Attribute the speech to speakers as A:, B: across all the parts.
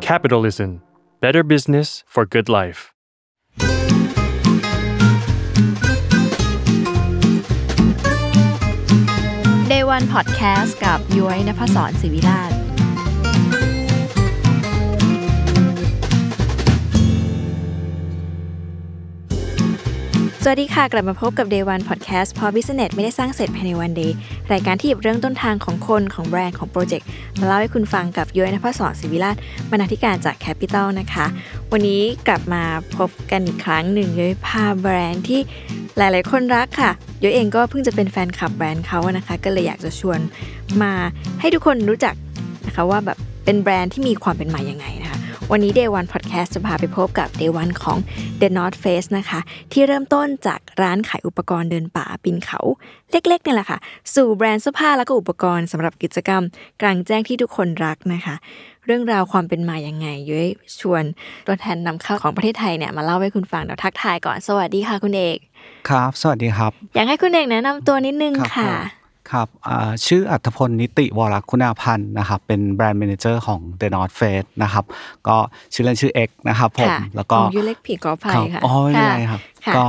A: Capitalism Better Business for Good Life.
B: Day One Podcast กับย้อยนภศรศิวิราช สวัสดีค่ะ กลับมาพบกับ Day One Podcast เพราะ Business ไม่ได้สร้างเสร็จภายในวัน day รายการที่หยิบเรื่องต้นทางของคนของแบรนด์ของโปรเจกต์ มาเล่าให้คุณฟังกับย้อยนภศรศิวิราชบรรณาธิการจาก Capital นะคะ วันนี้กลับมาพบกันอีกครั้งหนึ่งย้อยพาแบรนด์ที่ หลาย ๆ คนรักค่ะย้อยเองก็เพิ่งจะเป็นแฟนคลับแบรนด์เขาอะนะคะ ก็เลยอยากจะชวนมาให้ทุกคนรู้จักนะคะว่าแบบเป็นแบรนด์ที่มีความเป็นมาอย่างไงนะคะ วันนี้ Day One Podcast จะพาไปพบกับ Day One ของ The North Face นะคะ ที่เริ่มต้นจากร้านขายอุปกรณ์เดินป่าปีนเขาเล็ก ๆ เนี่ยแหละค่ะ สู่แบรนด์เสื้อผ้าแล้วก็อุปกรณ์สำหรับกิจกรรม กลางแจ้งที่ทุกคนรักนะคะ เรื่องราวความเป็นมาอย่างไงย้อยชวนตัวแทนนำเข้าของประเทศไทยเนี่ยมาเล่าให้คุณฟังเดี๋ยวทักทายก่อนสวัสดีค่ะคุณเอก
C: ครับ สวัสดีครับ
B: อยากให้คุณเอกแนะนำตัวนิดนึง
C: รับ
B: ค่ะ
C: ผมครับอ่าชื่ออัธพลนิติวรคุณาพันธ์นะครับ เป็นแบรนด์ a ม a เจอร์ของ The North Face นะครับ ก็ชื่อเล่นชื่อ X นะครับผม
B: ค่ะ
C: แล้วก็
B: อ๋อยูเล็กผิดขออภัย
C: รับ
B: ค่ะ
C: อ๋อไม่เป็นไรครับ
B: ค่ะ
C: ก็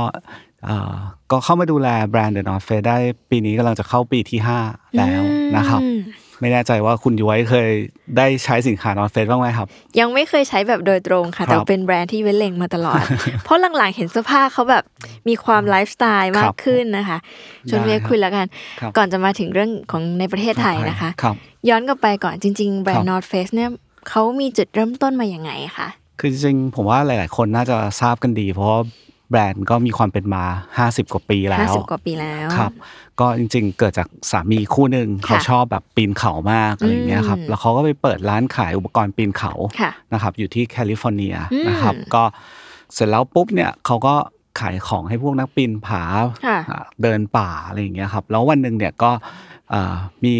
C: อ่าก็เข้ามาดูแลแบรนด์ The North Face ได้ปีนี้กำลังจะเข้าปีที่ 5 แล้วนะครับ
B: อืม
C: ไม่แน่ใจว่าคุณย้อยเคยได้ใช้สินค้า North Face บ้างไหมครับ
B: ยังไม่เคยใช้แบบโดยตรงค่ะ
C: ครั
B: แต่
C: บ
B: เป็นแบรนด์ที่เว้นเล็งมาตลอด เพราะหลังๆเห็นเสื้อผ้าเขาแบบมีความไลฟ์สไตล์มา
C: ค
B: ก
C: รับ
B: ขึ้นนะคะชวน
C: ได้
B: เรียก
C: ครับ
B: คุยแล้วกัน
C: ครับ
B: ก่อนจะมาถึงเรื่องของในประเทศไทยนะคะ
C: ครับ
B: ย้อนกลับไปก่อนจริง ๆ แบรนด์
C: ครับ
B: North Face เนี่ยเขามีจุดเริ่มต้นมาอย่างไงคะ
C: คือจริงๆผมว่าหลาย ๆ คนน่าจะทราบกันดี เพราะว่าแบรนด์ก็มีความเป็นมา 50 กว่าปีแล้
B: ห้าว สิบกว่าปีแล้ว
C: ครับ ก็จริงๆ เกิดจากสามีคู่หนึ่งเขาชอบแบบปีนเขามากอะไรอย่างเงี้ยครับ
B: อืม
C: แล้วเขาก็ไปเปิดร้านขายอุปกรณ์ปีนเขา
B: ค่ะ
C: นะครับ อยู่ที่แคลิฟอร์เนีย
B: อืม
C: นะครับ ก็เสร็จแล้วปุ๊บเนี่ยเขาก็ขายของให้พวกนักปีนผา
B: ค่ะ
C: อ่าเดินป่าอะไรอย่างเงี้ยครับ แล้ววันหนึ่งเนี่ยก็เอ่อมี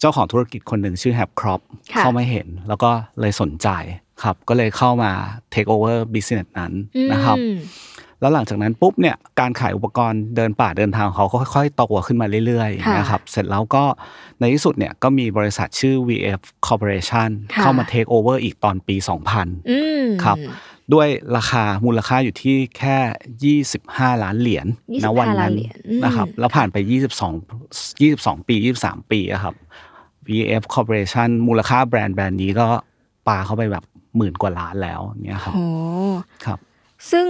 C: เจ้าของธุรกิจคนหนึ่งชื่อแฮปครอป
B: ค่ะ
C: เข้ามาเห็น แล้วก็เลยสนใจครับ ก็เลยเข้ามาเทคโอเวอร์บิสเนสนั้นนะครับ
B: อืม
C: แล้วหลังจากนั้นปุ๊บเนี่ยการขายอุปกรณ์เดินป่าเดินทางของเขาก็ค่อยๆโตขึ้นมาเรื่อย
B: ค่ะ
C: ๆนะครับเสร็จแล้วก็ในที่สุดเนี่ยก็มีบริษัทชื่อ VF Corporation
B: ค่ะ
C: เข้ามา take over อีกตอนปี 2000
B: อืม
C: ครับ ด้วยราคามูลค่าอยู่ที่แค่ 25 ล้านเหรียญ
B: 25
C: ณวัน
B: ล้า
C: นั้นน
B: เหรียญอืม
C: นะครับแล้วผ่านไป 22 22 ปี 23 ปีอะครับ VF Corporation มูลค่าแบรนด์แบรนด์นี้ก็ปาเข้าไปแบบหมื่นกว่าล้านแล้วเนี่ยครับ
B: โอ้
C: ครับ
B: ซึ่ง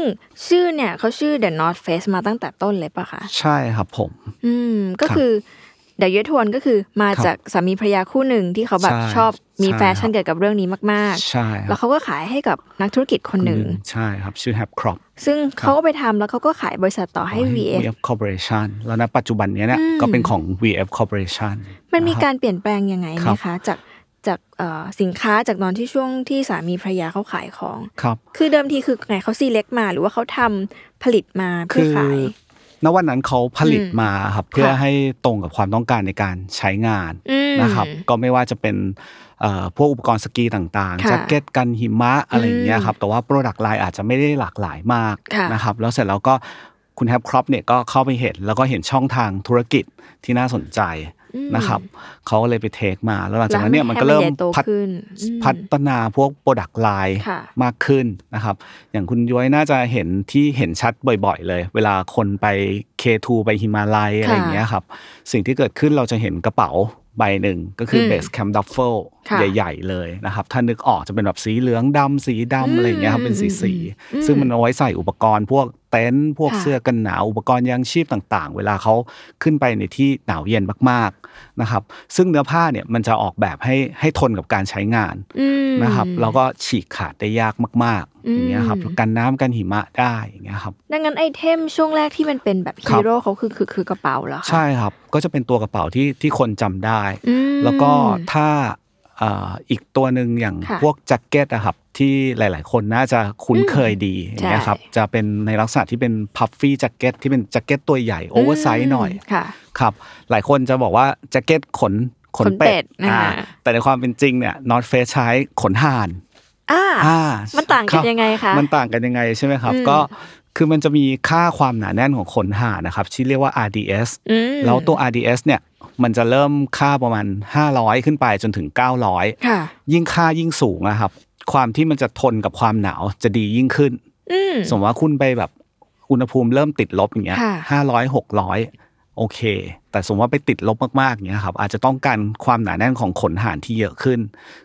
B: ชื่อเนี่ยเขาชื่อ The North Face มาตั้งแต่ต้นเลยปะคะ
C: ใช่ครับผม
B: อืมก็
C: ครับ
B: คือเดี๋ยวยุทธวนก็คือมา
C: ครับ
B: จากสามีภรรยาคู่หนึ่งที่เขาแบบ
C: ใช่
B: ชอบมี
C: ใช่
B: แฟชั่น
C: ครับ
B: เกี่ยวกับเรื่องนี้มาก
C: ใช่
B: ๆ
C: ค
B: แล้
C: รั
B: ว
C: บ
B: เขาก็ขายให้กับนักธุรกิจคนหนึ่ง
C: ใช่ครับ ชื่อ h a p c r o p
B: ซึ่งเขาก็ไปทำแล้วเขาก็ขายบริษัทต่อให้ VF
C: VF Corporation แล้วณปัจจุบันเนี้ยเนี่ยก็เป็นของ VF Corporation
B: มันมี
C: ะคบ
B: การเปลี่ยนแปลงยังไงไห
C: ครั
B: ม
C: บ
B: คะ จากจากเอ่อสินค้าจากตอนที่ช่วงที่สามีภรรยาเขาขายของ
C: ครับ
B: คือเดิมทีคือไงเขาซีเล็กมาหรือว่าเขาทำผลิตมาเพื่
C: คือ อ
B: ขาย
C: ณวันนั้นเขาผลิต
B: อืม
C: มาครับเพื่อ
B: ค่ะ
C: ให้ตรงกับความต้องการในการใช้งาน
B: อืม
C: นะครับก็ไม่ว่าจะเป็นเอ่อพวกอุปกรณ์สกีต่างๆ
B: ค่ะ
C: แจ็คเก็ตกันหิมะอะไรอย่างเงี้ยครับแต่ว่าโปรดักต์ไลน์อาจจะไม่ได้หลากหลายมาก
B: ค่ะ
C: นะครับแล้วเสร็จแล้วก็คุณแฮปครอปเนี่ยก็เข้าไปเห็น แล้วก็เห็นช่องทางธุรกิจที่น่าสนใจ
B: อืม
C: นะครับเขาก็เลยไปเทคมา แล้วหลังจากนั้น
B: แล้ว
C: เนี่ยมันก็เริ่ม
B: ให้นใหญ่โต
C: พัฒ
B: ขึ้นอืม
C: พัฒนาพวกโปรดักต์ไลน์
B: ค่ะ
C: มากขึ้นนะครับ อย่างคุณย้อยน่าจะเห็นที่เห็นชัดบ่อยๆเลย เวลาคนไป K2 ไปฮิมาลัยอะไรอย่างเงี้ยครับ สิ่งที่เกิดขึ้นเราจะเห็นกระเป๋าใบหนึ่งก็คืออ
B: ม
C: Base Camp Duffel
B: ค่ะ
C: ใหญ่ๆเลยนะครับ ถ้านึกออกจะเป็นแบบสีเหลืองดำสีดำอะไรอย่างเงี้ยครับเป็นสีสีๆซึ่งมันเอาไว้ใส่อุปกรณ์ พวกเต็นท์พวก
B: ค่ะ
C: เสื้อกันหนาวอุปกรณ์ยางชีพต่างๆ เวลาเขาขึ้นไปในที่หนาวเย็นมากๆนะครับ ซึ่งเนื้อผ้าเนี่ยมันจะออกแบบให้ให้ทนกับการใช้งาน
B: อืม
C: นะครับแล้วก็ฉีกขาดได้ยากมากๆ
B: อืม
C: อย่างเงี้ยครับแล้วกันน้ำกันหิมะได้อย่างเงี้ยครับ
B: ดังนั้นไอเทมช่วงแรกที่มันเป็นแบบ
C: ครั
B: ฮี
C: บ
B: โร่เขาคือคือคือกระเป๋าเหรอคะ
C: ใช่ครับก็จะเป็นตัวกระเป๋าที่ที่คนจำได้
B: อืม
C: แล้วก็ถ้า เอ่ออีกตัวหนึ่งอย่าง
B: ค่ะ
C: พวกแจ็คเก็ตนะครับที่หลาย ๆ คนน่าจะคุ้นเคยดีอย่างเงี้ยครับ
B: ใช่
C: จะเป็นในลักษณะที่เป็นพัฟฟี่แจ็คเก็ตที่เป็นแจ็คเก็ตตัวใหญ่โอเวอร์ไซส์หน่อย
B: ค่ะ
C: ครับหลายคนจะบอกว่าแจ็คเก็ตขนขน
B: ขนเป็
C: เป็
B: ด
C: ด
B: อ่า
C: อ่าแต่ในความเป็นจริงเนี่ยนอตเฟสใช้ขนห่าน
B: อ่า
C: อ่า
B: มันต่างกัน
C: ครับ
B: ยังไงคะ
C: มันต่างกันยังไงใช่ไหมครับ
B: อืม
C: ก็คือมันจะมีค่าความหนาแน่นของขนห่านนะครับที่เรียกว่า RDS
B: อืม
C: แล้วตัว RDS เนี่ยมันจะเริ่มค่าประมาณ 500 ขึ้นไปจนถึง 900
B: ค่ะ
C: ยิ่งค่ายิ่งสูงนะครับ ความที่มันจะทนกับความหนาวจะดียิ่งขึ้น
B: อืม
C: สมมติว่าคุณไปแบบอุณหภูมิเริ่มติดลบอย่างเงี้ย
B: ค่ะ
C: ห้าร้อยหกร้อยโอเค แต่สมมติว่าไปติดลบมากๆอย่างเงี้ยครับอาจจะต้องการความหนาแน่นของขนห่านที่เยอะขึ้น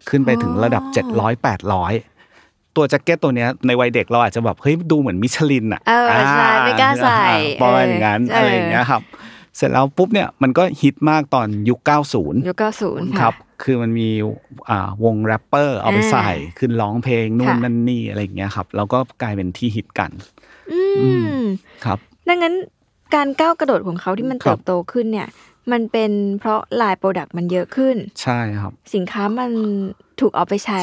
C: ขึ้นไปถึงระดับ 700 800 ตัวแจ็คเก็ตตัวเนี้ยในวัยเด็กเราอาจจะแบบเฮ้ยดูเหมือนมิชลินอะ
B: เออใช่ไม่กล้าใส่
C: ประมาณอย่างนั้น
B: เอออ
C: อะไรอย่างเงี้ยครับ เสร็จแล้วปุ๊บเนี่ยมันก็ฮิตมากตอนยุค 90
B: ยุคเก้าศูนย์
C: ค
B: ค่ะ
C: รับ คือมันมีอ่าวงแรปเปอร์เอาไปใส่
B: อ่า
C: ขึ้นร้องเพลงนู่น
B: ค่ะ
C: นั่นนี่อะไรอย่างเงี้ยครับ แล้วก็กลายเป็นที่ฮิตกัน
B: อืม
C: ครับ
B: ดังนั้นการก้าวกระโดดของเขาที่มัน
C: ครั
B: เติ
C: บ
B: บโตขึ้นเนี่ย มันเป็นเพราะลายโปรดักต์มันเยอะขึ้น
C: ใช่ครับ
B: สินค้ามันถูกเอาไปใช้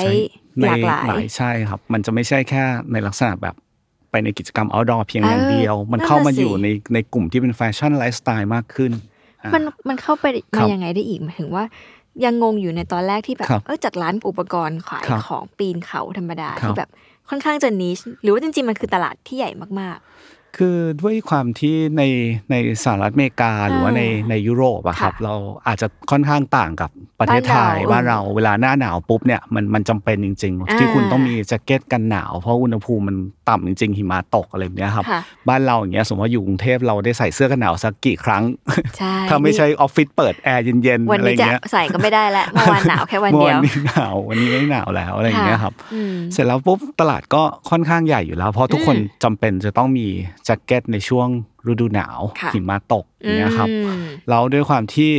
C: ใน
B: หลากหลาย
C: ใช่ครับ มันจะไม่ใช่แค่ในลักษณะแบบไปในกิจกรรม outdoor เพียงอย่างเดียว
B: เออ
C: มันเข้ามา
B: นั่นน่ะสิ
C: อยู่ในในกลุ่มที่เป็นแฟชั่นไลฟ์สไตล์มากขึ้นอ่า
B: มันมันเข้าไปมา
C: ครับ
B: ยังไงได้อีกหมายถึงว่า ยังงงอยู่ในตอนแรกที่แบบ
C: ครับ
B: เออจากร้านอุปกรณ์ขาย
C: ครับ
B: ของปีนเขาธรรมดา
C: ครับ
B: ที่แบบค่อนข้างจะนิชหรือว่าจริงๆมันคือตลาดที่ใหญ่มาก
C: คือด้วยความที่ในในสหรัฐอเมริกาหรือว่าในในยุโรปอะครับ
B: ค่ะ
C: เราอาจจะค่อนข้างต่างกับประเทศไทย
B: บ้า
C: ว่าน
B: เรา
C: เราเวลาหน้าหนาวปุ๊บเนี่ยมันมันจำเป็นจริง
B: อ่า
C: ๆ ที่คุณต้องมีแจ็คเก็ตกันหนาว เพราะอุณหภูมิมันต่ำจริง ๆ หิมะตกอะไรแบบเนี้ยครับ
B: ค่ะ
C: บ้านเราอย่างเงี้ยสมมติว่าอยู่กรุงเทพเราได้ใส่เสื้อกันหนาวสักกี่ครั้ง
B: ๆ ใช่
C: ถ้าไม่ใช่ออฟฟิศเปิดแอร์เย็นๆ
B: วัน
C: อะไร
B: นี้จะ
C: เงี้ย
B: ใส่ก็ไม่ได้ แล้วเมื่อวานหนาวแค่วันเดียว
C: เมื่อวันนี้หนาววันนี้ไม่หนาวแล้วอะไรอย่างเงี้ยครับ
B: อืม
C: เสร็จแล้วปุ๊บตลาดก็ค่อนข้างใหญ่อยู่แล้ว เพราะทุกคนจำเป็นจะต้องมีแจ็คเก็ตในช่วงฤดูหนาว
B: ค่ะ
C: หิมะตกอย่างเงี้ยครับ
B: อืม
C: แล้วด้วยความที่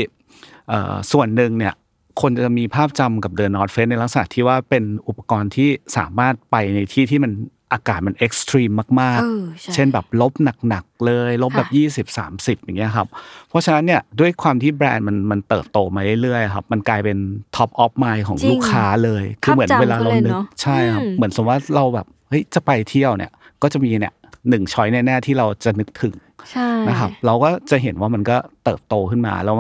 C: เอ่อส่วนหนึ่งเนี่ยคนจะมีภาพจำกับเดอะนอตเฟสในลักษณะที่ว่าเป็นอุปกรณ์ที่สามารถไปในที่ที่มันอากาศมันเอ็กซ์ตรีมมาก
B: เออใช่
C: ๆ เช่นแบบลบหนักๆเลย ลบแบบ
B: ค่ะ
C: ยี่สิบสามสิบอย่างเงี้ยครับ เพราะฉะนั้นเนี่ยด้วยความที่แบรนด์มันมันเติบโตมาเรื่อยๆครับมันกลายเป็นท็อปออฟไมล์ของ
B: จริง
C: ลูกค้าเลย คือเหมือน
B: ภาพจำ
C: เวลาเรา
B: เขาเลย
C: นึ
B: เน
C: ก
B: อะ
C: ใช่ครับ
B: อืม
C: เหมือนสมมติว่าเราแบบเฮ้ยจะไปเที่ยวเนี่ยก็จะมีเนี่ยหนึ่งช้อยแน่ๆที่เราจะนึกถึง
B: ใช่
C: นะครับเราก็จะเห็นว่ามันก็เติบโตขึ้นมาแล้ว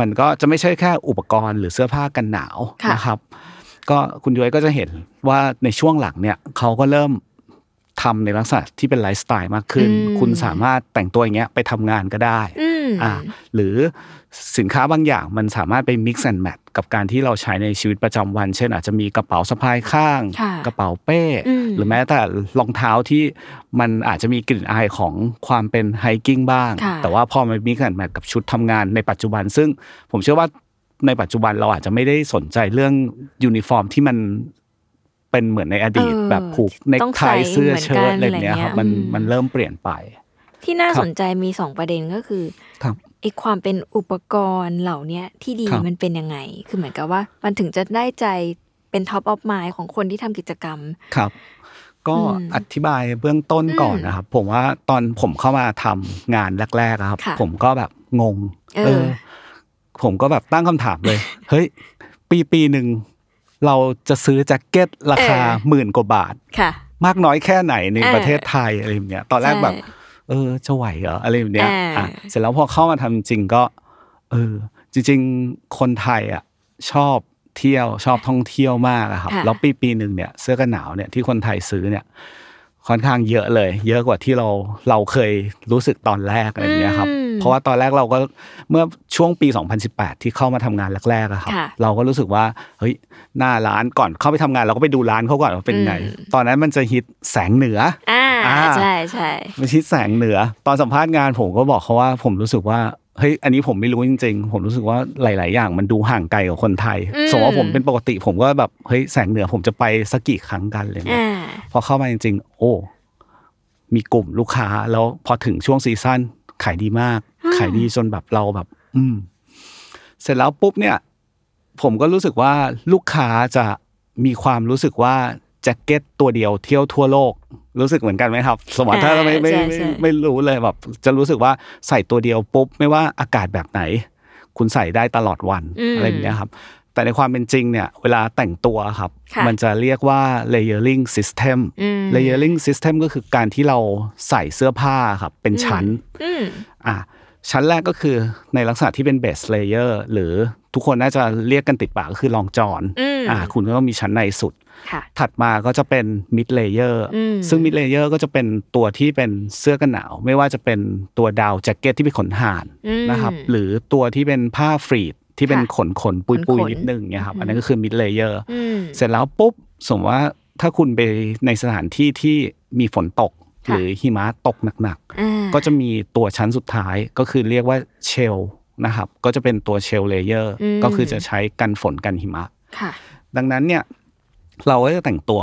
C: มันก็จะไม่ใช่แค่อุปกรณ์หรือเสื้อผ้ากันหนาวนะครับ ก็คุณย้อยก็จะเห็นว่าในช่วงหลังเนี่ยเขาก็เริ่มทำในลักษณะที่เป็นไลฟ์สไตล์มากขึ้น คุณสามารถแต่งตัวอย่างเงี้ยไปทำงานก็ได้
B: อืม
C: อ่าหรือสินค้าบางอย่างมันสามารถไป mix and match กับการที่เราใช้ในชีวิตประจำวัน เช่นอาจจะมีกระเป๋าสะพายข้าง
B: ค่ะ
C: กระเป๋าเป้
B: อืม
C: หรือแม้แต่รองเท้าที่มันอาจจะมีกลิ่นอายของความเป็นไฮกิ้งบ้าง
B: ค่ะ
C: แต่ว่าพอมัน mix and match กับชุดทำงานในปัจจุบัน ซึ่งผมเชื่อว่าในปัจจุบันเราอาจจะไม่ได้สนใจเรื่องยูนิฟอร์มที่มันเป็นเหมือนในอดีต
B: เออ
C: แบบผูกเนค
B: ต้อง
C: ไท
B: ใส่
C: เสื้อ
B: เหมือน
C: เชิ้
B: กัน
C: ตอะไรแบบเนี้ยครั
B: อะไรเงี้
C: บ
B: ย
C: มัน
B: อืม
C: มันเริ่มเปลี่ยนไป
B: ที่น่า
C: ครับ
B: สนใจมีสองประเด็นก็คือ
C: ครับ
B: ไอความเป็นอุปกรณ์เหล่าเนี้ยที่ดี
C: ครับ
B: มันเป็นยังไง คือเหมือนกับว่ามันถึงจะได้ใจเป็นท็อปออฟมายของคนที่ทำกิจกรรม
C: ครับ ก็
B: อืม
C: อธิบายเบื้องต้นก่อนนะครับ ผมว่าตอนผมเข้ามาทำงานแรกๆอะครับ
B: ค่ะ
C: ผมก็แบบงง
B: เออ
C: ผมก็แบบตั้งคำถาม เลย เฮ้ย ปีปีหนึ่งเราจะซื้อแจ็คเก็ตราคาหมื่นกว่าบาท
B: ค่ะ
C: มากน้อยแค่ไหนใน
B: เออ
C: ประเทศไทยอะไรแบบเนี้ย ตอนแรกแบบ
B: ใช่
C: เออจะไหวเหรออะไรแบบเนี้ย
B: เอออ่
C: ะเสร็จแล้วพอเข้ามาทำจริงๆก็ เออ จริง ๆ คนไทยอ่ะชอบเที่ยวชอบท่องเที่ยวมากอะครับ
B: ค่ะ
C: แล้วปีปีหนึ่งเนี่ยเสื้อกันหนาวเนี่ยที่คนไทยซื้อเนี่ย ค่อนข้างเยอะเลย เยอะกว่าที่เราเราเคยรู้สึกตอนแรกอะไรอย่างเงี้ยครับ
B: อืม
C: เพราะว่าตอนแรกเราก็เมื่อช่วงปี 2018 ที่เข้ามาทำงานแรกๆอะครับ
B: ค่ะ
C: เราก็รู้สึกว่าเฮ้ยหน้าร้านก่อนเข้าไปทำงานเราก็ไปดูร้านเขาก่อนว่าเป็นไง ตอนนั้นมันจะฮิตแสงเหนือ
B: อ่า
C: อ่า
B: ใช่ใช่
C: มันฮิตแสงเหนือ ตอนสัมภาษณ์งานผมก็บอกเขาว่าผมรู้สึกว่าเฮ้ยอันนี้ผมไม่รู้จริง ๆ ผมรู้สึกว่าหลาย ๆ อย่างมันดูห่างไกลกับคนไทยสมมติว่าผมเป็นปกติผมก็แบบเฮ้ยแสงเหนือผมจะไปสักกี่ครั้งกันอะไรอย่างเลย
B: อ่า
C: พอเข้ามาจริงๆ โอ้ มีกลุ่มลูกค้า แล้วพอถึงช่วงซีซั่นขายดีมาก ขายดีจนแบบเราแบบ อืม เสร็จแล้วปุ๊บเนี่ย ผมก็รู้สึกว่าลูกค้าจะมีความรู้สึกว่าแจ็คเก็ตตัวเดียวเที่ยวทั่วโลก รู้สึกเหมือนกันไหมครับ สมมติถ้า
B: อ่า
C: ไม่ไม่
B: ใช่
C: ไม่
B: ใช่
C: ไม่รู้เลยแบบ จะรู้สึกว่าใส่ตัวเดียวปุ๊บ ไม่ว่าอากาศแบบไหน คุณใส่ได้ตลอดวัน
B: อืม
C: อะไรแบบเนี้ยครับ แต่ในความเป็นจริงเนี่ย เวลาแต่งตัวครับ
B: ค่ะ
C: มันจะเรียกว่า layering system
B: อืม
C: layering system ก็คือการที่เราใส่เสื้อผ้าครับ เป็นชั้น
B: อืม
C: อ่ะชั้นแรกก็คือในลักษณะที่เป็นเบสเลเยอร์หรือทุกคนน่าจะเรียกกันติดปากก็คือลองจอน
B: อืม
C: อ่ะคุณก็ต้องมีชั้นในสุด
B: ค่ะ
C: ถัดมาก็จะเป็นมิดเลเยอร์
B: อืม
C: ซึ่งมิดเลเยอร์ก็จะเป็นตัวที่เป็นเสื้อกันหนาว ไม่ว่าจะเป็นตัวดาวแจ็คเก็ตที่เป็นขนห่าน
B: อืม
C: นะครับหรือตัวที่เป็นผ้าฟรีดที่เป็นขนขนๆปุย
B: ข
C: ปุ
B: น
C: ย
B: ๆ
C: นิดนึงเนี่ยครับอันนั้นก็คือมิดเลเยอร์
B: อืม
C: เสร็จแล้วปุ๊บสมมติว่าถ้าคุณไปในสถานที่ที่มีฝนตก
B: ค่ะ
C: หรือหิมะตกหนักๆ
B: อ่า
C: ก็จะมีตัวชั้นสุดท้ายก็คือเรียกว่าเชลนะครับ ก็จะเป็นตัวเชลเลเยอร์
B: อืม
C: ก็คือจะใช้กันฝนกันหิมะ
B: ค่ะ
C: ดังนั้นเนี่ยเราก็จะแต่งตัว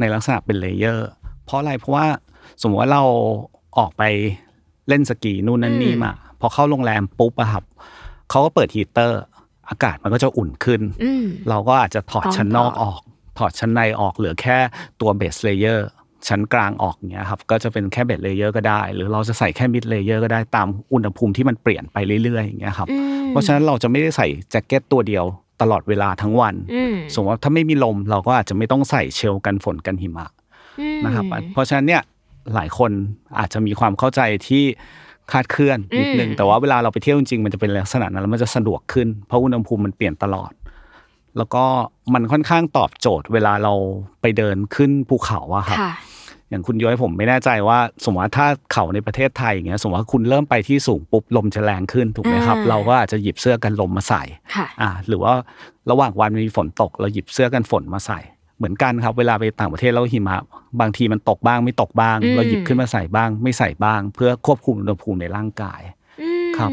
C: ในลักษณะเป็นเลเยอร์เพราะอะไรเพราะว่าสมมติว่าเราออกไปเล่นสกีนู่นนั่นนี่
B: อืม
C: มา พอเข้าโรงแรมปุ๊บอะครับเขาก็เปิดฮีตเตอร์ อากาศมันก็จะอุ่นขึ้น
B: อืม
C: เราก็อาจจะถอด
B: ถอด
C: ชั้นนอก
B: อ
C: อ
B: อ
C: อก ก ถอดชั้นในออกเหลือแค่ตัวเบสเลเยอร์ชั้นกลางออกเนี้ยครับก็จะเป็นแค่เบสเลเยอร์ก็ได้ หรือเราจะใส่แค่มิดเลเยอร์ก็ได้ตามอุณหภูมิที่มันเปลี่ยนไปเรื่อยๆอย่างเงี้ยครับ
B: อืม
C: เพราะฉะนั้นเราจะไม่ได้ใส่แจ็คเก็ตตัวเดียวตลอดเวลาทั้งวัน
B: อืม
C: สมมติว่าถ้าไม่มีลมเราก็อาจจะไม่ต้องใส่เชลกันฝนกันหิมะ
B: อืม
C: นะครับเพราะฉะนั้นเนี่ยหลายคนอาจจะมีความเข้าใจที่คลาดเคลื่อนนิดนึง
B: อืม
C: แต่ว่าเวลาเราไปเที่ยวจริงๆมันจะเป็นลักษณะนั้นแล้วมันจะสะดวกขึ้นเพราะอุณหภูมิมันเปลี่ยนตลอด แล้วก็มันค่อนข้างตอบโจทย์เวลาเราไปเดินขึ้นภูเขาอะครับ
B: ค่ะ
C: อย่างคุณย้อยผมไม่แน่ใจว่า สมมติว่าถ้าเขาในประเทศไทยอย่างเงี้ยสมมติว่าคุณเริ่มไปที่สูงปุ๊บลมจะแรงขึ้นถูกไหมครับ
B: อ่า
C: เราก็อาจจะหยิบเสื้อกันลมมาใส่
B: ค่ะ
C: อ่าหรือว่าระหว่างวันมีฝนตกเราหยิบเสื้อกันฝนมาใส่ เหมือนกันครับ เวลาไปต่างประเทศแล้วหิมะบางทีมันตกบ้างไม่ตกบ้าง
B: อืม
C: เราหยิบขึ้นมาใส่บ้าง ไม่ใส่บ้าง เพื่อควบคุมอุณหภูมิในร่างกาย
B: อืม
C: ครับ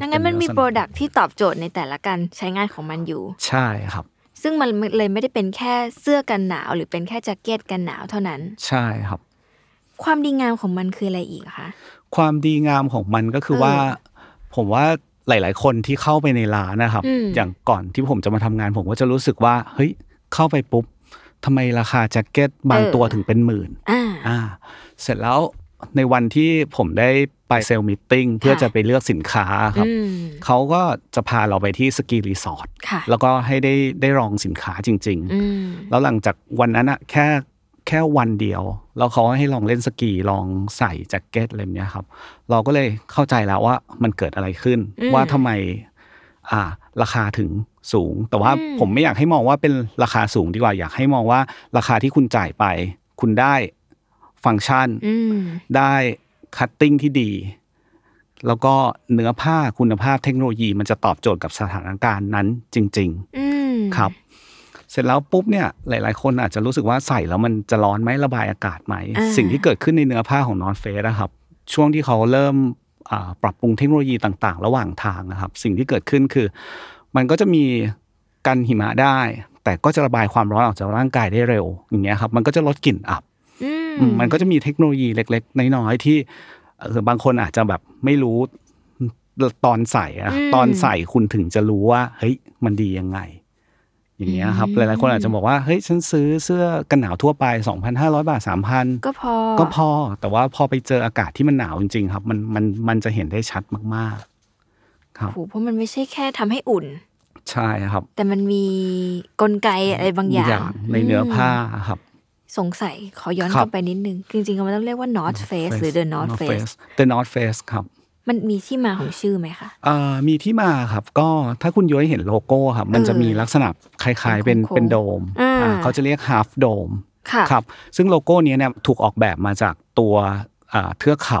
B: ดังนั้นมันมี
C: เป็นลักษ
B: โป
C: ณะ
B: รดักที่ตอบโจทย์ในแต่ละการใช้งานของมันอยู่
C: ใช่ครับ
B: ซึ่งมันเลยไม่ได้เป็นแค่เสื้อกันหนาว หรือเป็นแค่แจ็คเก็ตกันหนาวเท่านั้น
C: ใช่ครับ
B: ความดีงามของมันคืออะไรอีกอะคะ
C: ความดีงามของมันก็คือ
B: เออ
C: ว่า ผมว่าหลาย ๆ คนที่เข้าไปในร้านนะครับ
B: อืม
C: อย่างก่อนที่ผมจะมาทำงาน ผมก็จะรู้สึกว่าเฮ้ยเข้าไปปุ๊บทำไมราคาแจ็คเก็ตบางตัวถึงเป็นหมื่น
B: อ่า
C: อ่าเสร็จแล้วในวันที่ผมได้ไปเซลล์มิทติ้งเพื่อจะไปเลือกสินค้าครับ
B: อืม
C: เขาก็จะพาเราไปที่สกีรีสอร์ท
B: ค่ะ
C: แล้วก็ให้ได้ได้ลองสินค้าจริง
B: อืม
C: ๆ แล้วหลังจากวันนั้นอะแค่แค่วันเดียว แล้วเขาให้ลองเล่นสกีลองใส่แจ็คเก็ตอะไรแบบเนี้ยครับ เราก็เลยเข้าใจแล้วว่ามันเกิดอะไรขึ้น
B: อืม
C: ว่าทำไมอ่าราคาถึงสูง แต่ว่า
B: อืม
C: ผมไม่อยากให้มองว่าเป็นราคาสูงดีกว่าอยากให้มองว่าราคาที่คุณจ่ายไป คุณได้ฟังก์ชัน
B: อืม
C: ได้คัตติ้งที่ดี แล้วก็เนื้อผ้าคุณภาพเทคโนโลยีมันจะตอบโจทย์กับสถานการณ์นั้นจริง
B: อืม
C: ๆ ครับ เสร็จแล้วปุ๊บเนี่ยหลาย ๆ คนอาจจะรู้สึกว่าใส่แล้วมันจะร้อนไหมระบายอากาศไหม
B: า
C: สิ่งที่เกิดขึ้นในเนื้อผ้าของนอนเฟสนะครับ ช่วงที่เขาเริ่มอ่าปรับปรุงเทคโนโลยีต่าง ๆ ระหว่างทางนะครับ สิ่งที่เกิดขึ้นคือ มันก็จะมีกันหิมะได้ แต่ก็จะระบายความร้อนออกจากร่างกายได้เร็วอย่างเงี้ยครับมันก็จะลดกลิ่นอับ
B: อืม
C: อืมมันก็จะมีเทคโนโลยีเล็ก ๆ น้อยๆที่เอ่อบางคนอาจจะแบบไม่รู้ตอนใส่อะ
B: อืม
C: ตอนใส่คุณถึงจะรู้ว่า เฮ้ยมันดียังไง อย่างเงี้ยครับ
B: อืม
C: หลายๆคนอาจจะบอกว่าเฮ้ยฉันซื้อเสื้อกันหนาวทั่วไป 2,500 บาท 3,000
B: ก็พอ
C: ก็พอ แต่ว่าพอไปเจออากาศที่มันหนาวจริง ๆ ครับ มันมันมันจะเห็นได้ชัดมาก ๆ ครับ
B: โหเพราะมันไม่ใช่แค่ทำให้อุ่น
C: ใช่ครับ
B: แต่มันมีกลไกอะไรบางอย่าง
C: ในเนื้อผ้าครับ
B: มสงสัยขอย้อน
C: ค
B: ก
C: รั
B: ลั
C: บ
B: บไปนิดนึง จริงๆมันต้องเรียกว่า North Face หรือ The North Face
C: The North Face ครับ
B: มันมีที่มาของชื่อไหมคะ
C: เอ่อมีที่มาครับก็ถ้าคุณย้อยเห็นโลโก้ครับ มันจะมีลักษณะคล้ายๆ เป็น
B: โค้งๆ
C: เป็นโดม
B: อ่า
C: อ่าเขาจะเรียก half dome
B: ค่ะ
C: ครับ ซึ่งโลโก้เนี้ยเนี่ยถูกออกแบบมาจากตัวอ่าเทือกเขา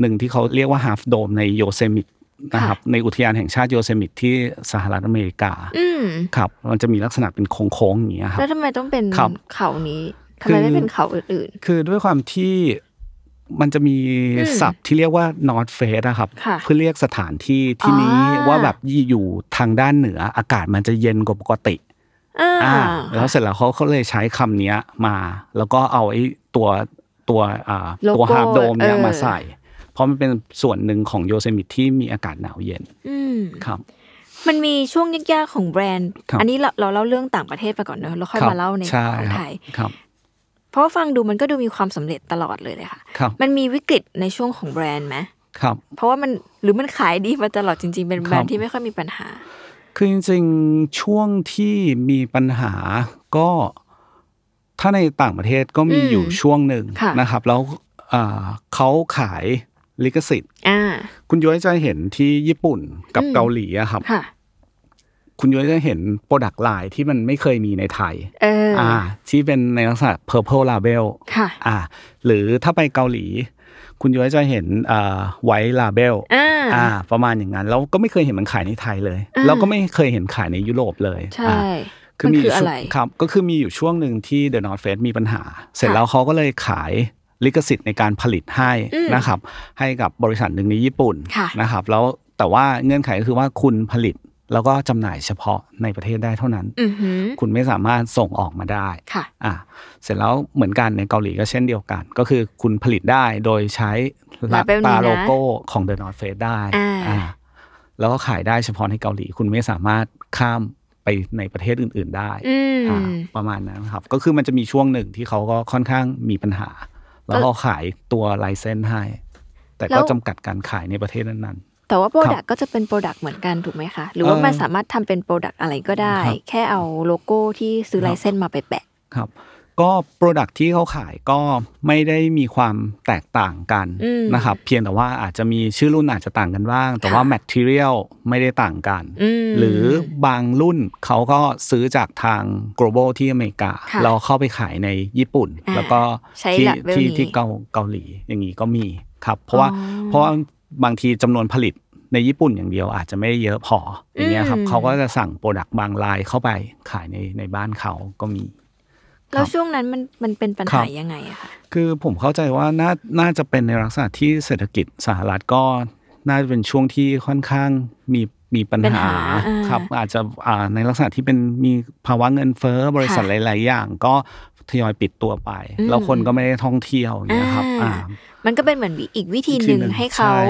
C: หนึ่งที่เขาเรียกว่า half dome ในโยเซมิตนะครับในอุทยานแห่งชาติโยเซมิตที่สหรัฐอเมริกา
B: อืม
C: ครับมันจะมีลักษณะเป็นโค้งๆอย่างเงี้ยครับ
B: แล้วทำไมต้องเป็น
C: ครับ
B: เขานี้ทำ
C: คือ
B: ไมไม่เป็นเขาอื่น
C: คือด้วยความที่มันจะมี
B: อืม
C: ศัพท์ที่เรียกว่า North Face นะครับ
B: ค่ะ
C: เพื่อเรียกสถานที่ที่นี้
B: อ่า
C: ว่าแบบอยู่ทางด้านเหนืออากาศมันจะเย็นกว่าปกติ
B: ๆอ่า
C: อ่าแล้วเสร็จแล้วเขาเขาเลยใช้คำเนี้ยมา แล้วก็เอาไอ้ตัวตัวอ่าตัวฮาร์ดโดมเนี้ยมาใส่ เพราะมันเป็นส่วนหนึ่งของโยเซมิตที่มีอากาศหนาวเย็น
B: อืม
C: ครับ
B: มันมีช่วงยากๆของแบรนด์
C: ครับ
B: อันนี้เราเราเล่าเรื่องต่างประเทศไปก่อนเนอะแล้วค่อย
C: รับ
B: มาเล่าใน
C: ช่
B: ของไทย
C: ครับ
B: เพราะว่าฟังดูมันก็ดูมีความสำเร็จตลอดเลยเลยค่ะ
C: ครับ
B: มันมีวิกฤตในช่วงของแบรนด์ไหม
C: ครับ
B: เพราะว่ามันหรือมันขายดีมาตลอดจริงๆ เป็นแบรน
C: ครั
B: ด์
C: บ
B: ที่ไม่ค่อยมีปัญหา
C: คือจริงๆช่วงที่มีปัญหาก็ถ้าในต่างประเทศก็มี
B: อืม
C: อยู่ช่วงหนึ่ง
B: ค่ะ
C: นะครับ แล้วอ่าเขาขายลิขสิทธิ์
B: อ่า
C: คุณย้อยจะเห็นที่ญี่ปุ่นกับ
B: อืม
C: เกาหลีอะครับ
B: ค่ะ
C: คุณย้อยจะเห็นโปรดักต์ไลน์ที่มันไม่เคยมีในไทย
B: เอออ
C: อ่า ที่เป็นในลักษณะ purple label
B: ค่ะ
C: อ่า หรือถ้าไปเกาหลี คุณย้อยจะเห็นอ่า white label
B: อ่า
C: อ่า ประมาณอย่างนั้นแล้วก็ไม่เคยเห็นมันขายในไทยเลย
B: อ่า
C: แล้วก็ไม่เคยเห็นขายในยุโรปเลย
B: ใช่
C: อ่า คือ
B: มัน
C: มี
B: คือ
C: ช่ว
B: อะ
C: ง
B: ไร
C: ครับก็คือมีอยู่ช่วงหนึ่งที่ The North Face มีปัญหา เสร็จแล้วเขาก็เลยขายลิขสิทธิ์ในการผลิตให้
B: อืม
C: นะครับ ให้กับบริษัทหนึ่งในญี่ปุ่น
B: ค่ะ
C: นะครับ แล้วแต่ว่าเงื่อนไขก็คือว่าคุณผลิตแล้วก็จำหน่ายเฉพาะในประเทศได้เท่านั้น
B: อือหือ
C: คุณไม่สามารถส่งออกมาได้
B: ค่ะ
C: อ่ะเสร็จแล้วเหมือนกันในเกาหลีก็เช่นเดียวกัน ก็คือคุณผลิตได้โดยใช้
B: ลาเบลนี้
C: ตา
B: นะ
C: โลโก้ของ The North Face ได้
B: อ่า
C: อ่ะแล้วก็ขายได้เฉพาะในเกาหลี คุณไม่สามารถข้ามไปในประเทศอื่น ๆได้
B: อืม
C: อ่าประมาณนั้นครับ ก็คือมันจะมีช่วงหนึ่งที่เขาก็ค่อนข้างมีปัญหา แล้วก็ขายตัวไลเซนส์ให้ แต่
B: แล้
C: ก็
B: ว
C: จำกัดการขายในประเทศนั้น
B: แต่ว่าโปรดักก็จะเป็นโปรดักเหมือนกันถูกไหมคะ หรือว่า
C: เอ่อ
B: มันสามารถทำเป็นโปรดักอะไรก็ได้
C: ครับ
B: แค่เอาโลโก้ที่ซื้อไลเซนส์มาไปแปะ
C: ๆครับ ก็โปรดักที่เขาขายก็ไม่ได้มีความแตกต่างกัน
B: อืม
C: นะครับ เพียงแต่ว่าอาจจะมีชื่อรุ่นอาจจะต่างกันบ้าง แต่ว่า
B: ค่ะ
C: แมทเทียลไม่ได้ต่างกัน
B: อืม
C: หรือบางรุ่นเขาก็ซื้อจากทาง global ที่อเมริกา
B: ค่ะ
C: เราเข้าไปขายในญี่ปุ่น
B: อ่า
C: แล้วก็
B: ใช้
C: ที่
B: หลักเวล
C: ที่
B: นี้
C: ที่เกาเกาหลีอย่างนี้ก็มีครับ เพราะว่า
B: อ๋อ
C: เพราะว่าบางทีจำนวนผลิตในญี่ปุ่นอย่างเดียวอาจจะไม่ได้เยอะพออย่างเงี้ยครับ
B: อืม
C: เขาก็จะสั่งโปรดักต์บางรายเข้าไปขายในในบ้านเขาก็มี
B: แล้วช่วงนั้นมันมันเป็นปัญ
C: ครั
B: หา
C: บ
B: ยังไงอะคะ
C: คือผมเข้าใจว่าน่าน่าจะเป็นในลักษณะที่เศรษฐกิจสหรัฐก็น่าจะเป็นช่วงที่ค่อนข้างมีมีปัญ
B: ปัญ
C: หา
B: หาอ่า
C: ครับ อาจจะอ่าในลักษณะที่เป็นมีภาวะเงินเฟ้อบริษัทห
B: ค่ะ
C: ลาย ๆ อย่าง ก็ทยอยปิดตัวไป
B: อืม
C: แล้วคนก็ไม่ได้ท่องเที่ยวอย่างเงี้ยครับ
B: อ่า
C: อ่า
B: มันก็เป็นเหมือนอีกวิธีหนึ่ง
C: วิธีหนึ่ง
B: ให้เขา
C: ใช่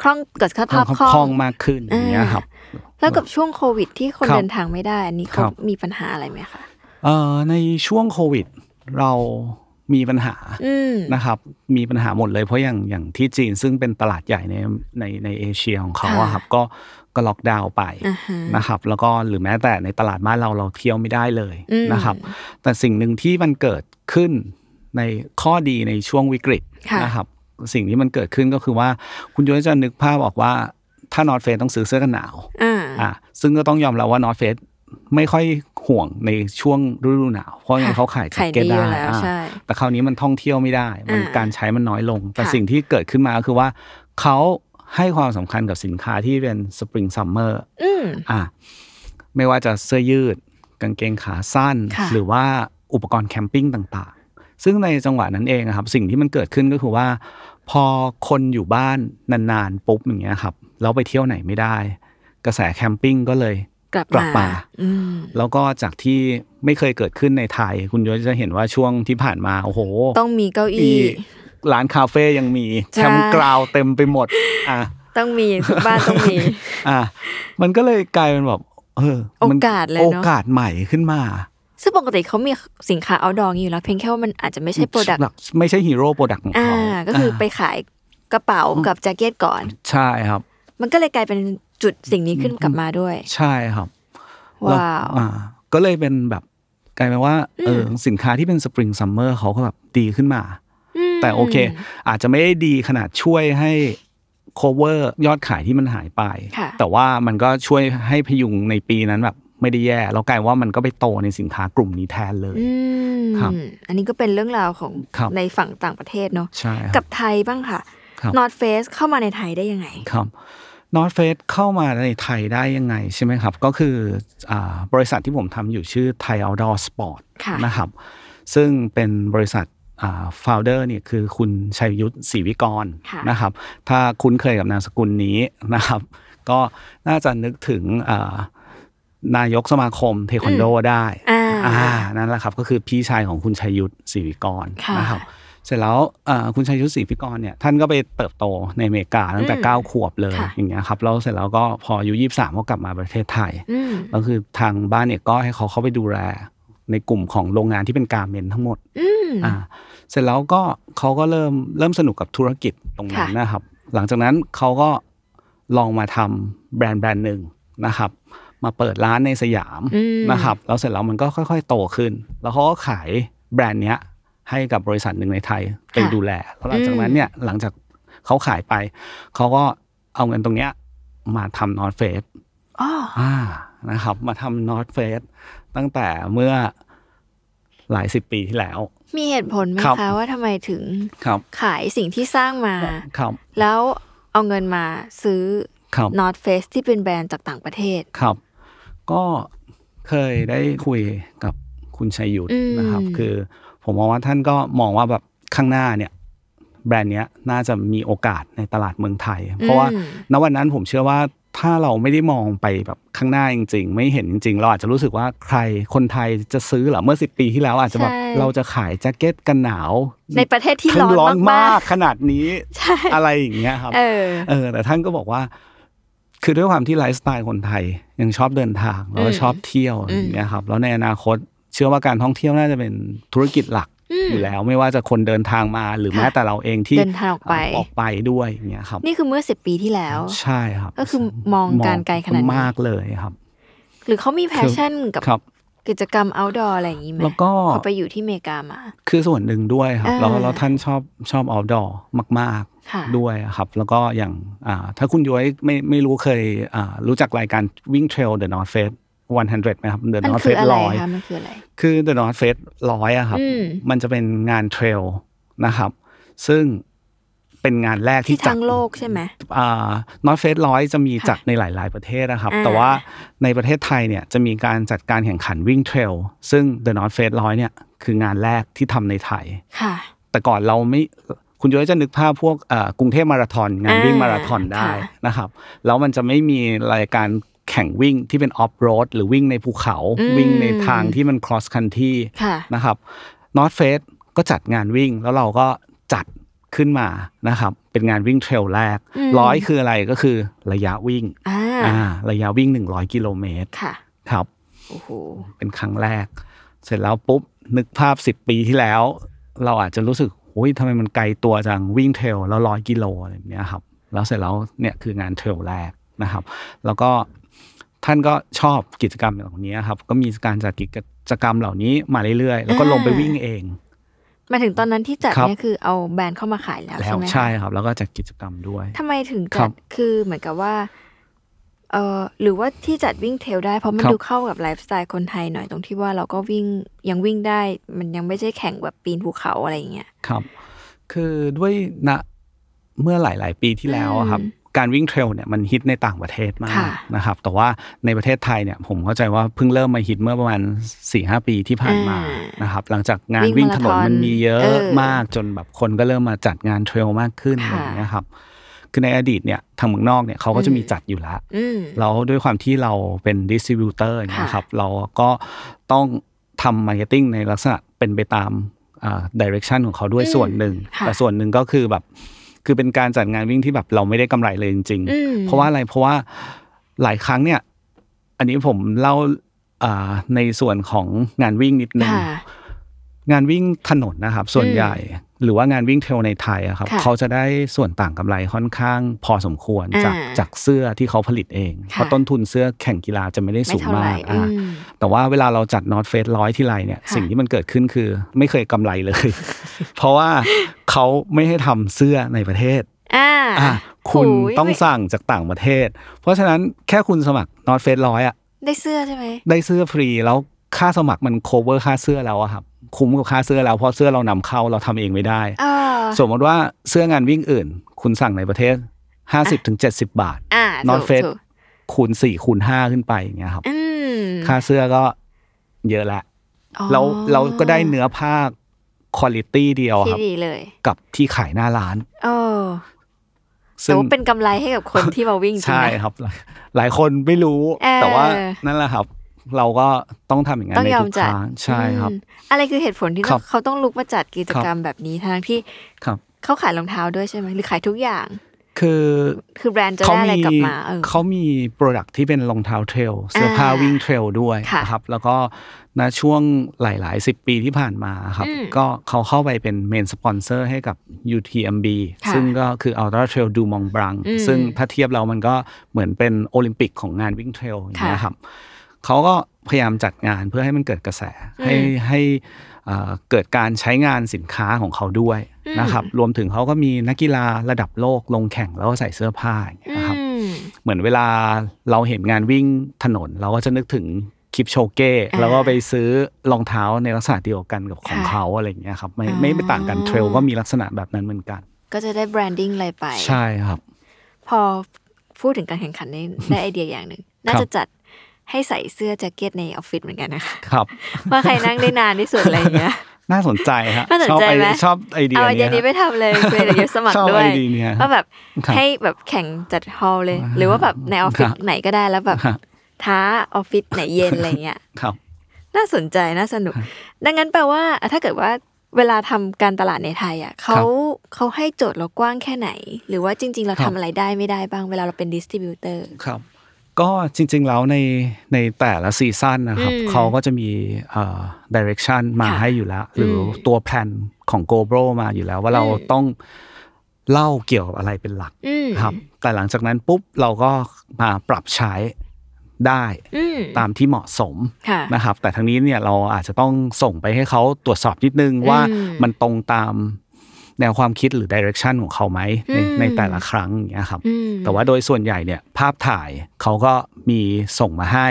B: คล่องเกิดส
C: ควา
B: ภาม พ
C: ค
B: คล่
C: ล่อ
B: อง ง
C: มากขึ้นอย่างเงี้ยครับ
B: แล้วกับช่วงโควิดที่คน
C: ครับ
B: เดินทางไม่ได้อันนี้เขา
C: ครับ
B: มีปัญหาอะไรไหมคะ
C: เอ่อในช่วงโควิด เรามีปัญหา
B: อืม
C: นะครับมีปัญหาหมดเลยเพราะอย่างอย่างที่จีนซึ่งเป็นตลาดใหญ่ในในในเอเชียของเขา
B: ค่ะ
C: อะครับก็ก็ล็อกดาวน์ไป
B: อ่าฮะ
C: นะครับ แล้วก็หรือแม้แต่ในตลาดบ้านเราเราเที่ยวไม่ได้เลย
B: อืม
C: นะครับ แต่สิ่งหนึ่งที่มันเกิดขึ้นในข้อดีในช่วงวิกฤต
B: ค่ะ
C: นะครับ สิ่งที่มันเกิดขึ้นก็คือว่าคุณโยยจะนึกภาพออกว่าถ้านอตเฟสต้องซื้อเสื้อกันหนาว
B: อ่า
C: อ่ะซึ่งก็ต้องยอมรับว่านอตเฟสไม่ค่อยห่วงในช่วงฤดูหนาว เพราะงั้น
B: ค่ะ
C: เขาขายแจ็คเก็ต
B: ขายดี
C: ได้
B: อยู่แล้ว
C: อ่ะ
B: ใช่
C: แต่คราวนี้มันท่องเที่ยวไม่ได้ มัน
B: อ่า
C: การใช้มันน้อยลง แต่
B: ค่ะ
C: สิ่งที่เกิดขึ้นมาก็คือว่า เขาให้ความสำคัญกับสินค้าที่เป็นสปริงซัมเมอร์
B: อืม
C: อ่ะไม่ว่าจะเสื้อยืด กางเกงขาสั้น
B: ค่ะ
C: หรือว่าอุปกรณ์แคมปิ้งต่างๆ ซึ่งในจังหวะนั้นเองอะครับ สิ่งที่มันเกิดขึ้นก็คือว่า พอคนอยู่บ้านนานๆปุ๊บอย่างเงี้ยครับแล้วไปเที่ยวไหนไม่ได้ กระแสแคมปิ้งก็เลย
B: กลับ
C: กลับ
B: มา
C: มา
B: อืม
C: แล้วก็จากที่ไม่เคยเกิดขึ้นในไทย คุณย้อยจะเห็นว่าช่วงที่ผ่านมา โอ้โห
B: ต้องมีเก้าอี้
C: ร้านคาเฟ่ยังมี
B: ใช่
C: แคมป์กราวเต็มไปหมดอ่ะ
B: ต้องมีทุกบ้านต้องมี
C: อ่ะมันก็เลยกลายเป็นแบบเออมัน
B: โอกาสเลยเน
C: โอ
B: อะ
C: กาสใหม่ขึ้นมา
B: ซึ่งปกติเขามีสินค้า outdoor อยู่แล้วเพียงแค่ว่ามันอาจจะไม่ใช่โปรดัก
C: แบบไม่ใช่ฮีโร่โปรดักต์ของ
B: อ่า
C: เขา
B: ก็คือไป
C: า
B: ขายกระเป๋ากับแจ็คเก็ตก่อน
C: ใช่ครับ
B: มันก็เลยกลายเป็นจุดสิ่งนี้ขึ้นกลับมาด้วย
C: ใช่ครับ
B: ว้าว
C: อ่าก็เลยเป็นแบบกลายเป็นว่าเออสินค้าที่เป็นสปริงซัมเมอร์เขาก็แบบดีขึ้นมา แต่โอเค อาจจะไม่ได้ดีขนาดช่วยให้ cover ยอดขายที่มันหายไป
B: ค่ะ
C: แต่ว่ามันก็ช่วยให้พยุงในปีนั้นแบบไม่ได้แย่ แล้วกลายว่ามันก็ไปโตในสินค้ากลุ่มนี้แทนเลย
B: อืม
C: ครับ
B: อันนี้ก็เป็นเรื่องราวของ
C: ครับ
B: ในฝั่งต่างประเทศเนาะ
C: ใช่ค
B: กั
C: รั
B: บบ ไทยบ้างค่ะ
C: ครับ
B: North Face เข้ามาในไทยได้ยังไง
C: ครับนอตเฟสเข้ามาในไทยได้ยังไงใช่ไหมครับ ก็คืออ่าบริษัทที่ผมทำอยู่ชื่อ Thai Outdoor Sport
B: ค่ะ
C: นะครับ ซึ่งเป็นบริษัทฟาวเดอร์เนี่ยคือคุณชัยยุทธศรีวิกร
B: ค่ะ
C: นะครับ ถ้าคุ้นเคยกับนามสกุลนี้นะครับ ก็น่าจะนึกถึงอ่านายกสมาคมเทควันโดได้
B: อ่า
C: อ่านั่นแหละครับก็คือพี่ชายของคุณชัยยุทธศรีวิกร
B: ค่ะ
C: นะครับ เสร็จแล้วเอ่อคุณชัยยุทธศรีพิกรเนี่ยท่านก็ไปเติบโตในอเมริกาตั้งแต่
B: อืม
C: 9 ขวบเลย
B: ค่ะ
C: อย่างเงี้ยครับแล้วเสร็จแล้วก็พออายุยี่สามก็กลับมาประเทศไทย
B: อืม
C: ก็คือทางบ้านเนี่ยก็ให้เขาเข้าไปดูแลในกลุ่มของโรงงานที่เป็นการเมนทั้งหมด
B: อืม
C: อ่าเสร็จแล้วก็เขาก็เริ่มเริ่มสนุกกับธุรกิจตรงนั้น
B: ค่ะ
C: นะครับ หลังจากนั้นเขาก็ลองมาทำแบรนด์แบรนด์หนึ่งนะครับ มาเปิดร้านในสยาม
B: อืม
C: นะครับ แล้วเสร็จแล้วมันก็ค่อย ๆ โตขึ้น แล้วเขาก็ขายแบรนด์เนี้ยให้กับบริษัทหนึ่งในไทยไป
B: ค่ะ
C: ดูแลแล้วหลังจากนั้นเนี่ยหลังจากเขาขายไป เขาก็เอาเงินตรงเนี้ยมาทำนอตเฟส
B: อ๋อ
C: อ่านะครับ มาทำนอตเฟสตั้งแต่เมื่อหลายสิบปีที่แล้ว
B: มีเหตุผลไหม
C: ครับ
B: คะว่าทำไมถึง
C: ครับ
B: ขายสิ่งที่สร้างมา
C: ครับ
B: แล้วเอาเงินมาซื้อ
C: ครับ
B: North Face ที่เป็นแบรนด์จากต่างประเทศ
C: ครับ ก็เคยได้คุยกับคุณชัยยุทธ
B: อืม
C: นะครับ คือผมมองว่าท่านก็มองว่าแบบข้างหน้าเนี่ย แบรนด์เนี้ยน่าจะมีโอกาสในตลาดเมืองไทย เพราะว่า
B: อืม
C: ณวันนั้นผมเชื่อว่าถ้าเราไม่ได้มองไปแบบข้างหน้าจริง ๆ ไม่เห็นจริง ๆ เราอาจจะรู้สึกว่าใครคนไทยจะซื้อเหรอเมื่อสิปีที่แล้วอาจจะแบบ
B: ใช่
C: เราจะขายแจ็คเก็ตกันหนาว
B: ในประเทศที่
C: ทั้ง
B: ร้อนมาก
C: ขนาดนี้
B: ๆ ใช่
C: อะไรอย่างเงี้ยครับ
B: เออ
C: เออแต่ท่านก็บอกว่า คือด้วยความที่ไลฟ์สไตล์คนไทย ยังชอบเดินทาง แล้วก็
B: อืม
C: ชอบเที่ยว
B: อืม
C: อย่างเงี้ยครับ แล้วในอนาคต เชื่อว่าการท่องเที่ยวน่าจะเป็นธุรกิจหลัก
B: อืม
C: อยู่แล้ว ไม่ว่าจะคนเดินทางมาหรือ
B: ค่ะ
C: แม้แต่เราเองที่
B: เดินทางออกไป
C: ออกไปด้วยอย่างเงี้ยครับ
B: นี่คือเมื่อสิบปีที่แล้ว
C: ใช่ครับ
B: ก็คือมองการไกลขนาดนี้
C: มากเลยครับ
B: หรือเขามีแพชชั่นกับ
C: ครับ
B: กิจกรรม outdoor อะไรอย่างนี้ไหม
C: แล้วก็
B: เขาไปอยู่ที่อเมริกามา
C: คือส่วนหนึ่งด้วยครับ แล้ว
B: อ่า
C: แล้วท่านชอบชอบออฟดอร์มาก ๆ
B: ค่ะ
C: ด้วยอะครับ แล้วก็อย่างอ่าถ้าคุณย้อยไม่ไม่รู้เคยอ่ารู้จักรายการวิ่งเทรล The North Face 100ไหมครับ The
B: มัน
C: North
B: คือ
C: Face
B: อะไร
C: ร้อย
B: คะมันคืออะไร
C: คือ The North Face ร้อยอะครับ
B: อืม
C: มันจะเป็นงานเทรลนะครับ ซึ่งเป็นงานแรก
B: ที่
C: ที่จั
B: ทั้
C: ด
B: งโลกใช่ไหม
C: อ่านอตเฟสร้อยจะมีจัดในหลาย ๆ ประเทศนะครับ
B: อ่า
C: แต่ว่าในประเทศไทยเนี่ยจะมีการจัดการแข่งขันวิ่งเทรล ซึ่ง The North Face ร้อยเนี่ยคืองานแรกที่ทำในไทย
B: ค่ะ
C: แต่ก่อนเราไม่คุณย้อยจะนึกภาพพวกเอ่อกรุงเทพมาราธอนงาน
B: อ่า
C: วิ่งมาราธอนได้
B: ค่ะ
C: นะครับ แล้วมันจะไม่มีรายการแข่งวิ่งที่เป็นออฟโรดหรือวิ่งในภูเขา
B: อืม
C: วิ่งในทางที่มัน cross country
B: ค่ะ
C: นะครับ North Face ก็จัดงานวิ่งแล้วเราก็จัดขึ้นมานะครับ เป็นงานวิ่งเทรลแรก
B: อืม
C: ร้อยคืออะไรก็คือระยะวิ่ง
B: อ่า
C: อ่าระยะวิ่ง 100 กิโลเมตร
B: ค่ะ
C: ครับ
B: โอ้โห
C: เป็นครั้งแรก เสร็จแล้วปุ๊บ นึกภาพสิบปีที่แล้ว เราอาจจะรู้สึกโอ้ยทำไมมันไกลตัวจังวิ่งเทรลแล้วร้อยกิโลอะไรแบบเนี้ยครับ แล้วเสร็จแล้วเนี่ยคืองานเทรลแรกนะครับ แล้วก็ท่านก็ชอบกิจกรรมเหล่านี้ครับ ก็มีการจัดกิจกรรมเหล่านี้มาเรื่อยๆ แล้วก็ลงไปวิ่งเอง
B: หมายถึงตอนนั้นที่จัด
C: ครับ
B: เนี่ยคือเอาแบรนด์เข้ามาขายแล้ว
C: แล้
B: ใช่
C: ว
B: ไหมคะ
C: ใช่ครับ แล้วก็จัดกิจกรรมด้วย
B: ทำไมถึง
C: ครั
B: จัด
C: บ
B: คือเหมือนกับว่าเออหรือว่าที่จัดวิ่งเทรลได้เพราะมัน
C: ครับ
B: ดูเข้ากับไลฟ์สไตล์คนไทยหน่อยตรงที่ว่าเราก็วิ่งยังวิ่งได้ มันยังไม่ใช่แข่งแบบปีนภูเขาอะไรอย่างเงี้ย
C: ครับ คือด้วยณเมื่อหลาย ๆ ปีที่แล้วอะครับ
B: อืม
C: การวิ่งเทรลเนี่ยมันฮิตในต่างประเทศมาก
B: ค่ะ
C: นะครับ แต่ว่าในประเทศไทยเนี่ยผมเข้าใจว่าเพิ่งเริ่มมาฮิตเมื่อประมาณ4ีหปีที่ผ่านมา
B: อ่าน
C: นะครับ หลังจากงาน
B: วิ่ง
C: วิ่งถนน
B: มาราธอน
C: มันมีเย
B: เอ
C: อะ
B: อ
C: มากจนแบบคนก็เริ่มมาจัดงานเทรลมากขึ้นอะไร
B: ค่ะ
C: อย่างเงี้ยครับคือในอดีตเนี่ยทางเมืองนอกเนี่ยเขาก็จะมี
B: อืม
C: จัดอยู่แล้ว
B: อืม
C: แล้วด้วยความที่เราเป็นดิส t r ิบิวเตอร์นะครับ เราก็ต้องทำมาร์เก็ตติ้งในลักษณะเป็นไปตามดิเรกชันของเขาด้วย
B: อืม
C: ส่วนหนึ่ง
B: ค่ะ
C: แต่ส่วนหนึ่งก็คือแบบ คือเป็นการจัดงานวิ่งที่แบบเราไม่ได้กำไรเลยจริง
B: อืม
C: ๆ เพราะว่าอะไรเพราะว่าหลายครั้งเนี่ย อันนี้ผมเล่าอ่าในส่วนของงานวิ่งนิดนึง
B: ค่ะ
C: งานวิ่งถนนนะครับ ส่วนใหญ่หรือว่างานวิ่งเทรลในไทยอะครับ
B: ค่ะ
C: เขาจะได้ส่วนต่างกำไรค่อนข้างพอสมควร
B: อ่า
C: จากจากเสื้อที่เขาผลิตเอง เพราะต้นทุนเสื้อแข่งกีฬาจะไม่ได้
B: ไม่
C: สูง
B: เท่าไหร่
C: มากอ่า
B: อืม
C: แต่ว่าเวลาเราจัดนอตเฟสร้อยที่ไรเนี่ย
B: ค่ะ
C: สิ่งที่มันเกิดขึ้นคือไม่เคยกำไรเลย เพราะว่าเขาไม่ให้ทำเสื้อในประเทศ
B: อ่า
C: อ่ะคุณ
B: หูย
C: ต้อง
B: ไม่
C: สั่งจากต่างประเทศ เพราะฉะนั้นแค่คุณสมัครนอตเฟสร้อยอะ
B: ได้เสื้อใช่ไหม
C: ได้เสื้อฟรีแล้วค่าสมัครมัน cover ค่าเสื้อแล้วอะครับคุ้มกับค่าเสื้อแล้วเพราะเสื้อเรานำเข้าเราทำเองไม่ได้
B: เออ
C: สมมติว่าเสื้องานวิ่งอื่น คุณสั่งในประเทศ 50-70ถึง70 บาท
B: อ่า
C: North
B: ถูก
C: Face
B: ถูก
C: คูณ 4 คูณ 5 ขึ้นไปอย่างเงี้ยครับ
B: อืม
C: ค่าเสื้อก็เยอะละ
B: อ๋อ
C: เราเราก็ได้เนื้อผ้าคุณ i t y เดียวค
B: ที่
C: รับ
B: ดีเลย
C: กับที่ขายหน้าร้าน
B: เออแต่
C: ซึ่ง
B: ว่าเป็นกำไรให้กับคนที่มาวิ่งจริง
C: ใช่
B: ไหม
C: ครับ หลายคนไม่รู้
B: เออ
C: แต่ว่านั่นแหละครับ เราก็ต้องทำอย่างนั้น
B: ต้อง
C: ใน
B: ยอม
C: ทุก
B: จั
C: ค
B: ด
C: รั้งใช่ครับ
B: อืมอะไรคือเหตุผลที่
C: ครับ
B: เขาต้องลุกมาจัดกิจกรรมแบบนี้ทั้งที่
C: ครับ
B: เขาขายรองเท้าด้วยใช่ไหมหรือขายทุกอย่าง
C: คือ
B: คือแบรนด์จะได้อะไรกลับมาเออ
C: เขามีโปรดักที่เป็นรองเท้าเทรลเสื้อผ้า
B: อ่า
C: วิ่งเทรลด้วย
B: ค่ะ
C: นะครับ แล้วก็ณช่วงหลาย ๆ 10 ปีที่ผ่านมาครับ
B: อืม
C: ก็เขาเข้าไปเป็นเมนสปอนเซอร์ให้กับ UTMB
B: ค่ะ
C: ซึ่งก็คือ Ultra Trail du Mont Blanc
B: อืม
C: ซึ่งถ้าเทียบเรามันก็เหมือนเป็นโอลิมปิกของงานวิ่งเทรลอย่างเงี้ย
B: ค่ะ
C: ครับเขาก็พยายามจัดงานเพื่อให้มันเกิดกระแส ให้
B: อืม
C: ให้เอ่อเกิดการใช้งานสินค้าของเขาด้วย
B: อืม
C: นะครับรวมถึงเขาก็มีนักกีฬาระดับโลกลงแข่งแล้วก็ใส่เสื้อผ้าอย่างเงี้ยนะครับ
B: อืม
C: เหมือนเวลาเราเห็นงานวิ่งถนน เราก็จะนึกถึงคลิปโชเก้
B: อ่า
C: แล้วก็ไปซื้อรองเท้าในลักษณะเดียวกันกับของ
B: ค่ะ
C: เขาอะไรอย่างเงี้ยครับไม่
B: อ๋อ
C: ไม่ไม่ต่างกันเทรลก็มีลักษณะแบบนั้นเหมือนกัน
B: ก็จะได้แบรนดิ้งอะไรไป
C: ใช่ครับ
B: พอพูดถึงการแข่งขันนี่ ได้ไอเดียอย่างหนึ่ ง น่าจะจัดให้ใส่เสื้อแจ็คเก็ตในออฟฟิศเหมือนกันนะคะ
C: ครับ
B: ว่าใครนั่งได้นานที่สุดอะไรอย่างเงี้ย
C: น่าสนใจฮะ
B: น่าสน
C: ชอบ
B: ใจ
C: ไอ
B: ไหม
C: ชอบไอเดีย
B: เอาไอเดีย
C: นี้
B: นี้ไป
C: ฮะ
B: ทำเลยคุยกับ ยศสมัค
C: ช
B: ร
C: อบ
B: ด้ว
C: ไอย เดียเนี่ย
B: ว่าแบบ
C: ครับ
B: ให้แบบแข่งจัดฮอลเลย หรือว่าแบบในออฟฟิศ
C: ครับ
B: ไหนก็ได้แล้วแบบ
C: ครับ
B: ท้าออฟฟิศไหนเย็นอะไรเงี้ย
C: ครับ
B: น่าสนใจน่าสนุก ดังนั้นแปลว่าอ่ะถ้าเกิดว่าเวลาทำการตลาดในไทยอ่ะเขาเขาให้โจทย์เรากว้างแค่ไหน หรือว่าจริง ๆ เรา
C: ครั
B: ทำ
C: บ
B: อะไรได้ไม่ได้บ้างเวลาเราเป็นดิสติบิวเตอร์
C: ครับก็จริงๆแล้วในในแต่ละซีซั่นนะครับ
B: อืม
C: เขาก็จะมีเอ่อดิเรกชันมา
B: ค่ะ
C: ให้อยู่แล้ว หรืออ
B: ม
C: ตัวแพลนของ g o b r o มาอยู่แล้วว่าเรา
B: อืม
C: ต้องเล่าเกี่ยวกับอะไรเป็นหลัก
B: อืม
C: ครับ แต่หลังจากนั้นปุ๊บเราก็มาปรับใช้ได้
B: อืม
C: ตามที่เหมาะสม
B: ค่ะ
C: นะครับ แต่ทั้งนี้เนี่ยเราอาจจะต้องส่งไปให้เขาตรวจสอบนิดนึงว่า
B: อืม
C: มันตรงตามแนวความคิดหรือดิเรกชันของเขาไหมใน
B: อืม
C: ในแต่ละครั้งอย่างเงี้ยครับ
B: อืม
C: แต่ว่าโดยส่วนใหญ่เนี่ยภาพถ่ายเขาก็มีส่งมาให้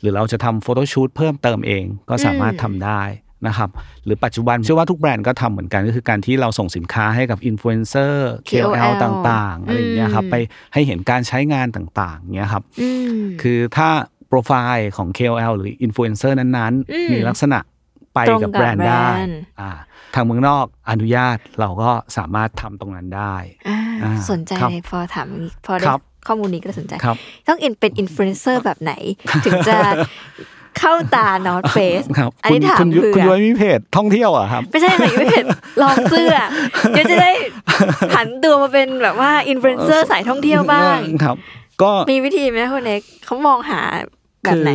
C: หรือเราจะทำโฟโต้ชูตเพิ่มเติมเองก็สามารถทำได้นะครับ หรือปัจจุบันเชื่อว่าทุกแบรนด์ก็ทำเหมือนกันก็คือการที่เราส่งสินค้าให้กับอินฟลูเอนเซอร์
B: KOL
C: KOL ต่างๆ อะไรอย่างเงี้ยครับ
B: อืม
C: ไปให้เห็นการใช้งานต่างๆเงี้ยครับ
B: อืม
C: คือถ้าโปรไฟล์ของ KOL หรืออินฟลูเอนเซอร์นั้น
B: อืม
C: ๆ มีลักษณะไป
B: ตร
C: กับ
B: งกับ
C: แบรนด์ได้
B: แบรนด์
C: อ่าทางเมืองนอกอนุญาตเราก็สามารถทำตรงนั้นได้
B: อ่า
C: อ่า
B: สนใจ
C: ครับ
B: เลยพอถามอย่างนี้พอได้
C: ครับ
B: ข้อมูลนี้ก็สนใจ
C: ครับ
B: ต้องอินเป็นอินฟลูเอนเซอร์แบบไหน ถึงจะเข้าตานอตเฟส
C: ครับ
B: อัน
C: คุ
B: นี้
C: ณ
B: ถาม
C: คุณยุ
B: เผื่อ
C: คุณย้อยมีเพจท่องเที่ยวอ่ะครับ
B: ไม่ใช่ค่ะยังไม่เห็นลองเสื้อเดี๋ยวจะได้หันตัวมาเป็นแบบว่าอินฟลูเอนเซอร์สายท่องเที่ยวบ้าง
C: ครับ ก็
B: มีวิธีไหมคุณเอกเขามองหาแบ
C: คื
B: บ
C: อ
B: ไหน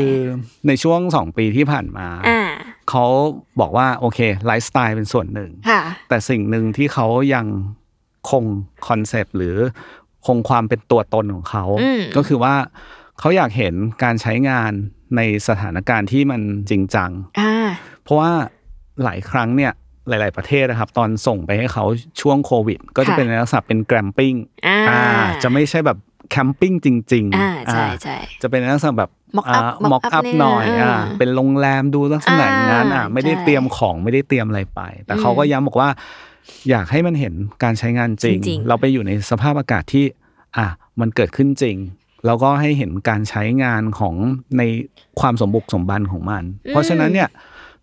C: ในช่วงสองปีที่ผ่านมา
B: อ่า
C: เขาบอกว่าโอเคไลฟ์สไตล์เป็นส่วนหนึ่ง
B: ค่ะ
C: แต่สิ่งหนึ่งที่เขายังคงคอนเซปต์หรือคงความเป็นตัวตนของเขา
B: อืม
C: ก็คือว่าเขาอยากเห็นการใช้งานในสถานการณ์ที่มันจริงจัง
B: อ่า
C: เพราะว่าหลายครั้งเนี่ยหลาย ๆ ประเทศนะครับ ตอนส่งไปให้เขาช่วงโควิด ก็จะเป็นในลักษณะเป็นแกรมปิ้ง
B: อ่า
C: อ่าจะไม่ใช่แบบแคมปิ้งจริงๆ
B: อ่าใช่
C: อ่า
B: ใช่
C: จะเป็นลักษณะแบบ
B: Mock up mock
C: มอกอั
B: up
C: พหน่อย
B: เนี่ย
C: อ่า
B: อ่า
C: เป็นโรงแรมดูลักษณะอย่างนั้นอ่ะ
B: อ่า
C: ไม่ได้
B: ใช่
C: เตรียมของไม่ได้เตรียมอะไรไป แต่เขาก็ย้ำบอกว่า อยากให้มันเห็นการใช้งานจริง
B: จริงๆ
C: เราไปอยู่ในสภาพอากาศที่ อ่ะมันเกิดขึ้นจริง แล้วก็ให้เห็นการใช้งานของในความสมบุกสมบันของมัน เพราะฉะนั้นเนี่ย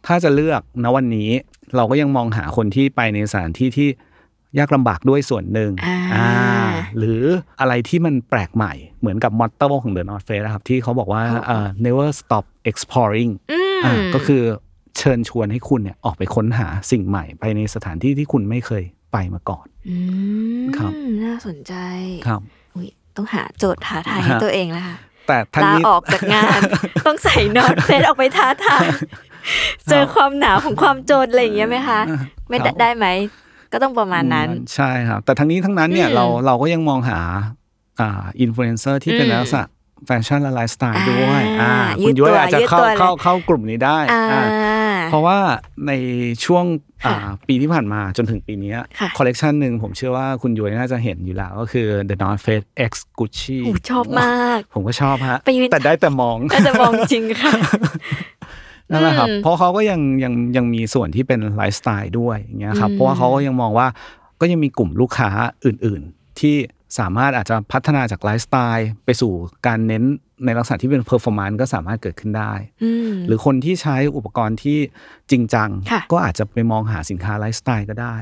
C: ถ้าจะเลือกณวันนี้เราก็ยังมองหาคนที่ไปในสถานที่ที่ยากลำบากด้วยส่วนหนึ่ง
B: อ่า
C: อ่า หรืออะไรที่มันแปลกใหม่เหมือนกับมอตโต้ของ The North Face นะครับ ที่เขาบอกว่าเอ่อ never stop exploring
B: อืม
C: อ่าก็คือเชิญชวนให้คุณเนี่ยออกไปค้นหาสิ่งใหม่ ไปในสถานที่ที่คุณไม่เคยไปมาก่อน
B: ม
C: ครับ
B: น่าสนใจ
C: ครับ
B: อุ๊ยต้องหาโจทย์ท้าทายให้
C: ฮะ
B: ตัวเองแล้วค่ะ
C: แต่ทั้ง
B: ลา
C: นี้
B: ออกจาก งาน ต้องใส่นอตเฟสออกไปท้าทายเจอความหนาวของความโจทย์อะไรอย่างเงี้ยไหมคะไม่
C: ครั
B: ได้
C: บ
B: ได้ไหมก็ต้องประมาณนั้น
C: ใช่ครับ แต่ทั้งนี้ทั้งนั้นเนี่ย
B: อืม
C: เราเราก็ยังมองหาอ่าอินฟลูเอนเซอร์ที่เป็น
B: อืม
C: ลักษณะแฟชั่นและไลฟ์สไตล์
B: อ่า
C: ด้วยอ่า
B: ยื
C: คุ
B: ด
C: ณย้อ
B: ตั
C: ยว อาจจะ
B: ยืด
C: เข้า
B: ตัวเลย
C: เข้าเข้ากลุ่มนี้ได้
B: อ่า
C: อ่า เพราะว่าในช่วงอ่า
B: ค่ะ
C: ปีที่ผ่านมาจนถึงปีเนี้ย
B: ค่ะ
C: คอลเลกชันหนึ่งผมเชื่อว่าคุณยุ้ยน่าจะเห็นอยู่แล้ว ก็คือ The North Face X Gucci
B: โอ้ชอบม าก
C: ผมก็ชอบฮะ
B: ไปยืน
C: แต่ได้แต่มอง
B: น่าจะมองจริงค่ะ
C: นั่นแหละครับ
B: อืม
C: เพราะเขาก็ยังยังยังมีส่วนที่เป็นไลฟ์สไตล์ด้วยอย่างเงี้ยครับ
B: อืม
C: เพราะว่าเขาก็ยังมองว่าก็ยังมีกลุ่มลูกค้าอื่นๆ ที่สามารถอาจจะพัฒนาจากไลฟ์สไตล์ไปสู่การเน้นในลักษณะที่เป็นเพอร์ฟอร์มนซ์ก็สามารถเกิดขึ้นได้
B: อืม
C: หรือคนที่ใช้อุปกรณ์ที่จริงจัง
B: ค่ะ
C: ก็อาจจะไปมองหาสินค้าไลฟ์สไตล์ก็ได้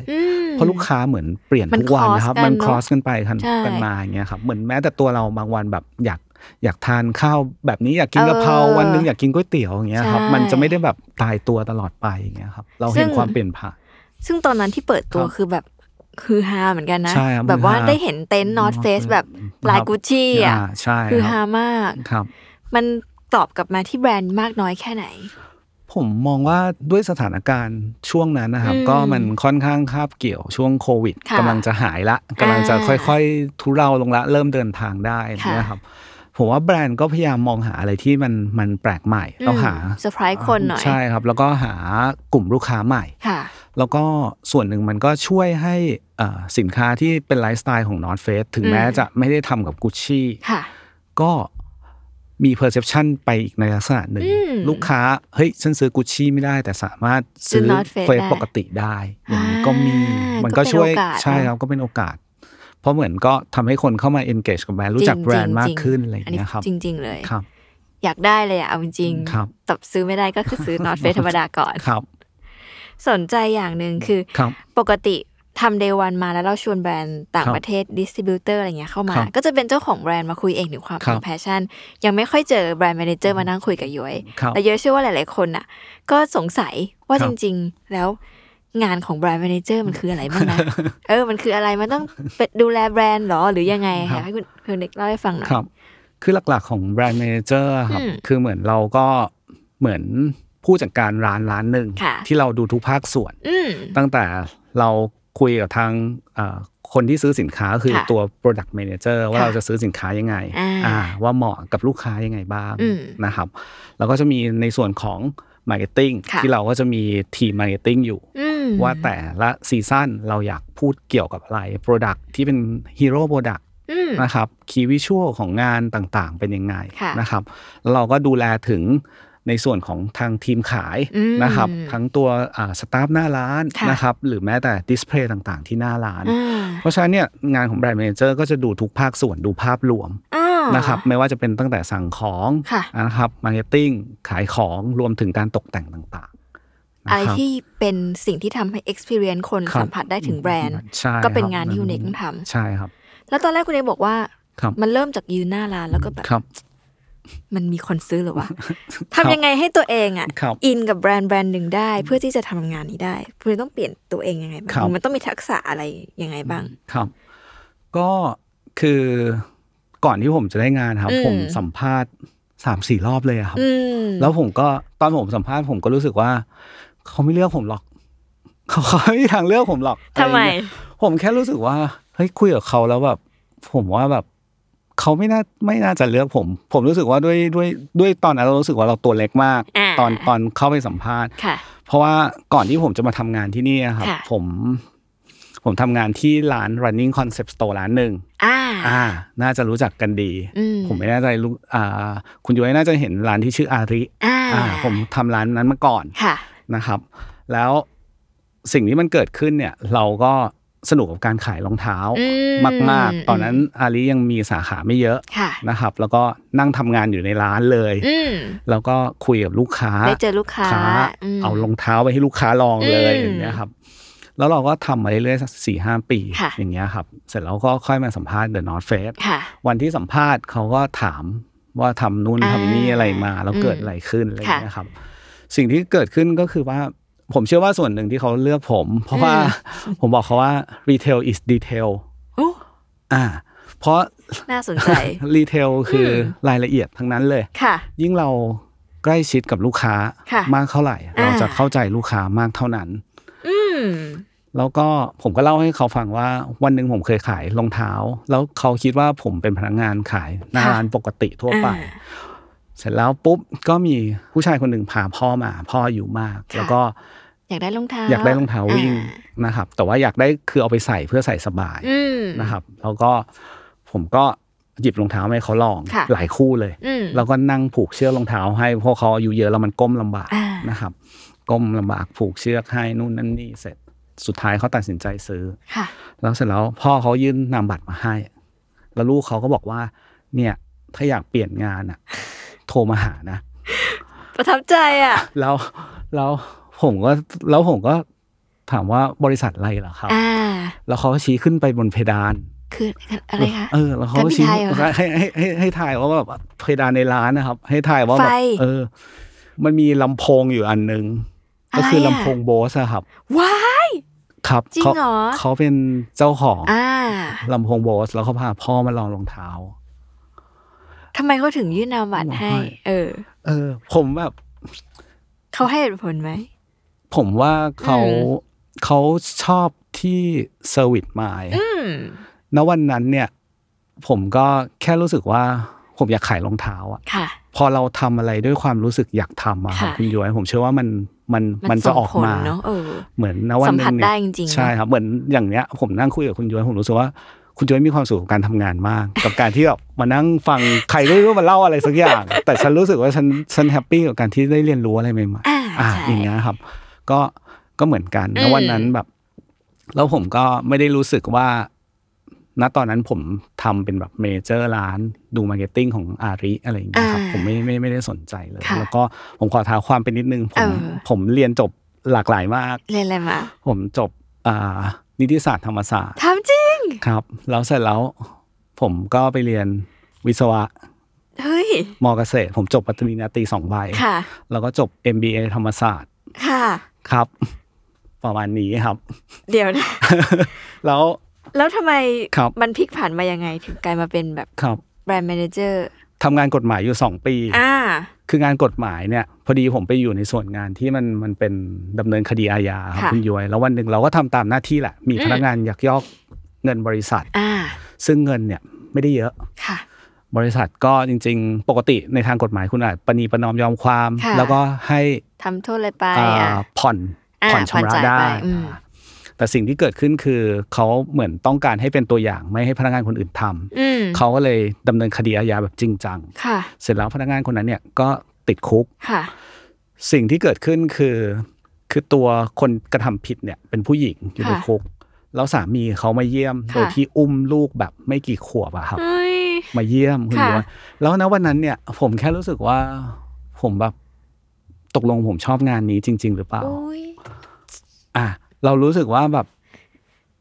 B: ม
C: เพราะลูกค้าเหมือนเปลี่ยน
B: มัน
C: ทุกวันนะครับ
B: cross กัน
C: มัน
B: เนอะ
C: ครอสกันไปกัน
B: ใช่
C: กันมาอย่างเงี้ยครับเหมือนแม้แต่ตัวเราบางวันแบบอยากอยากทานข้าวแบบนี้อยากกินกะเพรา
B: เออ
C: วันหนึงอยากกินก๋วยเตี๋ยวอย่างเงี้ยครับ
B: ใช่
C: มันจะไม่ได้แบบตายตัวตลอดไปอย่างเงี้ยครับเราเห็น
B: ซึ่ง
C: ความเปลี่ยนผ่าน
B: ซึ่งตอนนั้นที่เปิดตัว
C: ครับ
B: คือแบบ คือฮาเหมือนกันนะ
C: ใช่ครับ
B: แบบว่า
C: ฮือฮา
B: ได้เห็นเต็นท์นอตเฟส
C: North Face
B: แบบลาย
C: ครับ
B: กุชชี่อ่ะ
C: อ่าใช่
B: คือ
C: ค
B: ฮา
C: รับ
B: มาก
C: ครับ
B: มันตอบกลับมาที่แบรนด์มากน้อยแค่ไหน
C: ผมมองว่าด้วยสถานการณ์ช่วงนั้นนะครับ
B: อืม
C: ก็มันค่อนข้างคาบเกี่ยวช่วงโควิด
B: ค่ะ
C: กำลังจะหายละกำลังจะค่อยๆ ทุเลาลงละ เริ่มเดินทางได้
B: ค่ะ
C: นะครับ ผมว่าแบรนด์ก็พยายามมองหาอะไรที่มันมันแปลกใหม่เราหา
B: เซอร์ไพรส์คนหน่อย
C: ใช่ครับ แล้วก็หากลุ่มลูกค้าใหม่
B: ค่ะ
C: แล้วก็ส่วนหนึ่งมันก็ช่วยให้เอ่อสินค้าที่เป็นไลฟ์สไตล์ของ North Face ถึงแม้
B: อืม
C: จะไม่ได้ทำกับ Gucci
B: ค่ะ
C: ก็มี perception ไปอีกในลักษณะหนึ่ง
B: อืม
C: ลูกค้า เฮ้ย ฉันซื้อกุชชี่ไม่ได้ แต่สามารถ
B: ซื้
C: ซื้
B: อ
C: อ
B: North Face
C: เฟซ
B: ได้
C: ปกติได้ อย่างนี้ก็มี
B: อ่ามั
C: มันก็ช่วย
B: ก็เป็นโอกาส
C: ใช่ครับก็เป็นโอกาส เพราะเหมือนก็ทำให้คนเข้ามา engage กับแบรนด์รู้จัก
B: จริงๆ
C: แบรนด์มากขึ้น
B: จริงๆ
C: อะไรอย่างเงี้ยครับ
B: อันนี้จริงๆเลย
C: ครับ
B: อยากได้เลยอะเอาจริงๆ
C: ครับ
B: แต่ซื้อไม่ได้ก็คือซื้อนอตเฟสธรรมดาก่อน
C: ครับ
B: สนใจอย่างหนึ่งคือ
C: ครับ
B: ปกติทำเดวันมาแล้วเราชวนแบรนด์ต่าง
C: ครับ
B: ประเทศดิสติบิวเตอร์อะไรเงี้ยเข้ามา
C: ครับ
B: ก็จะเป็นเจ้าของแบรนด์มาคุยเองถึงความ
C: ครับ
B: แพชชั่น ยังไม่ค่อยเจอแบรนด์แมเนเจอร์มานั่งคุยกับย้อย
C: ครับ
B: แต่ย้อยเชื่อว่าหลาย ๆ คนอ่ะ ก็สงสัยว่า
C: ครั
B: จ
C: บ
B: ริง ๆ แล้วงานของแบรนด์แมเนเจอร์มันคืออะไรบ้าง นะ เออมันคืออะไรมันต้องเป็นดูแลแบรนด์เหรอหรือยังไงอยากให้คุณคุณเด็กเล่าให้ฟังหน่อย
C: ครับ คือหลักๆของแบรนด์ m ม n a เจอร์ครับ
B: อืม
C: คือเหมือนเราก็เหมือนผู้จัดการร้านร้านหนึ่ง
B: ค่ะ
C: ที่เราดูทุกภาคส่วน
B: อืม
C: ตั้งแต่เราคุยกับทางเอ่อคนที่ซื้อสินค้าคือ
B: ค่ะ
C: ตัว product manager ว่า
B: ค่ะ
C: เราจะซื้อสินค้ายังไง
B: อ่า
C: อ่าว่าเหมาะกับลูกค้ายังไงบ้าง
B: อืม
C: นะครับ แล้วก็จะมีในส่วนของ marketing
B: ค่ะ
C: ที่เราก็จะมีทีม marketing อยู่
B: อืม
C: ว่าแต่ละซีซั่นเราอยากพูดเกี่ยวกับอะไร product ที่เป็น hero product
B: อืม
C: นะครับคีย์วิชวลของงานต่างๆ เป็นยังไง
B: ค่ะ
C: นะครับแล้วเราก็ดูแลถึงในส่วนของทางทีมขาย
B: อืม
C: นะครับทั้งตัวสตาฟหน้าร้าน
B: ค่ะ
C: นะครับหรือแม้แต่ดิสเพลย์ต่างๆ ที่หน้าร้าน
B: อ่า
C: เพราะฉะนั้นเนี่ยงานของแบรนด์แมเนเจอร์ก็จะดูทุกภาคส่วนดูภาพรวม
B: อ่า
C: นะครับไม่ว่าจะเป็นตั้งแต่สั่งของ
B: ค่ะ
C: นะครับมาร์เก็ตติ้งขายของรวมถึงการตกแต่งต่างๆ
B: อะไร
C: นะคบ
B: ที่เป็นสิ่งที่ทำให้ experience คน
C: ครับ
B: สัมผัสได้ถึงแบรนด์
C: ใช่
B: ก็เป็นงาน
C: รับ
B: ที่คุณเอกต้องทำ
C: ใช่ครับ
B: แล้วตอนแรกคุณเอกบอกว่า
C: ครับ
B: มันเริ่มจากยืนหน้าร้านแล้วก็แบบ
C: ครับ
B: มันมีคนซื้อเหรือวะ
C: ครับ
B: ทำยังไงให้ตัวเองอ่ะ
C: ครับ
B: อินกับแบรนด์แบรนด์หนึ่งได้ เพื่อที่จะทำงานนี้ได้คุณเอกต้องเปลี่ยนตัวเองยังไงบ้าง
C: ครับ
B: มันต้องมีทักษะอะไรยังไงบ้าง
C: ครับ ก็คือก่อนที่ผมจะได้งานครับ
B: อืม
C: ผมสัมภาษณ์สามสี่รอบเลยอะครับ
B: อืม
C: แล้วผมก็ตอนผมสัมภาษณ์ผมก็รู้สึกว่า เขาไม่เลือกผมหรอก เขาเขาไม่มีทางเลือกผมหรอก
B: ทำไม
C: อะรเงี้ยผมแค่รู้สึกว่าเฮ้ยคุยกับเขาแล้วแบบ ผมว่าแบบ เขาไม่น่าไม่น่าจะเลือกผม ผมรู้สึกว่าด้วยด้วยด้วยตอนนั้นเรารู้สึกว่าเราตัวเล็กมาก
B: อ่า
C: ตอนตอนเข้าไปสัมภาษณ์
B: ค่ะ
C: เพราะว่าก่อนที่ผมจะมาทำงานที่นี่นะครับ
B: ค่ะ
C: ผม ผมทำงานที่ร้าน running concept store ร้านหนึ่ง
B: อ่า
C: อ่า น่าจะรู้จักกันดี
B: อืม
C: ผมไม่แน่ใจรู้อ่า คุณยุ้ยน่าจะเห็นร้านที่ชื่ออาริ
B: อ่า
C: อ่า ผมทำร้านนั้นมาก่อน
B: ค่ะ
C: นะครับ แล้วสิ่งที่มันเกิดขึ้นเนี่ย เราก็สนุกกับการขายรองเท้า
B: อืม
C: มาก ๆ ตอนนั้นอาริยังมีสาขาไม่เยอะ
B: ค่ะ
C: นะครับ แล้วก็นั่งทำงานอยู่ในร้านเลย
B: อืม
C: แล้วก็คุยกับลูกค้า
B: ได้เจอลูกค้าอืม
C: เอารองเท้าไปให้ลูกค้าลองเลย
B: อืม
C: อย่างเงี้ยครับ แล้วเราก็ทำมาเรื่อยๆสักสี่ห้าปี
B: ค่ะ
C: อย่างเงี้ยครับ เสร็จแล้วก็ค่อยมาสัมภาษณ์ The North Face
B: ค่ะ
C: วันที่สัมภาษณ์เขาก็ถามว่าทำนู่น
B: อ่า
C: ทำนี่อะไรมา แล้วเกิด
B: อืม
C: อะไรขึ้นอะไรอย่างเงี้ย
B: ค่ะ
C: ครับ สิ่งที่เกิดขึ้นก็คือว่าผมเชื่อว่าส่วนหนึ่งที่เขาเลือกผม เพราะว่า
B: อื
C: ผมบอกเขาว่า retail is detail
B: โอ้
C: อ่า เพราะ
B: น่าสน ใจ
C: retail คืออรายละเอียดทั้งนั้นเลย
B: ค่ะ
C: ยิ่งเราใกล้ชิดกับลูกค้า
B: ค่ะ
C: มากเท่าไหร่
B: อ่า
C: เราจะเข้าใจลูกค้ามากเท่านั้น
B: อืม
C: แล้วก็ผมก็เล่าให้เขาฟังว่าวันหนึ่งผมเคยขายรองเท้า แล้วเขาคิดว่าผมเป็นพนักงานขายหน้า
B: ค่ะ
C: ร้านปกติทั่วไป
B: อ่า
C: เสร็จแล้วปุ๊บก็มีผู้ชายคนหนึ่งพาพ่อมาพ่ออายู่มาก
B: ค่ะ
C: แล้วก็
B: อยากได้รองเท้า
C: อยากได้รองเท้าวิ่ง
B: อ่
C: นะครับ แต่ว่าอยากได้คือเอาไปใส่เพื่อใส่สบาย
B: อืม
C: นะครับแล้วก็ผมก็หยิบรองเท้ามาให้เขาลอง
B: ค่ะ
C: หลายคู่เลย
B: อืม
C: แล้วก็นั่งผูกเชือกรองเท้าให้เพราะเขาอายุเยอะแล้วมันก้มลำบาก
B: อ่าน
C: นะครับ ก้มลำบากผูกเชือกให้นู่นนั่นนี่เสร็จสุดท้ายเขาตัดสินใจซื้อ
B: ค่ะ
C: แล้วเสร็จแล้วพ่อเขายื่นนามบัตรมาให้ แล้วลูกเขาก็บอกว่า เนี่ยถ้าอยากเปลี่ยนงานอ่ะ โทรมาหานะ
B: ประทับใจอ่ะ
C: แล้วแล้วผมก็แล้วผมก็ถามว่าบริษัทอะไรเหรอครับ
B: อ่า
C: แล้วเขาก็ชี้ขึ้นไปบนเพดาน
B: คืออะไรคะ
C: เออแล้วเขา
B: ก็มี
C: ชี้
B: ทายเหรอคะ
C: ให้ให้ให้ให้ถ่ายว่าแบบเพดานในร้านนะครับ ให้ถ่ายว่าแบ
B: ไฟ
C: บเออ มันมีลำโพงอยู่อันหนึง
B: อะไร
C: ก็คืออะ ลำโพงโบสอะครับ
B: ว้าย
C: ครับ
B: จริง
C: ขา
B: เหรอ
C: เขาเป็นเจ้าของ
B: อ่า
C: ลำโพงโบสแล้วเขาพาพ่อมาลองรองเท้า
B: ทำไมเขาถึงยื่นนามบัตรให้
C: ให้
B: เออ
C: เออ ผมแบบ
B: เขาให้เหตุผลไหม
C: ผมว่าเขา
B: อืม
C: เขาชอบที่เซอร์วิสมาย
B: อืม
C: ณวันนั้นเนี่ย ผมก็แค่รู้สึกว่า ผมอยากขายรองเท้าอะ
B: ค่ะ
C: พอเราทำอะไรด้วยความรู้สึกอยากทำอะครับ
B: ค่ะ
C: คุณย้อยผมเชื่อว่ามันมัน
B: มั
C: มัน น
B: ส่
C: จะ
B: ง
C: ออก
B: ผล
C: มา
B: เนาะเออ
C: เหมือนณวันหนึง
B: สัมผัส
C: เนี่ย
B: ได้จริงๆ
C: ใช่
B: เนอะ
C: ครับเหมือนอย่างเนี้ย ผมนั่งคุยกับคุณย้อยผมรู้สึกว่า คุณย้อยมีความสุขกับการทำงานมาก กับการที่แบบมานั่งฟังใครก็ไม่รู้มาเล่าอะไรสักอย่าง แต่ฉันรู้สึกว่าฉันฉันแฮปปี้กับการที่ได้เรียนรู้อะไรใหม่ๆ
B: อ่า
C: อ่ะ
B: ใช่
C: อย่างเงี้ยครับ ก็ก็เหมือนกัน
B: อื
C: แล้
B: ม
C: ววันนั้นแบบ แล้วผมก็ไม่ได้รู้สึกว่า ณตอนนั้นผมทำเป็นแบบเมเจอร์ร้านดูมาร์เก็ตติ้งของอาริอะไรอย่างเงี้ยครับ
B: อ่า
C: ผมไม่ไม่ไม่ได้สนใจเลย
B: ค่ะ
C: แล้วก็ผมขอท้าความเป็นนิดนึง ผ
B: เอ
C: ม
B: อ
C: ผมเรียนจบหลากหลายมาก
B: เรียนอะไรมา
C: ผมจบอ่านิติศาสตร์ธรรมศาสตร์
B: ทำจริง
C: ครับ แล้วเสร็จแล้ว ผมก็ไปเรียนวิศวะ
B: เฮ้ย
C: มอเกษตร ผมจบปริญญาตรีสองใบ
B: ค่ะ
C: แล้วก็จบ MBA ธรรมศาสตร์
B: ค่ะ
C: ครับ ประมาณนี้ครับ
B: เดี๋ยว นะ
C: แล้ว
B: แล้วทำไม
C: ครับ
B: มันพลิกผันมายังไงถึงกลายมาเป็นแบบ
C: ครับ
B: แบรนด์แมเนเจอร์
C: ทำงานกฎหมายอยู่ 2 ปี
B: อ่า
C: คืองานกฎหมายเนี่ย พอดีผมไปอยู่ในส่วนงานที่มันมันเป็นดำเนินคดีอาญาครับ
B: ค่ะ
C: คุณย้อยแล้ววันหนึ่งเราก็ทำตามหน้าที่แหละ มี
B: อืม
C: พนักงานยักยอกเงินบริษัท
B: อ่า
C: ซึ่งเงินเนี่ยไม่ได้เยอะ
B: ค่ะ
C: บริษัทก็จริง ๆ ปกติในทางกฎหมายคุณอาจประนีประนอมยอมความ
B: ค่ะ
C: แล้วก็ให้
B: ทำโทษอะไรไป
C: อ่า
B: อ่ะ
C: ผ่อน
B: อ่า
C: ผ่อนชำระ
B: ผ่อนจ่าย
C: ได้
B: ไปอืม
C: อ่าแต่สิ่งที่เกิดขึ้นคือเขาเหมือนต้องการให้เป็นตัวอย่างไม่ให้พนักงานคนอื่นทำ
B: อืม
C: เขาก็เลยดำเนินคดีอาญาแบบจริงจัง
B: ค่ะ
C: เสร็จแล้วพนักงานคนนั้นเนี่ยก็ติดคุก
B: ค่ะ
C: สิ่งที่เกิดขึ้นคือ คือตัวคนกระทำผิดเนี่ยเป็นผู้หญิงอยู่ใน
B: ค่ะ
C: คุก แล้วสามีเขามาเยี่ยม
B: ค่ะ
C: โดยที่อุ้มลูกแบบไม่กี่ขวบอะครับ
B: เฮ้ย
C: มาเยี่ยมคุณ
B: ค่ะ
C: ย้อยแล้วนะวันนั้นเนี่ย ผมแค่รู้สึกว่า ผมแบบตกลงผมชอบงานนี้จริง ๆ หรือเปล่า
B: อุ้ย
C: อ่ะเรารู้สึกว่าแบบ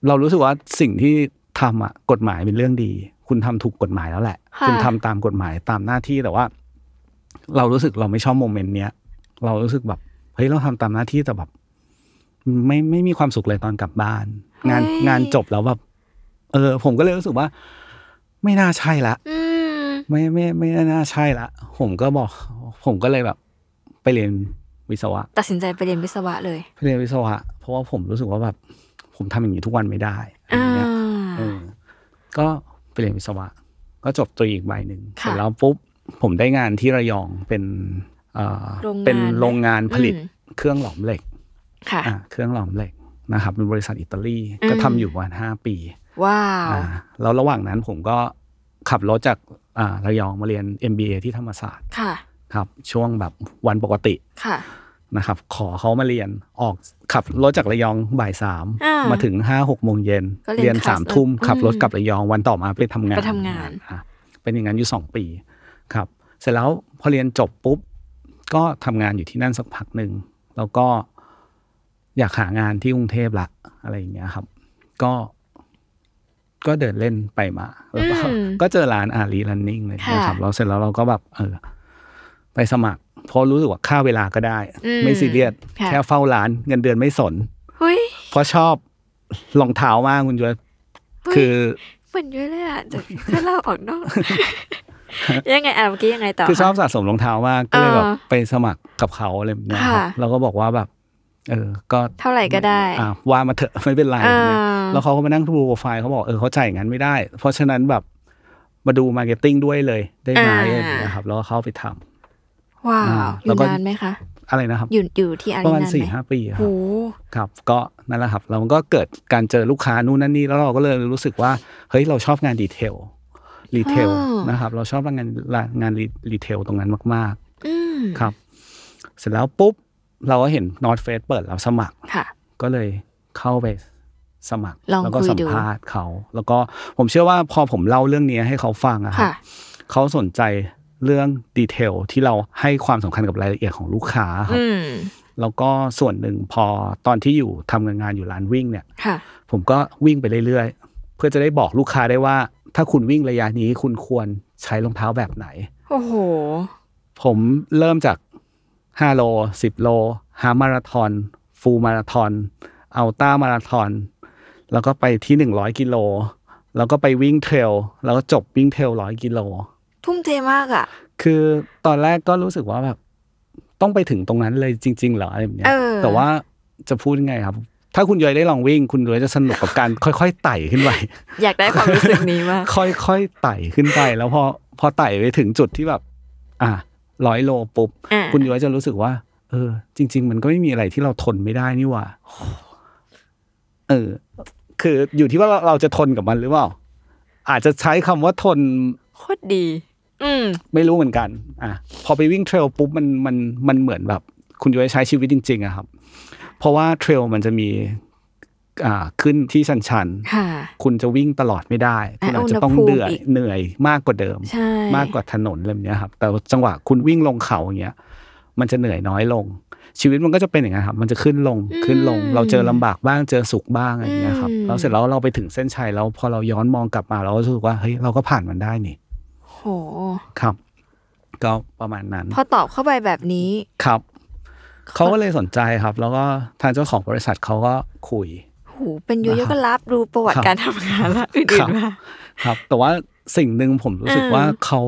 C: เรารู้สึกว่าสิ่งที่ทำอ่ะกฎหมายเป็นเรื่องดี คุณทำถูกกฎหมายแล้วแหละ
B: ค่ะ
C: คุณทำตามกฎหมายตามหน้าที่แต่ว่า เรารู้สึกเราไม่ชอบโมเมนต์เนี้ยเรารู้สึกแบบเฮ้ยเราทำตามหน้าที่แต่แบบ ไม่ไม่มีความสุขเลยตอนกลับบ้าน งานงานจบแล้วแบบเออ ผมก็เลยรู้สึกว่า ไม่น่าใช่ละ
B: อืม
C: ไม่ไม่ไม่น่าใช่ละ ผมก็บอก ผมก็เลยแบบ ไปเรียนวิศวะ
B: ตัดสินใจไปเรียนวิศวะเลย
C: เรียนวิศวะเพราะว่าผมรู้สึกว่าแบบผมทำอย่างนี้ทุกวันไม่ได้อะไร
B: อ่า
C: เงี้ยเออก็ไปเรียนวิศวะ ก็จบตรีอีกใบหนึ่ง
B: ค่ะ
C: เสร็จแล้วปุ๊บผมได้งานที่ระยองเป็นเอ่อ
B: โรงงาน
C: เป็นโรงงานผลิต
B: อืม
C: เครื่องหลอมเหล็ก
B: ค่ะ
C: อ่ะเครื่องหลอมเหล็กนะครับเป็นบริษัทอิตาลี
B: อืม
C: ก็ทำอยู่ประมาณห้าปี
B: ว้าว
C: อ่าแล้วระหว่างนั้นผมก็ขับรถจากอ่าระยองมาเรียน MBA ที่ธรรมศาสตร์
B: ค่ะ
C: ครับ ช่วงแบบวันปกติ
B: ค่ะ
C: นะครับขอเขามาเรียนออกขับรถจากระยองบ่ายสาม
B: อ่าม
C: มาถึงห้าหกโมงเย็น
B: ก็เรียนคลาส
C: สามทุ่ม
B: อืม
C: ขับรถกลับระยองวันต่อมาไปทำงาน
B: ไปทำงาน
C: อ่ะเป็นอย่างนั้นอยู่สองปีครับ เสร็จแล้วพอเรียนจบปุ๊บ ก็ทำงานอยู่ที่นั่นสักพักหนึ่งแล้วก็อยากหางานที่กรุงเทพละอะไรอย่างเงี้ยครับ ก็ ก็เดินเล่นไปมาแล้วก็
B: อืม
C: ก็เจอร้านอารีรันนิ่งเลย
B: ค่ะ
C: นะครับแล้วเสร็จแล้วเราก็แบบเออ ไปสมัครเพราะรู้สึกว่าค่าเวลาก็ได้
B: อืม
C: ไม่ซีเรียส
B: ค่ะ
C: แค่เฝ้าร้านเงินเดือนไม่สน
B: เฮ้ย
C: เพราะชอบรองเท้ามากคุณจวย
B: เฮ้ย
C: คือ
B: เหมือนเยอะเลยอ่ะจะถ้าเล่าออกนอก ยังไงอ่ะเมื่อกี้ยังไงต่อ
C: คือชอบสะสมรองเท้ามากก็เลยแบบ
B: เออ
C: ไปสมัครกับเขาอะไรแบบเนี้ยครับ
B: ค่ะ
C: เราก็บอกว่าแบบ เออ ก็
B: เท่าไหร่ก็ได้
C: อ่ะว่ามาเถอะ ไม่เป็นไร
B: เออ
C: เนี่ยแล้วเขาก็มานั่งดูโปรไฟล์เขาบอกเออเขาจ่ายอย่างนั้นไม่ได้ เพราะฉะนั้นแบบมาดูมาร์เก็ตติ้งด้วยเลยได้ไหมอะไรอย่างเงี้ยครับแล้วก็เข้าไปทำ
B: ว้าว อ
C: แล้
B: ยู่
C: วก็
B: นานไหมคะ
C: อะไรนะครับ
B: อยู่อยู่ที่อา
C: ป
B: รี
C: ระมาณ
B: นาน
C: สี่
B: ไหม
C: ห้าปีครับ
B: โอ้
C: ครับก็นั่นแหละครับ เราก็เกิดการเจอลูกค้านู่นนั่นนี่แล้วเราก็เลยรู้สึกว่าเฮ้ยเราชอบงานดีเทลรีเทล
B: อ๋อ
C: นะครับเราชอบงานงานรีเทลตรงนั้นมาก
B: อืม
C: ๆครับ เสร็จแล้วปุ๊บ เราก็เห็น North Face เปิดรับสมัคร
B: ค่ะ
C: ก็เลยเข้าไปสมัคร
B: ลอง
C: แล้วก็
B: คุย
C: สัม
B: ดู
C: ภาษณ์เขา แล้วก็ผมเชื่อว่าพอผมเล่าเรื่องนี้ให้เขาฟังอะครับ
B: ค่ะ
C: เขาสนใจเรื่องดีเทลที่เราให้ความสำคัญกับรายละเอียดของลูกค้าครับ
B: อืม
C: แล้วก็ส่วนหนึ่งพอตอนที่อยู่ทำงานอยู่ร้านวิ่งเนี่ย
B: ค่ะ
C: ผมก็วิ่งไปเรื่อยๆ เพื่อจะได้บอกลูกค้าได้ว่า ถ้าคุณวิ่งระยะนี้คุณควรใช้รองเท้าแบบไหน
B: โอ้โห
C: ผมเริ่มจาก 5 โล 10 โลฮาล์ฟมาราทอนฟูลมาราทอน อัลต้ามาราธอน แล้วก็ไปที่หนึ่งร้อยกิโล แล้วก็ไปวิ่งเทรล แล้วก็จบวิ่งเทรลร้อยกิโล
B: ทุ่มเทมากอ่ะ
C: คือตอนแรกก็รู้สึกว่าแบบ ต้องไปถึงตรงนั้นเลยจริง ๆ เหรออะไรแบบเนี้ย
B: เออ
C: แต่ว่าจะพูดยังไงครับ ถ้าคุณย้อยได้ลองวิ่ง คุณย้อยจะสนุกกับการ ค่อยๆไต่ขึ้นไป
B: อยากได้ความรู้สึกนี้มาก
C: ค่อยๆไต่ขึ้นไป แล้วพอพอไต่ไปถึงจุดที่แบบ อ่ะร้อยโลปุ๊บ
B: อ่ะ
C: คุณย้อยจะรู้สึกว่า เออ จริง ๆ มันก็ไม่มีอะไรที่เราทนไม่ได้นี่หว่าเออ คืออยู่ที่ว่าเราเราจะทนกับมันหรือเปล่า อาจจะใช้คำว่าทน
B: โคตรดี อืม
C: ไม่รู้เหมือนกัน อ่ะ พอไปวิ่งเทรลปุ๊บมันมันมันเหมือนแบบ คุณจะใช้ชีวิตจริงๆอะครับ เพราะว่าเทรลมันจะมี อ่าขึ้นที่ชันชันๆ
B: ค่ะ
C: คุณจะวิ่งตลอดไม่ได้ คุณ
B: อ่ะ
C: อาจ
B: อุ
C: จะ
B: ณห
C: ต้อง
B: ภูมิ
C: เหนื่อย
B: อีก
C: เหนื่อยมากกว่าเดิม
B: ใช่
C: มากกว่าถนนอะไรแบบเนี้ยครับ แต่จังหวะคุณวิ่งลงเขาอย่างเงี้ย มันจะเหนื่อยน้อยลง ชีวิตมันก็จะเป็นอย่างนั้นครับ มันจะขึ้นลงขึ้นลง เราเจอลำบากบ้างเจอสุขบ้างอะไรอย่างเงี้ยครับแล้วเสร็จแล้วเราไปถึงเส้นชัยแล้ว พอเราย้อนมองกลับมาเราก็รู้สึกว่าเฮ้ยเราก็ผ่านมันได้นี่
B: โห
C: ครับ ก็ประมาณนั้น
B: พอตอบเข้าไปแบบนี้
C: ครับ เขาก็เลยสนใจครับ แล้วก็ทางเจ้าของบริษัทเขาก็คุย
B: โห เป็นยุยก็รับดูประวัติ
C: ครับ
B: การทำงานละอื่
C: ครั
B: น
C: บ
B: ๆมา
C: ครับ แต่ว่าสิ่งหนึ่งผมรู้สึก
B: เออ
C: ว่าเขา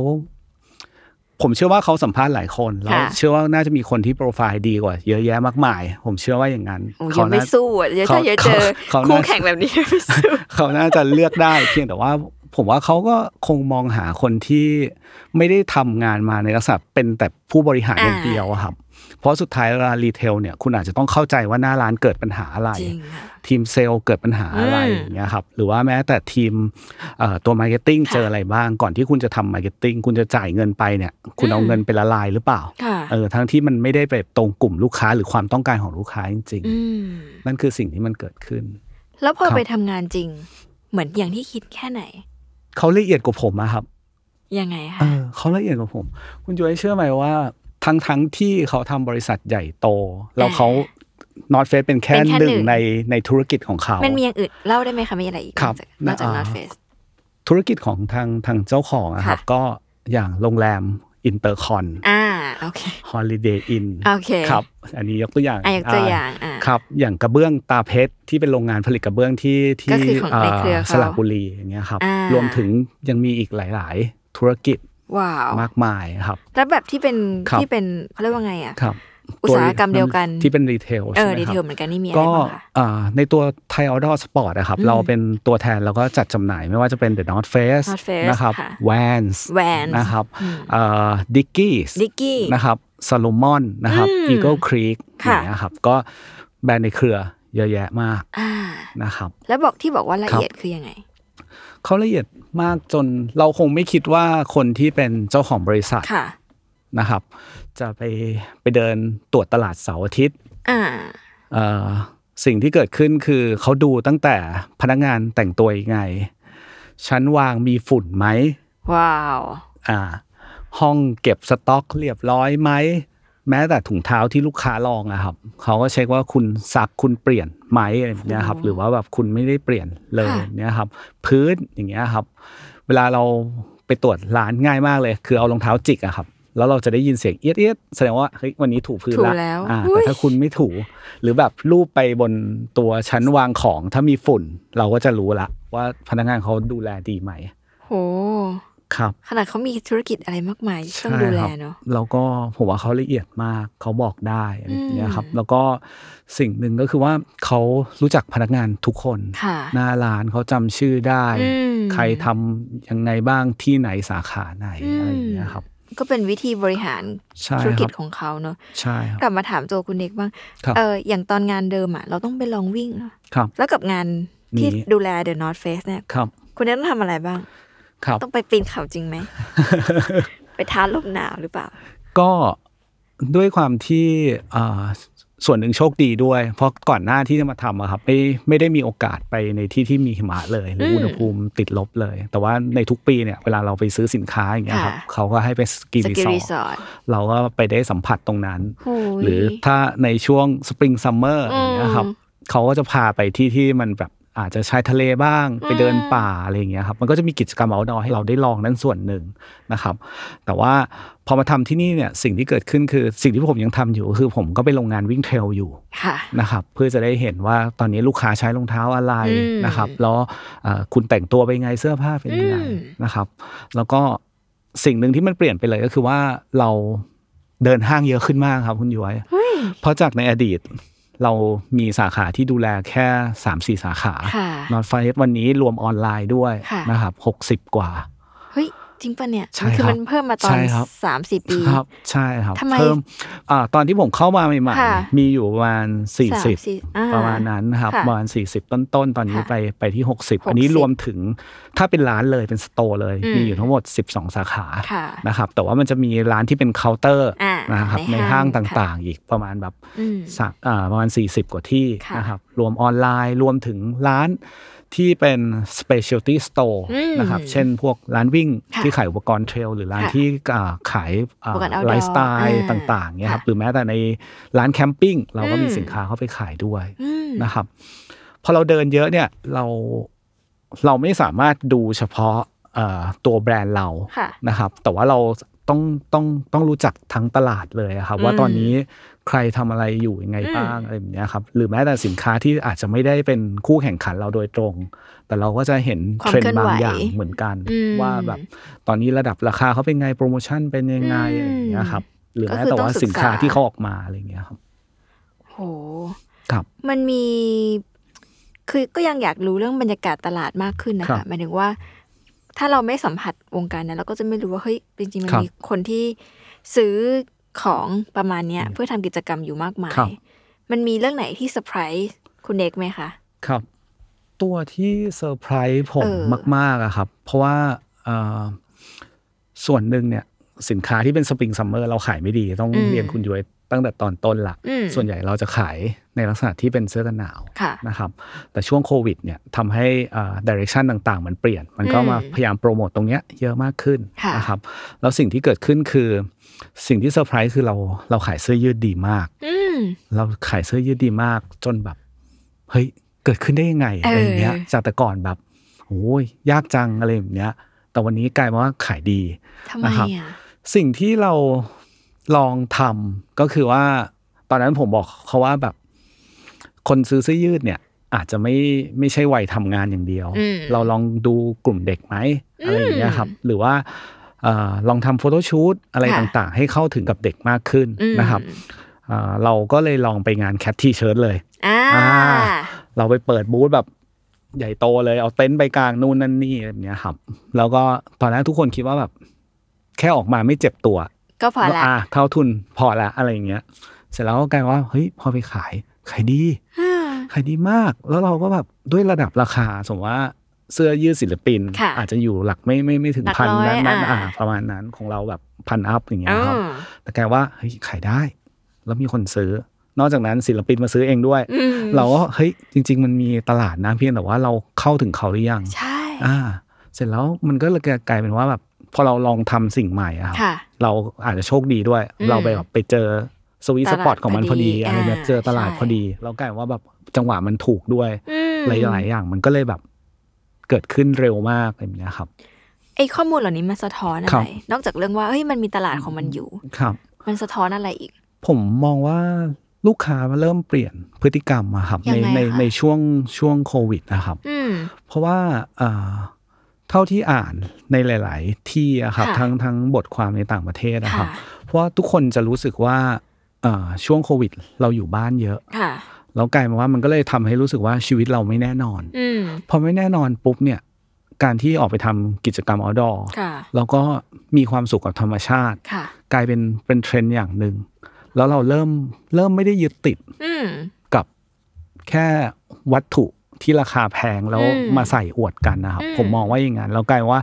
C: ผมเชื่อว่าเขาสัมภาษณ์หลายคนแล้ว
B: ค่ะ
C: เชื่อว่าน่าจะมีคนที่โปรไฟล์ดีกว่า เยอะแยะมากมาย ผมเชื่อว่าอย่างนั้น
B: โอ้ย
C: เขา
B: งไม่
C: น่า
B: สู้อ่ะเดี๋ยวถ้าเดี๋ยวเจ
C: เขา
B: อ
C: เขา
B: คู่
C: น่า
B: แข่งแบบนี้ไม่สู้
C: เขาน่าจะเลือกได้ เพียงแต่ว่า ผมว่าเขาก็คงมองหาคนที่ไม่ได้ทำงานมาในลักษณะเป็นแต่ผู้บริหารอย่าง
B: อ่า
C: เดียวอะครับ เพราะสุดท้ายเวลารีเทลเนี่ยคุณอาจจะต้องเข้าใจว่าหน้าร้านเกิดปัญหาอะไร
B: จริงอ่ะ
C: ทีมเซลล์เกิดปัญหาอะไร
B: อืม
C: อย่างเงี้ยครับหรือว่าแม้แต่ทีมเอ่อตัวมาร์เก็ตติ้งเจออะไรบ้าง ก่อนที่คุณจะทำมาร์เก็ตติ้งคุณจะจ่ายเงินไปเนี่ยคุณเอา
B: อืม
C: เงินไปละลายหรือเปล่า
B: ค่ะ
C: เออทั้งที่มันไม่ได้ไปตรงกลุ่มลูกค้าหรือความต้องการของลูกค้าจริง
B: อืม
C: ๆ นั่นคือสิ่งที่มันเกิดขึ้น
B: แล้วพอ
C: ครับ
B: ไปทำงานจริง เหมือนอย่างที่คิดแค่ไหน
C: เขาละเอียดกว่าผมอะครับ
B: ยังไง
C: เอ
B: คะ
C: อเขาละเอียดกว่าผม คุณจอยเชื่อไหมว่า ทั้งทั้งๆที่เขาทำบริษัทใหญ่โต แล้วเขานอตเฟสเป็นแค่หนึ่งในในธุรกิจของเขา
B: มันมีอย่างอื่นเล่าได้ไหมคะมีอะไรอีก
C: ครับ
B: นอกจากน
C: อ่า
B: อตเฟส
C: ธุรกิจของทางทางเจ้าของอะครับ
B: ค่ะ
C: ก็อย่างโรงแรมอินเตอร์คอน
B: อ่า โอเค
C: ฮอลิเดย์อิน
B: โอเค
C: ครับ อันนี้ยกตัวอย่าง
B: อ่ะยกตัวอย่างอ่ะ
C: ครับ อย่างกระเบื้องตาเพชรที่เป็นโรงงานผลิตกระเบื้องที่ที่
B: ก็คือของในเครือ
C: อ่า
B: เขา
C: สระบุรีอย่างเงี้ยครับ
B: อ่าร
C: รวมถึงยังมีอีกหลาย ๆ ธุรกิจ
B: ว้าว
C: มากมายครับ
B: แล้วแบบที่เป็น
C: ครับ
B: ที่เป็นเขาเรียกว่าไงอ่ะ
C: ครับ
B: อุตสาหกรรมเดียวกัน
C: ที่เป็นรีเทล
B: เอ
C: ใช่
B: อ
C: ไหม
B: ดี
C: ค
B: เท
C: รั
B: ล
C: บ
B: เหมือนกันนี่มีอะไร
C: ก็
B: บ้างคะ
C: อ่าในตัว Thai Outdoor Sport นะครับ เราเป็นตัวแทนแล้วก็จัดจำหน่ายไม่ว่าจะเป็น The North Face
B: North Face
C: นะครับ
B: ค่ะ
C: Vans
B: Vans
C: นะครับดิกกี้
B: ดิกกี้
C: นะครับ Salomon นะครับ
B: อืม
C: Eagle Creek อ
B: ค่ะ
C: ย่างเงี้ยครับก็แบรนด์ในเครือเยอะแยะมาก
B: อ่า
C: นะครับ
B: แล้วบอกที่บอกว่าละ
C: ครับ
B: เอียดคือยังไง
C: เขาละเอียดมากจนเราคงไม่คิดว่าคนที่เป็นเจ้าของบริษัท
B: ค่ะ
C: นะครับ จะไปไปเดินตรวจตลาดเสาร์อาทิตย์
B: อ่า
C: เอ่อสิ่งที่เกิดขึ้นคือเขาดูตั้งแต่พนักงานแต่งตัวยังไง ชั้นวางมีฝุ่นไหม
B: ว้าว
C: อ่า ห้องเก็บสต็อกเรียบร้อยไหม แม้แต่ถุงเท้าที่ลูกค้าลองอะครับเขาก็เช็คว่าคุณซักคุณเปลี่ยนไหมอะไรแบบเนี้ยครับ หรือว่าแบบคุณไม่ได้เปลี่ยนเลย
B: ค่ะ
C: เนี่ยครับ พื้นอย่างเงี้ยครับ เวลาเราไปตรวจร้านง่ายมากเลย คือเอารองเท้าจิกอะครับ แล้วเราจะได้ยินเสียงเอียดเอียดแสดงว่าเฮ้ยวันนี้ถูพื้น
B: ถู
C: ละ
B: แล้ว
C: อ่า
B: อุ๊
C: แต่
B: ย
C: ถ้าคุณไม่ถู หรือแบบรูปไปบนตัวชั้นวางของ ถ้ามีฝุ่น เราก็จะรู้ละว่าพนักงานเขาดูแลดีไหม
B: โห
C: ครับ
B: ขนาดเขามีธุรกิจอะไรมากมายที่ต้องดูแล
C: ใช่ครับ
B: เนาะ
C: แล้วก็ผมว่าเขาละเอียดมากเขาบอกได้อะไรอย่างเงี้ยครับ
B: อืม
C: แล้วก็สิ่งหนึ่งก็คือว่าเขารู้จักพนักงานทุกคน
B: ค่ะ
C: หน้าร้านเขาจำชื่อได้
B: อืม
C: ใครทำยังไงบ้างที่ไหนสาขาไหนอะไรอย่างเงี้ยครับ
B: ก็เป็นวิธีบริหาร
C: ใช่
B: ธุร
C: ค
B: กิ
C: รั
B: จ
C: บ
B: ของเขาเนาะ
C: ใช่ค
B: ก
C: รับ
B: ลับมาถามตัวคุณเอกบ้าง
C: ครับ
B: เออ อย่างตอนงานเดิมอ่ะ เราต้องไปลองวิ่งเนาะ
C: ครับ
B: แล้วกับงานที่
C: นี่
B: ดูแล The North Face เนี่ย
C: ครับ
B: คุณเอกต้องทำอะไรบ้าง
C: ครับ
B: ต้องไปปีนเขาจริ งไหม ไปท้าลมหนาวหรือเปล่า
C: ก็ด้วยความที่อ่าส่วนหนึ่งโชคดีด้วย เพราะก่อนหน้าที่จะมาทำอะครับไม่ไม่ได้มีโอกาสไปในที่ที่มีหิมะเลย หรือ
B: ม
C: อุณหภูมิติดลบเลย แต่ว่าในทุกปีเนี่ยเวลาเราไปซื้อสินค้าอย่างเงี้ยครับ
B: ค่ะ
C: เขาก็ให้ไปสกี
B: ส
C: รี
B: กี
C: สอ
B: รี
C: ร์
B: ส
C: ท
B: อร์ท
C: เราก็ไปได้สัมผัสตรงนั้น
B: โอ้ย
C: หรือถ้าในช่วงสปริงซัมเมอร์
B: อื
C: อ
B: ม
C: ย่างเงี้ยครับเขาก็จะพาไปที่ที่มันแบบ อาจจะชายทะเลบ้างไปเดินป่าอะไรอย่างเงี้ยครับมันก็จะมีกิจกรรม outdoor ให้เราได้ลองนั่นส่วนหนึ่งนะครับ แต่ว่าพอมาทำที่นี่เนี่ยสิ่งที่เกิดขึ้นคือสิ่งที่ผมยังทำอยู่ก็คือผมก็ไปโรงงานวิ่งเทรลอยู่
B: ค่ะ
C: นะครับเพื่อจะได้เห็นว่าตอนนี้ลูกค้าใช้รองเท้าอะไร
B: อืม
C: นะครับแล้วเอ่อคุณแต่งตัวไปยังไงเสื้อผ้าเป็นยังไง
B: อืม
C: นะครับ แล้วก็สิ่งหนึ่งที่มันเปลี่ยนไปเลยก็คือว่าเราเดินห้างเยอะขึ้นมากครับคุณย้อย
B: เฮ้ย
C: เพราะจากในอดีตเรามีสาขาที่ดูแลแค่ 3 4 สาขาน
B: ค่ะ
C: นอตไฟวันนี้รวมออนไลน์ด้วย
B: ค่ะ
C: นะครับ60 กว่า
B: เฮ้ยจริงปะเนี่ย
C: ใช่
B: มันคือ
C: ครับ
B: มันเพิ่มมาตอน
C: ใช่ครับ
B: สามสี่ปี
C: ครับใช่ครับ
B: ทำไม
C: เพิ่มอาตอนที่ผมเข้ามาใหม่
B: ค่ะ
C: ๆมีอยู่ประมาณ
B: สาม
C: 40
B: สี่อ่
C: ประมาณนั้นนะครับ
B: ค่ะ
C: ประมาณ 40 ต้นต้นๆตอนนี้
B: ค่ะ
C: ไปไปที่
B: หกสิบ
C: 60 อันนี้รวมถึงถ้าเป็นร้านเลยเป็นสโตร์เลย
B: อืม
C: มีอยู่ทั้งหมด 12 สาขา
B: ค่ะ
C: นะครับแต่ว่ามันจะมีร้านที่เป็นเคาน์เตอร์
B: อ่า
C: นะครับ
B: ใน
C: ใน
B: ห้า
C: ห้าง ง
B: ค่ะ
C: ต่างๆ อีกประมาณแบบ
B: อืม
C: สักอ่าประมาณ 40 กว่าที่
B: ค่ะ
C: นะครับรวมออนไลน์รวมถึงร้านที่เป็น specialty store
B: อืม
C: นะครับเช่นพวกร้านวิ่ง
B: ค่ะ
C: ที่ขายอุปกรณ์เทรลหรือร้าน
B: ค่ะ
C: ที่อ่าขายอ่า
B: อุปกรณ์ outdoor
C: ไลฟ์สไตล์
B: อ่า
C: ต่างๆเนี่ยครั
B: ค่ะ
C: บหรือแม้แต่ในร้านแคมปิ้งเราก็มี
B: อืม
C: สินค้าเข้าไปขายด้วย
B: อืม
C: นะครับพอเราเดินเยอะเนี่ยเราเราไม่สามารถดูเฉพาะเอ่อตัวแบรนด์เรา
B: ค่ะ
C: นะครับ แต่ว่าเราต้องต้องต้องรู้จักทั้งตลาดเลยอะครับ
B: อืม
C: ว่าตอนนี้ใครทำอะไรอยู่ยังไงบ้าง
B: อืม
C: อะไรแบบเนี้ยครับหรือแม้แต่สินค้าที่อาจจะไม่ได้เป็นคู่แข่งขันเราโดยตรง แต่เราก็จะเห็นเทรนด์บางอย่างเหมือนกัน
B: อืม
C: ว่าแบบตอนนี้ระดับราคาเขาเป็นไงโปรโมชั่นเป็นยังไงอะไรอย่างเงี้ยครับหรือแม้แต่ว่าสินค้าที่เขาออกมาอะไรอย่างเงี้ยครับ
B: โห
C: ครับ
B: มันมีคือก็ยังอยากรู้เรื่องบรรยากาศตลาดมากขึ้นนะ
C: ครั
B: คะ
C: บ
B: หมายถึงว่า ถ้าเราไม่สัมผัสวงการนั้นเราก็จะไม่รู้ว่าเฮ้ยจริงๆมัน
C: ครับ
B: มีคนที่ซื้อของประมาณเนี้ย เพื่อทำกิจกรรมอยู่มากมา
C: ครั
B: ย
C: บ
B: มันมีเรื่องไหนที่เซอร์ไพรส์คุณเอกไหมคะ
C: ครับ ตัวที่เซอร์ไพรส์ผม
B: เออ
C: มาก ๆอะครับ เพราะว่าเอ่อส่วนหนึ่งเนี่ยสินค้าที่เป็นสปริงซัมเมอร์เราขายไม่ดี ต้องเรียนคุณย้อยตั้งแต่ตอนต้นละ
B: อืม
C: ส่วนใหญ่เราจะขายในลักษณะที่เป็นเสื้อกันหนาว
B: ค่ะ
C: นะครับ แต่ช่วงโควิดเนี่ยทำให้ดิเรกชันต่างๆ มันเปลี่ยน มันก็
B: อืม
C: มาพยายามโปรโมตตรงเนี้ยเยอะมากขึ้น
B: ค่ะ
C: นะครับ แล้วสิ่งที่เกิดขึ้นคือ สิ่งที่เซอร์ไพรส์คือเราเราขายเสื้อยืดดีมาก
B: อืม
C: เราขายเสื้อยืดดีมากจนแบบ เฮ้ย เกิดขึ้นได้ยังไง
B: เอออ
C: อะไรอย่างเงี้ย จากแต่ก่อนแบบโอ้ยยากจังอะไรแบบเนี้ย แต่วันนี้กลายมาว่าขายดี
B: ทำไม
C: นะครับ
B: อ่ะ
C: สิ่งที่เราลองทำก็คือว่า ตอนนั้นผมบอกเขาว่าแบบ คนซื้อเสื้อยืดเนี่ย อาจจะไม่ไม่ใช่วัยทำงานอย่างเดียว
B: อืม
C: เราลองดูกลุ่มเด็กไหมอะไรอย่างเงี้ยครับ หรือว่าเอ่อลองทำโฟโต้ชูตอะไร
B: ค่ะ
C: ต่างๆ ให้เข้าถึงกับเด็กมากขึ้น
B: อืม
C: นะครับ อ่าเราก็เลยลองไปงานแคททีเชิ t เลย
B: อ่า
C: อ่า เราไปเปิดบูธแบบใหญ่โตเลย เอาเต็นท์ไปกลางนู่นนั่นนี่อะไรแบบเนี้ยครับ แล้วก็ตอนนั้นทุกคนคิดว่าแบบ แค่ออกมาไม่เจ็บตัว
B: ก็พอละ
C: อ่าเท่าทุนพอละอะไรอย่างเงี้ย เสร็จแล้วก็กลายว่าเฮ้ยพอไปขายขายดี
B: อ่า
C: ขายดีมาก แล้วเราก็แบบด้วยระดับราคา สมมติว่าเสื้อยืดศิลปิน
B: ค่ะ
C: อาจจะอยู่หลักไม่ไม่ไม่ถึง
B: หลัก
C: พัน
B: ร้อย
C: นั้นนั้น
B: อ่า
C: อ่า ประมาณนั้นของเราแบบพันอัพอย่างเงี้ยครับ
B: อืม
C: แต่แกว่าเฮ้ยขายได้ แล้วมีคนซื้อ นอกจากนั้นศิลปินมาซื้อเองด้วย
B: อืม
C: เราก็เฮ้ยจริง ๆ มันมีตลาดนะเพียงแต่ว่าเราเข้าถึงเขาหรือยัง
B: ใช่
C: อ่า เสร็จแล้วมันก็เลยกลายเป็นว่าแบบพอเราลองทำสิ่งใหม่อะครับ
B: ค่ะ
C: เราอาจจะโชคดีด้วย
B: อืม
C: เราไปแบบไปเจอสวีทสปอตของมันพอดี
B: ตลาดพอดี
C: อะไรแบบเจอตลาด
B: ใช่
C: พอดีเรากลายเป็นว่าแบบจังหวะมันถูกด้วย
B: อืม
C: หลายๆอย่างมันก็เลยแบบเกิดขึ้นเร็วมากอะไรอย่างเงี้ยครับ
B: ไอ้ข้อมูลเหล่านี้มันสะท้อนอะ
C: ครั
B: ไร
C: บ
B: นอกจากเรื่องว่าเฮ้ยมันมีตลาดของมันอยู่
C: ครับ
B: มันสะท้อนอะไรอีก
C: ผมมองว่าลูกค้ามันเริ่มเปลี่ยนพฤติกรรมอะครับ
B: ยั
C: ใน
B: งไง
C: ใน
B: คะ
C: ในช่วงช่วงโควิดนะครับ
B: อืม
C: เพราะว่าเอ่อเท่าที่อ่านในหลาย ๆ ที่อะครับ
B: ค่ะ
C: ทั้งทั้งบทความในต่างประเทศนะครับ
B: ค่ะ
C: เพราะว่าทุกคนจะรู้สึกว่าเอ่อช่วงโควิด เราอยู่บ้านเยอะ
B: ค่ะ
C: แล้วกลายมาว่ามันก็เลยทำให้รู้สึกว่าชีวิตเราไม่แน่นอน
B: อืม
C: พอไม่แน่นอนปุ๊บเนี่ยการที่ออกไปทำกิจกรรม outdoor
B: ค่ะ
C: แล้วก็มีความสุขกับธรรมชาติ
B: ค่ะ
C: กลายเป็นเป็นเทรนด์อย่างหนึ่ง แล้วเราเริ่มเริ่มไม่ได้ยึดติด
B: อืม
C: กับแค่วัตถุที่ราคาแพงแล้ว
B: อืม
C: มาใส่อวดกันนะครับ
B: อืม
C: ผมมองว่าอย่างนั้นแล้วกลายว่า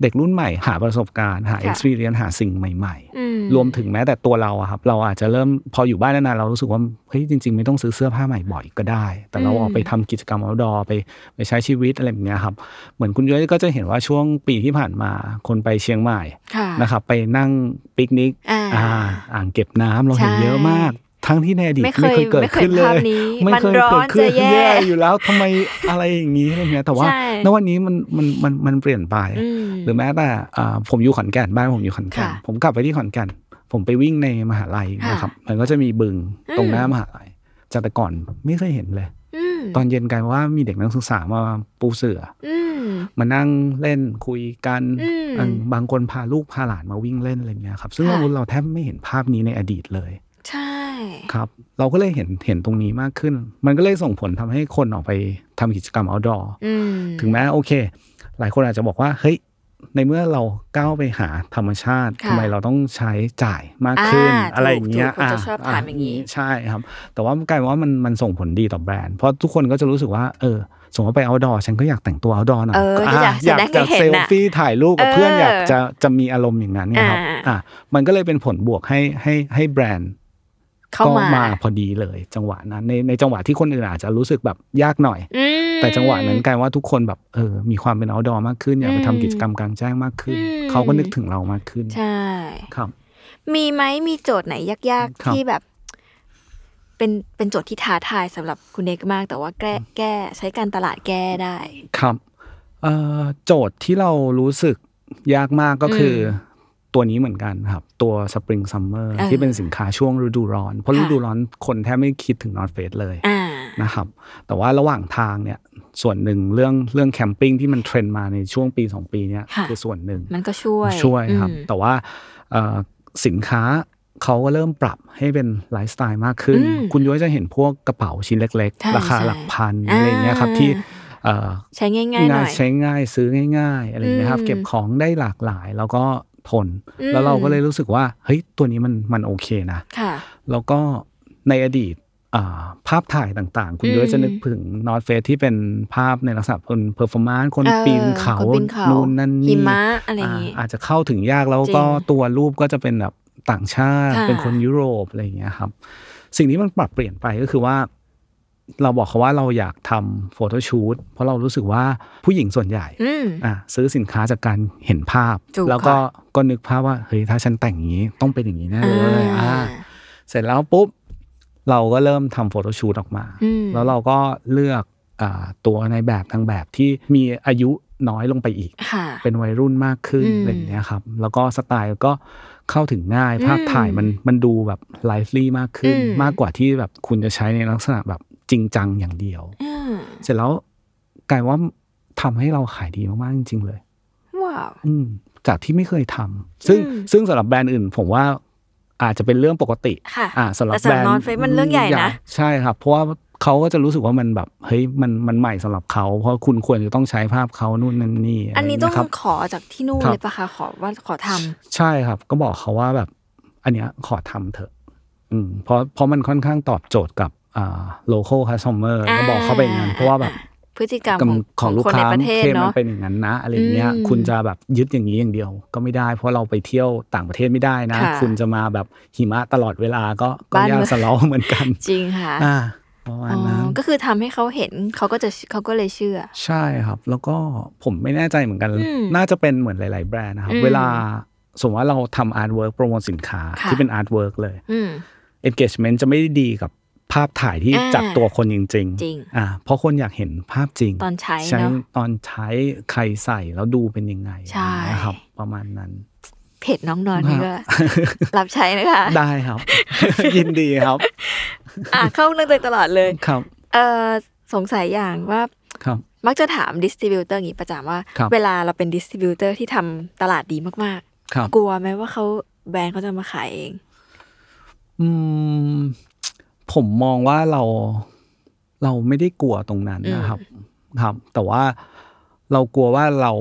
C: เด็กรุ่นใหม่หาประสบการณ์หา
B: ค่ะ
C: experience หาสิ่งใหม่
B: อืม
C: ๆ รวมถึงแม้แต่ตัวเราอะครับ เราอาจจะเริ่มพออยู่บ้านนานๆเรารู้สึกว่าเฮ้ยจริง ๆ ไม่ต้องซื้อเสื้อผ้าใหม่บ่อยก็ได้ แต่เราออกไปทำกิจกรรม outdoor ไปไปใช้ชีวิตอะไรแบบเนี้ยครับ เหมือนคุณย้อยก็จะเห็นว่าช่วงปีที่ผ่านมาคนไปเชียงใหม่
B: ค่ะ
C: นะครับไปนั่งปิกนิก
B: อ่า
C: อ่าอ่างเก็บน้ำเราเห็น
B: ใช่
C: เยอะมาก ทั้งที่ในอดีต
B: ไม่
C: ไม่
B: เคย
C: เคยเกิด
B: ไม่เคย
C: ขึ้นเล
B: ภาพ
C: ย
B: นี้
C: ไม่
B: มัน
C: เคย
B: ร้อน
C: เกิดขึ้น
B: จะแย่
C: แย่อยู่แล้วทำไมอะไรอย่างนี้อะไรเงี้ยแต่ว่า
B: ใช่
C: ณวันนี้มันมันมันมันเปลี่ยนไป
B: อืม
C: หรือแม้แต่อ่าผมอยู่ขอนแก่นบ้านผมอยู่ขอนแก่น
B: ค่ะ
C: ผมกลับไปที่ขอนแก่นผมไปวิ่งในมหาลัย
B: ค่ะ
C: นะครับ มันก็จะมีบึงตร
B: อื
C: ง
B: ม
C: หน้ามหาลัยจากแต่ก่อนไม่เคยเห็นเลย
B: อืม
C: ตอนเย็นกลายว่ามีเด็กนักศึกษามาปูเสือ
B: อืม
C: มานั่งเล่นคุยกัน
B: อืม
C: เออบางคนพาลูกพาหลานมาวิ่งเล่นอะไรเงี้ยครับ ซึ่ง
B: ค่ะ
C: เราเราแทบไม่เห็นภาพนี้ในอดีตเลย
B: ใช่
C: ครับ เราก็เลยเห็นเห็นตรงนี้มากขึ้น มันก็เลยส่งผลทำให้คนออกไปทำกิจกรรม outdoor
B: อืม
C: ถึงแม้โอเค หลายคนอาจจะบอกว่า เฮ้ย ในเมื่อเราก้าวไปหาธรรมชาติ
B: ะ
C: ทำไมเราต้องใช้จ่ายมากขึ้น
B: อ่า
C: อะไรอย่างเงี้ย
B: ถูกๆคนจะชอบถามอย่างงี้
C: ใช่ครับ แต่ว่ามันกลายเป็นว่ามันมันส่งผลดีต่อแบรนด์ เพราะทุกคนก็จะรู้สึกว่า เออสมมติว่าไป outdoor ฉันก็อยากแต่งตัว outdoor หน่อย
B: เออก็อยากแส
C: อยาก
B: ดงให้
C: จะ
B: เห็น
C: เซล
B: น่ะ
C: ฟี่ถ่ายรูปกับ
B: เออ
C: เพื่อนอยากจะจะมีอารมณ์อย่างนั้นเนะครับ
B: อ่า
C: อ่ะมันก็เลยเป็นผลบวกให้ให้ให้แบรนด์
B: เข้า
C: ก็
B: มา
C: มาพอดีเลย จังหวะนั้นในในจังหวะที่คนอื่นอาจจะรู้สึกแบบยากหน่อย
B: อืม
C: แต่จังหวะนั้นกลายว่าทุกคนแบบเออมีความเป็น outdoor มากขึ้น อยากไป
B: อืม
C: ทำกิจกรรมกลางแจ้งมากขึ้น
B: อืม
C: เขาก็นึกถึงเรามากขึ้น
B: ใช่
C: ครับ
B: มีไหมมีโจทย์ไหนยาก
C: ค
B: ๆ
C: รับ
B: ที่แบบ เป็นเป็นโจทย์ที่ท้าทายสำหรับคุณเด็กมาก แต่ว่าแก้แก้ใช้การตลาดแก้ได้
C: ครับเอ่อโจทย์ที่เรารู้สึกยากมากก็คืออตัวนี้เหมือนกันครับ ตัว Spring Summer
B: เออ
C: ที่เป็นสินค้าช่วงฤดูร้อน เพราะ
B: ค่ะ
C: ฤดูร้อนคนแทบไม่คิดถึง North Face เลย
B: อ่า
C: นะครับแต่ว่าระหว่างทางเนี่ยส่วนหนึ่งเรื่องเรื่องแคมปิ้งที่มันเทรนด์มาในช่วงปี 2 ปีเนี่ย
B: ค่ะ
C: อส่วนหนึ่ง
B: มันก็ช่วย
C: ช่วยครับ
B: อืม
C: แต่ว่าเอ่อสินค้าเขาก็เริ่มปรับให้เป็นไลฟ์สไตล์มากขึ้น
B: อืม
C: คุณย้อยจะเห็นพวกกระเป๋าชิ้นเล็ก
B: ใช่
C: ๆ ราคาหลักพัน
B: ใช่
C: อะไรอย่างเงี้ยครับ
B: อ่า
C: ที่เอ่อ
B: ใช้ง่ายๆหน่อย
C: ใช้ง่ายซื้อง่าย ๆอะไรอย่างเงี้ยครับ
B: อืม
C: เก็บของได้หลากหลายแล้วก็ทน
B: อืม
C: แล้วเราก็เลยรู้สึกว่าเฮ้ยตัวนี้มันมันโอเคนะ
B: ค่ะ
C: แล้วก็ในอดีตอ่าภาพถ่ายต่างๆ คุณ
B: อืม
C: ย้อยจะนึกถึงนอตเฟสที่เป็นภาพในลักษณะคนเพอร์ฟอร์มานซ์คน
B: เออ
C: ปีนเขา
B: คนปีนเขา
C: นู่นนั่นนี่
B: หิมะอะไรอย่างงี้
C: าอาจจะเข้าถึงยากแล้ว
B: จริง
C: ก็ตัวรูปก็จะเป็นแบบต่างชาติ
B: ค่ะ
C: เป็นคนยุโรปอะไรอย่างเงี้ยครับ สิ่งที่มันปรับเปลี่ยนไปก็คือว่า เราบอกเขาว่าเราอยากทำโฟโต้ชูตเพราะเรารู้สึกว่าผู้หญิงส่วนใหญ่
B: อืม
C: อ่ะซื้อสินค้าจากการเห็นภาพ
B: ถูก
C: แล้วก็
B: ค่ะ
C: ก็นึกภาพว่าเฮ้ยถ้าฉันแต่งอย่างนี้ต้องเป็นอย่างนี้แน่เลย
B: อ่า
C: อ่า เสร็จแล้วปุ๊บ เราก็เริ่มทำโฟโต้ชูตออกมา
B: อืม
C: แล้วเราก็เลือกอาตัวในแบบทางแบบที่มีอายุน้อยลงไปอีก
B: ค่ะ
C: เป็นวัยรุ่นมากขึ้น
B: อืม
C: อะไรอย่างเงี้ยครับ แล้วก็สไตล์ก็เข้าถึงง่าย
B: อืม
C: ภาพถ่ายมันมันดูแบบไลฟ์ลี่มากขึ้น
B: อืม
C: มากกว่าที่แบบคุณจะใช้ในลักษณะแบบจริงจังอย่างเดียว
B: อืม
C: เสร็จแล้วกลายว่าทำให้เราขายดีมากๆจริงๆเลย
B: ว้าว
C: อืมจากที่ไม่เคยทำซึ่ง
B: อืม
C: ซึ่งสำหรับแบรนด์อื่น ผมว่าอาจจะเป็นเรื่องปกติ
B: ค่ะ
C: อ่าสำหรับ
B: แต่
C: แบร
B: สำหรับ
C: นด์
B: North Face มันเรื่องใหญ่นะ
C: ใช่ครับ เพราะว่าเขาก็จะรู้สึกว่ามันแบบเฮ้ยมันมันใหม่สำหรับเขา เพราะคุณควรจะต้องใช้ภาพเขานู่นนั่นนี่
B: อันนี้ต้อง
C: ะไรย่าเยครับ
B: ขอจากที่นู่น
C: ครับ
B: เลยปะคะขอว่าขอทำ
C: ใช่ครับ ก็บอกเขาว่าแบบอันเนี้ยขอทำเถอะ อืมเพราะเพราะมันค่อนข้างตอบโจทย์กับอ่า local customer
B: อ่า
C: ก็บอกเขาไปอย่างนั้นเพราะว่าแบบ
B: พฤติกรรมของ
C: ของลูก
B: คน
C: ค้า
B: ในประเทศ
C: ทศมั
B: เนาะ
C: นเป็นอย่างนั้นนะอะไรอย่างเงี้ย
B: อืม
C: คุณจะแบบยึดอย่างนี้อย่างเดียว ก็ไม่ได้ เพราะเราไปเที่ยวต่างประเทศไม่ได้นะ
B: ค่ะ
C: คุณจะมาแบบหิมะตลอดเวลาก็ก็
B: บ้าน
C: ยา
B: เมื
C: ก
B: อง
C: สะเลาะเหมือนกัน
B: จริงค่ะ
C: อ่าประมาณ
B: อ๋
C: นั้น
B: อก็คือทำให้เขาเห็นเขาก็จะเขาก็เลยเชื่อ
C: ใช่ครับ แล้วก็ผมไม่แน่ใจเหมือนกัน
B: อืม
C: น่าจะเป็นเหมือนหลาย ๆ แบรนด์นะครับ
B: อืม
C: เวลาสมมติว่าเราทำอาร์ตเวิร์กโปรโมทสินค้า
B: ค่ะ
C: ที่เป็นอาร์ตเวิร์กเลย
B: อืม
C: engagement จะไม่ได้ดีกับภาพถ่ายที่
B: อ่า
C: จากตัวคนจริง
B: จริง
C: อ่าเพราะคนอยากเห็นภาพจริง
B: ตอนใช้
C: ใช้
B: เนาะ
C: ตอนใช้ใครใส่แล้วดูเป็นยังไง
B: ใช่
C: นะครับ ประมาณนั้น
B: เพจน้องนอนนี่ก็ รับใช้นะคะ
C: ได้ ครับ ยินดีครับ
B: อ่ะเข้าเรื่องตัวเองตลอดเลย
C: ครับ
B: เออสงสัยอย่างว่า
C: ครับ
B: มักจะถามดิสติบิวเตอร์อย่างนี้ประจำว่า
C: ครับ
B: เวลาเราเป็นดิสติบิวเตอร์ที่ทำตลาดดีมาก
C: ครับ
B: ๆ กลัวไหมว่าเขาแบรนด์เขาจะมาขายเอง
C: อืมผมมองว่าเราเราไม่ได้กลัวตรงนั้นนะครับ ครับ แต่ว่าเรากลัวว่าเรา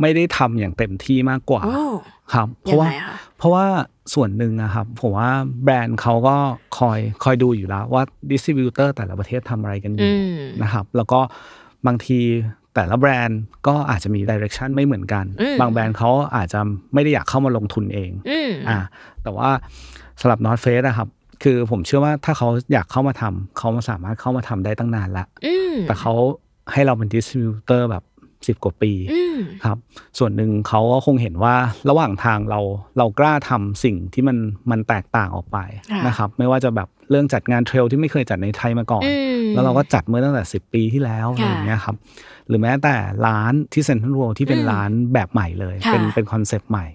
C: ไม่ได้ทำอย่างเต็มที่มากกว่า
B: โอ้
C: ครับ เพ
B: ยัง
C: ราะว่า
B: ไงคะ
C: เพราะว่าส่วนหนึ่งนะครับ ผมว่าแบรนด์เขาก็คอยคอยดูอยู่แล้วว่าดิสติบิวเตอร์แต่ละประเทศทำอะไรกันอยู่
B: อืม
C: นะครับแล้วก็บางทีแต่ละแบรนด์ก็อาจจะมีดิเรกชันไม่เหมือนกัน
B: อืม
C: บางแบรนด์เขาอาจจะไม่ได้อยากเข้ามาลงทุนเอง
B: อืม
C: อ่าแต่ว่าสำหรับ North Face อะครับ คือผมเชื่อว่าถ้าเขาอยากเข้ามาทำเขามาสามารถเข้ามาทำได้ตั้งนานละ
B: อืม
C: แต่เขาให้เราเป็นดิสติบิวเตอร์แบบ 10 กว่าปี
B: อืม
C: ครับส่วนหนึ่งเขาก็คงเห็นว่าระหว่างทางเราเรากล้าทำสิ่งที่มันมันแตกต่างออกไป
B: ค่ะ
C: นะครับไม่ว่าจะแบบ เรื่องจัดงานเทรลที่ไม่เคยจัดในไทยมาก่อน
B: อืม
C: แล้วเราก็จัดเมื่อตั้งแต่ 10 ปีที่แล้วอะไร
B: ค่ะ
C: อย่างเงี้ยครับ หรือแม้แต่ร้านที่เซ็นทรัลเวิลด์ที่เป็น
B: อืม
C: ร้านแบบใหม่เลย เป็น
B: ค่ะ
C: เป็นคอนเซปต์ใหม่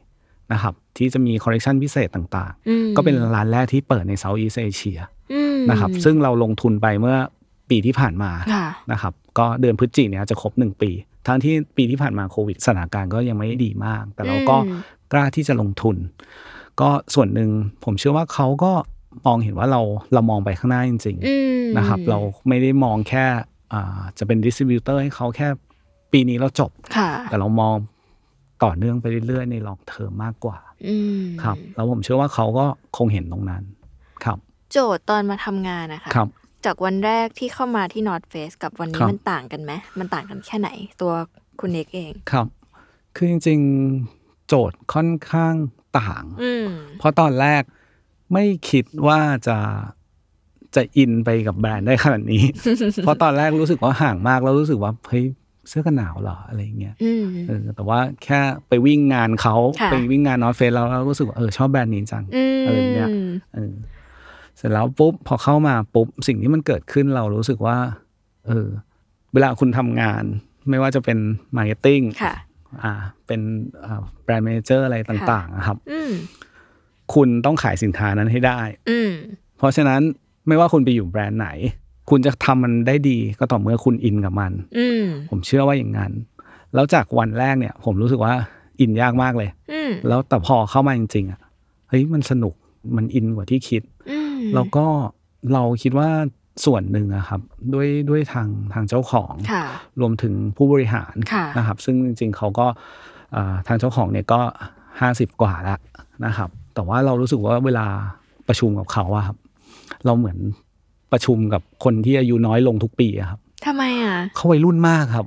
C: นะครับ ที่จะมีคอลเลกชันพิเศษต่าง
B: อืม
C: ๆ ก็เป็นร้านแรกที่เปิดในเซาท์อีสเอเชีย
B: อืม
C: นะครับ ซึ่งเราลงทุนไปเมื่อปีที่ผ่านมา
B: ค่ะ
C: นะครับก็เดือนพฤศจิกเนี่ยจะครบ 1 ปี ทั้งที่ปีที่ผ่านมาโควิดสถานการณ์ก็ยังไม่ดีมาก แต่เราก็
B: อืม
C: กล้าที่จะลงทุน ก็ส่วนหนึ่งผมเชื่อว่าเขาก็มองเห็นว่าเราเรามองไปข้างหน้าจริง
B: อืม
C: ๆ นะครับ เราไม่ได้มองแค่อ่าจะเป็นดิสติบิวเตอร์ให้เขาแค่ปีนี้เราจบ
B: ค่ะ
C: แต่เรามองต่อเนื่องไปเรื่อย ๆ ในลองเทอมมากกว่า
B: อืม
C: ครับแล้วผมเชื่อว่าเขาก็คงเห็นตรงนั้นครับ
B: โจทย์ตอนมาทำงานนะคะ
C: ครับ
B: จากวันแรกที่เข้ามาที่ North Face กับวัน
C: ค
B: นี้
C: รับ
B: มันต่างกันไหมมันต่างกันแค่ไหนตัวคุณเอกเอง
C: ครับ คือจริง ๆ โจทย์ค่อนข้างต่าง
B: อืม
C: เพราะตอนแรกไม่คิดว่าจะจะอินไปกับแบรนด์ได้ขนาดนี้ เพราะตอนแรกรู้สึกว่าห่างมากแล้วรู้สึกว่าเฮ้ยเสื้อกันหนาวเหรออะไรอย่างเงี้ย
B: อืม
C: เออแต่ว่าแค่ไปวิ่งงานเขา
B: ค่ะ
C: ไปวิ่งงานนอตเฟสแล้วเรารู้สึกว่าเออชอบแบรนด์นี้จัง
B: อืม
C: อะไรแบบเนี้ย เออเสร็จแล้วปุ๊บพอเข้ามาปุ๊บสิ่งที่มันเกิดขึ้นเรารู้สึกว่าเออเวลาคุณทำงาน ไม่ว่าจะเป็นมาร์เก็ตติ้ง
B: ค่ะ
C: อ่าเป็นแบรนด์ a ม a เจอร์อะไรต่างๆนะครับ
B: อืม
C: คุณต้องขายสินค้านั้นให้ได้
B: อืม
C: เพราะฉะนั้นไม่ว่าคุณไปอยู่แบรนด์ไหน คุณจะทำมันได้ดีก็ต่อเมื่อคุณอินกับมัน
B: อืม
C: ผมเชื่อว่าอย่างนั้น แล้วจากวันแรกเนี่ย ผมรู้สึกว่าอินยากมากเลย
B: อืม
C: แล้วแต่พอเข้ามาจริงๆอ่ะเฮ้ยมันสนุกมันอินกว่าที่คิด
B: อืม
C: แล้วก็เราคิดว่าส่วนหนึ่งอะครับ ด้วยด้วยทางทางเจ้าของ
B: ค่ะ
C: รวมถึงผู้บริหาร
B: ค่ะ
C: นะครับ ซึ่งจริงๆเขาก็เอ่อทางเจ้าของเนี่ยก็ 50 กว่าแล้วนะครับ แต่ว่าเรารู้สึกว่าเวลาประชุมกับเขาอะครับเราเหมือนประชุมกับคนที่อายุน้อยลงทุกปีอะครับ
B: ทำไมอ่ะ
C: เขาวัยรุ่นมากครับ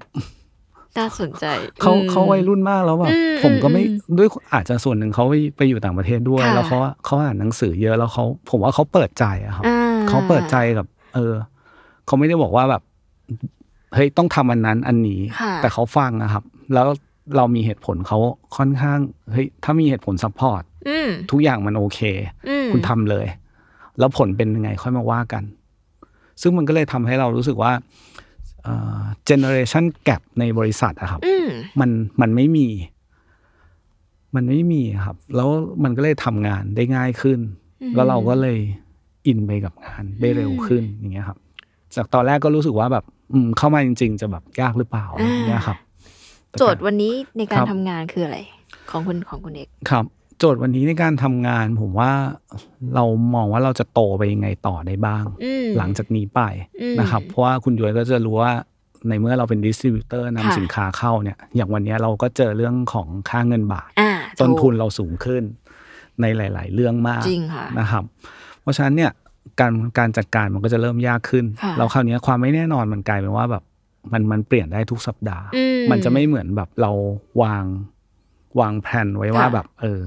B: น่าสนใจ
C: เขา
B: อืม
C: เขาวัยรุ่นมากแล้วแบบ
B: อืม
C: ผมก็ไม่
B: อืม
C: ด้วยอาจจะส่วนหนึ่งเขาไปไปอยู่ต่างประเทศด้วย
B: ค่ะ
C: แล้วเขาเขาอ่านหนังสือเยอะแล้วเขาผมว่าเขาเปิดใจอะครับ
B: อ่
C: เขาเปิดใจกับ เออ เขาไม่ได้บอกว่าแบบเฮ้ยต้องทำอันนั้นอันนี้
B: ค่ะ
C: แต่เขาฟังนะครับ แล้วเรามีเหตุผลเขาค่อนข้างเฮ้ยถ้ามีเหตุผลซัพพอร์ต
B: อืม
C: ทุกอย่างมันโอเค
B: อืม
C: คุณทำเลย แล้วผลเป็นยังไงค่อยมาว่ากัน ซึ่งมันก็เลยทำให้เรารู้สึกว่าเจเนอเรชันแกรในบริษัทอะครับ
B: อืม
C: มันมันไม่มี มันไม่มีครับ แล้วมันก็เลยทำงานได้ง่ายขึ้น
B: อืม
C: แล้วเราก็เลยอินไปกับงานได้เร็วขึ้นอย่างเงี้ยครับ จากตอนแรกก็รู้สึกว่าแบบ อืมเข้ามาจริง ๆ จะแบบยากหรือเปล่าอะไรอย่างเงี้ยครับ
B: โจทย์วันนี้ในการ
C: ครับ
B: ทำงานคืออะไร ของคุณของคุณเอก
C: ครับ โจทย์วันนี้ในการทำงาน ผมว่าเรามองว่าเราจะโตไปยังไงต่อได้บ้าง
B: อืม
C: หลังจากนี้ไป
B: อืม
C: นะครับ เพราะว่าคุณย้วยก็จะรู้ว่าในเมื่อเราเป็นดิสติบิวเตอร์
B: ค่ะ
C: นำสินค้าเข้าเนี่ย อย่างวันเนี้ยเราก็เจอเรื่องของค่าเงินบาท
B: อ่า
C: ต้น
B: ถูก
C: ทุนเราสูงขึ้นในหลาย ๆ เรื่องมาก
B: จริงค่ะ
C: นะครับ เพราะฉะนั้นเนี่ยการการจัดการมันก็จะเริ่มยากขึ้น
B: ค่ะ
C: เราคราวเนี้ยความไม่แน่นอนมันกลายเป็นว่าแบบมันมันเปลี่ยนได้ทุกสัปดาห์
B: อืม
C: มันจะไม่เหมือนแบบเราวางวางแผนไว้ว่า
B: ค่ะ
C: แบบเออ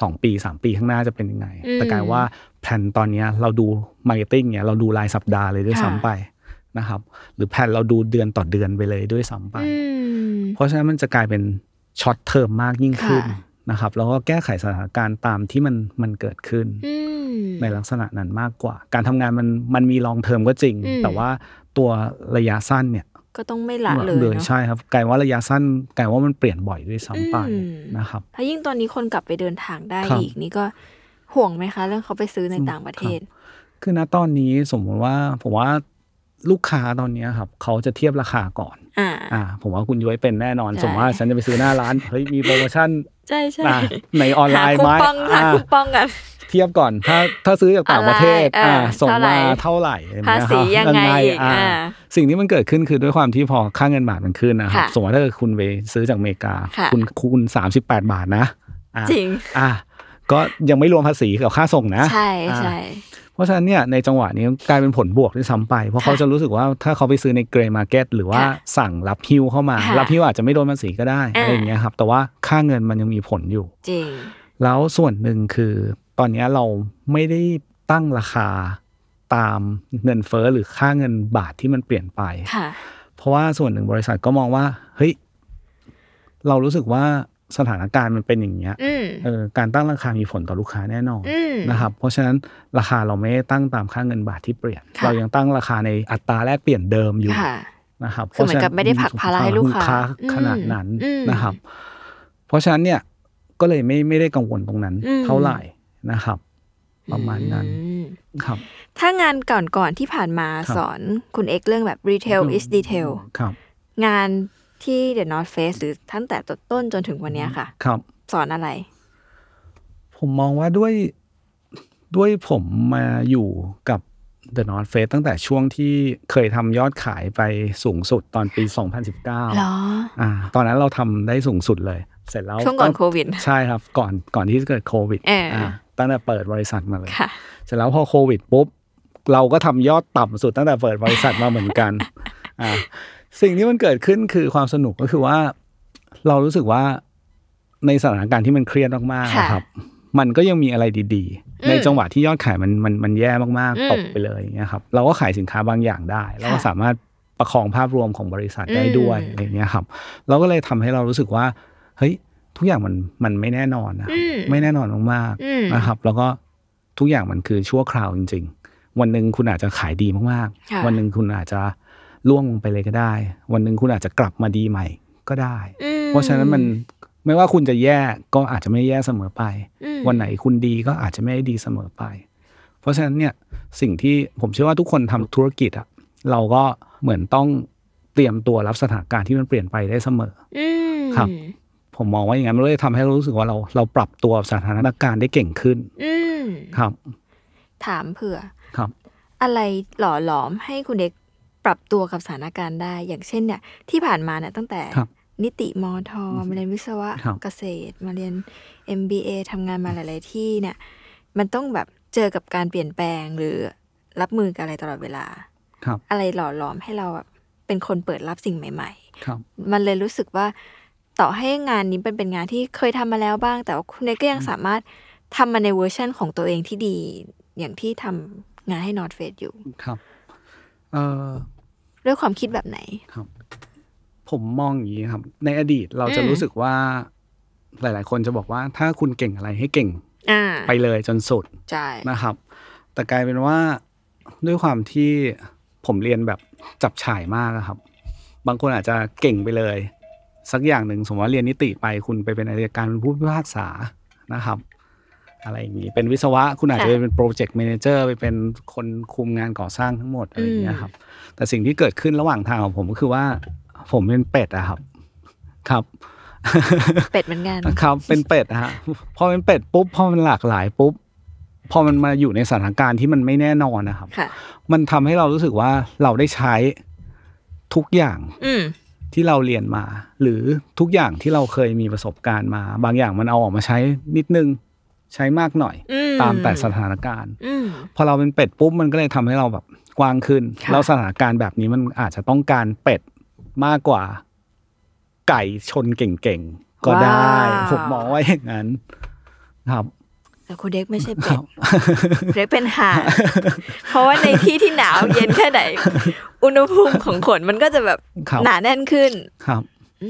C: สองปีสามปีข้างหน้าจะเป็นยังไง
B: อืม
C: แต่กลายว่าแผนตอนเนี้ยเราดูมาร์เก็ตติ้งเนี่ยเราดูรายสัปดาห์เลยด้วย
B: ค่ะ
C: ซ้ำไปนะครับ หรือแผนเราดูเดือนต่อเดือนไปเลยด้วยซ้ำไป
B: อืม
C: เพราะฉะนั้นมันจะกลายเป็นช็อตเทอมมากยิ่งขึ้น
B: ค่ะ
C: นะครับ แล้วก็แก้ไขสถานการณ์ตามที่มันมันเกิดขึ้น
B: อืม
C: ในลักษณะนั้นมากกว่า การทำงานมันมันมีลองเทอมก็จริง
B: อืม
C: แต่ว่าตัวระยะสั้นเนี่ย
B: ก็ต้องไม่ละเลยเนาะ
C: ใช่ครับกลายว่าระยะสั้นกลายว่ามันเปลี่ยนบ่อยด้วยซ้ำไป
B: อืม
C: นะครับ
B: ถ้ายิ่งตอนนี้คนกลับไปเดินทางได้
C: ครับ
B: อีกนี่ก็ห่วงไหมคะ เรื่องเขาไปซื้อในต่างประเทศ
C: คือณตอนนี้สมมติว่าผมว่าลูกค้าตอนเนี้ยครับเขาจะเทียบราคาก่อน
B: อ่า
C: อ่าผมว่าคุณย้วยเป็นแน่นอน
B: ใช่
C: สมมติว่าฉันจะไปซื้อหน้าร้านเฮ้ยมีโปรโมชั่น
B: ใช่ใช่
C: อ่ะในออนไลน์ไหม
B: หาคูปองหา
C: อ่า
B: คูปองกัน
C: เทียบก่อนถ้าถ้าซื้อจากต่างประเทศ
B: ออนไลน์
C: อ่า
B: เออ
C: ส่ง
B: เท่าไหร่
C: มาเท่าไหร่อะไรแบบเนี้ย
B: ภาษียังไงอีก
C: อ่า
B: อ่า
C: สิ่งที่มันเกิดขึ้นคือด้วยความที่พอค่าเงินบาทมันขึ้นนะครับ
B: ค่ะ
C: สมมติว่าถ้าเกิดคุณไปซื้อจากอเมริกา
B: ค่ะ
C: คุณคูณสามสิบแปดบาทนะอ่า
B: จริง
C: อ่าก็ยังไม่รวมภาษีกับค่าส่งนะ
B: ใช่
C: อ่า
B: ใช่
C: เพราะฉะนั้นเนี่ยในจังหวะนี้กลายเป็นผลบวกด้วยซ้ำไป เพราะ
B: ค่ะ
C: เขาจะรู้สึกว่าถ้าเขาไปซื้อในเกรย์มาร์เก็ตหรือว่า
B: ค่ะ
C: สั่งรับฮิ้วเข้ามา
B: ค่ะ
C: รับฮิ้วอาจจะไม่โดนภาษีก็ได้อะไร
B: อ่า
C: อย่างเงี้ยครับแต่ว่าค่าเงินมันยังมีผลอยู่
B: จริง
C: แล้วส่วนหนึ่งคือตอนเนี้ยเราไม่ได้ตั้งราคาตามเงินเฟ้อหรือค่าเงินบาทที่มันเปลี่ยนไป
B: ค่ะ
C: เพราะว่าส่วนหนึ่งบริษัทก็มองว่า เฮ้ย เรารู้สึกว่า สถานการณ์มันเป็นอย่างเงี้ย
B: อืม
C: เออการตั้งราคามีผลต่อลูกค้าแน่นอน
B: อืม
C: นะครับ เพราะฉะนั้นราคาเราไม่ได้ตั้งตามค่าเงินบาทที่เปลี่ยน
B: ค่ะ
C: เรายังตั้งราคาในอัตราแลกเปลี่ยนเดิมอยู่
B: ค่ะ
C: นะครับ
B: คือเหมือนกับไม่ได้ผลักภาระให้ลูกค้า
C: ขนาดนั้น
B: อืม
C: นะครับ เพราะฉะนั้นเนี่ยก็เลยไม่ไม่ได้กังวลตรงนั้น
B: อืม
C: เท่าไหร่นะครับ ประมาณนั้น
B: อืม
C: ครับ
B: ถ้างานก่อนก่อนๆที่ผ่านมา
C: ครับ
B: สอนคุณเอกเรื่องแบบ retail is detail
C: ครับ
B: งานที่ The North Face หรือตั้งแต่ต้นๆจนถึงวันเนี้ยค่ะ
C: ครับ
B: สอนอะไร
C: ผมมองว่าด้วยด้วยผมมาอยู่กับ The North Face ตั้งแต่ช่วงที่เคยทำยอดขายไปสูงสุดตอนปี 2019
B: เหรอ
C: อ่าตอนนั้นเราทำได้สูงสุดเลย เสร็จแล้ว
B: ช่วงก่อน
C: ตั้
B: โควิด
C: ใช่ครับ ก่อนก่อนที่จะเกิดโควิด
B: เอออ่
C: ตั้งแต่เปิดบริษัทมาเลย
B: ค่ะ
C: เสร็จแล้วพอโควิดปุ๊บ เราก็ทำยอดต่ำสุดตั้งแต่เปิดบริษัทมาเหมือนกัน อ่าสิ่งที่มันเกิดขึ้นคือความสนุกก็คือว่า เรารู้สึกว่าในสถานการณ์ที่มันเครียดมากๆ
B: ค่ะ
C: นะครับ มันก็ยังมีอะไรดี
B: อืม
C: ๆ ในจังหวะที่ยอดขายมันมันมันแย่มาก
B: อืม
C: ๆตกไปเลยอย่างเงี้ยครับ เราก็ขายสินค้าบางอย่างได้เราก็
B: ค่ะ
C: สามารถประคองภาพรวมของบริษัทได้
B: อืม
C: ด้วยอะไรอย่างเงี้ยครับ เราก็เลยทำให้เรารู้สึกว่า เฮ้ย ทุกอย่างมันมันไม่แน่นอนนะ
B: อืม
C: ไม่แน่นอนมาก
B: อืม
C: ๆนะครับ แล้วก็ทุกอย่างมันคือชั่วคราวจริง ๆ วันหนึ่งคุณอาจจะขายดีมาก
B: ค่ะ
C: ๆ วันหนึ่งคุณอาจจะล่วงลงไปเลยก็ได้ วันหนึ่งคุณอาจจะกลับมาดีใหม่ก็ได้
B: อืม
C: เพราะฉะนั้นมันไม่ว่าคุณจะแย่ก็อาจจะไม่แย่เสมอไป
B: อืม
C: วันไหนคุณดีก็อาจจะไม่ได้ดีเสมอไป เพราะฉะนั้นเนี่ยสิ่งที่ผมเชื่อว่าทุกคนทำธุรกิจอะเราก็เหมือนต้องเตรียมตัวรับสถานการณ์ที่มันเปลี่ยนไปได้เสมอ
B: อืม
C: ครับ ผมมองว่าอย่างนั้นมันเลยทำให้เรารู้สึกว่าเราเราปรับตัวกับสถานการณ์ได้เก่งขึ้น
B: อืม
C: ครับ
B: ถามเผื่อ
C: ครับ
B: อะไรหล่อหลอมให้คุณเด็กปรับตัวกับสถานการณ์ได้ อย่างเช่นเนี่ย ที่ผ่านมาเนี่ยตั้งแต่
C: ครับ
B: นิติมอทอมาเรียนวิศวะ
C: ครับ
B: เกษตร มาเรียน MBA ทำงานมาหลาย ๆ ที่เนี่ย มันต้องแบบเจอกับการเปลี่ยนแปลงหรือรับมือกับอะไรตลอดเวลา
C: ครับ
B: อะไรหล่อหลอมให้เราแบบเป็นคนเปิดรับสิ่งใหม่ ๆ
C: ครับ
B: มันเลยรู้สึกว่าต่อให้งานนี้เป็นเป็นงานที่เคยทำมาแล้วบ้าง แต่ว่าคุณเนยก็ยังสามารถทำมันในเวอร์ชันของตัวเองที่ดี อย่างที่ทำงานให้นอตเฟสอยู่
C: ครับเอ่อ
B: ด้วยความคิดแบบไหน
C: ผมมองอย่างนี้ครับ ในอดีตเราจะ
B: อืม
C: รู้สึกว่า หลาย ๆ คนจะบอกว่าถ้าคุณเก่งอะไรให้เก่ง
B: อ่า
C: ไปเลยจนสุด
B: ใช่
C: นะครับ แต่กลายเป็นว่าด้วยความที่ผมเรียนแบบจับฉ่ายมากอะครับ บางคนอาจจะเก่งไปเลย สักอย่างหนึ่งสมมติว่าเรียนนิติไปคุณไปเป็นอายการเป็นผู้พิพากษานะครับ อะไรอย่างนี้ เป็นวิศวะคุณอาจจะไปเป็นโปรเจกต์แมเนเจอร์ไปเป็นคนคุมงานก่อสร้างทั้งหมดอะไรอย่างเงี้ยครับ แต่สิ่งที่เกิดขึ้นระหว่างทางของผมก็คือว่า ผมเป็นเป็ดอะครับ ครับ
B: เป็ดเหมือนกัน
C: นะครับเป็นเป็ดนะฮะพอเป็นเป็ดปุ๊บพอมันหลากหลายปุ๊บพอมันมาอยู่ในสถานการณ์ที่มันไม่แน่นอนนะครับ
B: ค่ะ
C: มันทำให้เรารู้สึกว่าเราได้ใช้ทุกอย่าง
B: อืม
C: ที่เราเรียนมา หรือทุกอย่างที่เราเคยมีประสบการณ์มา บางอย่างมันเอาออกมาใช้นิดนึงใช้มากหน่อย
B: อืม
C: ตามแต่สถานการณ์
B: อืม
C: พอเราเป็นเป็ดปุ๊บมันก็เลยทำให้เราแบบกว้างขึ้น
B: ค่ะ
C: แล้วสถานการณ์แบบนี้มันอาจจะต้องการเป็ดมากกว่า ไก่ชนเก่งๆ ก็ได้ ผมมองว่าอย่างนั้น ครับ
B: แต่คุณเด็กไม่ใช่
C: ค
B: เป็
C: รั
B: ด
C: บ
B: คุณเด็กเป็นห่านเพราะว่าในที่ที่หนาวเย็นแค่ไหน อุณหภูมิของขนมันก็จะแบบ
C: ครับ
B: หนาแน่นขึ้น
C: ครับ
B: อื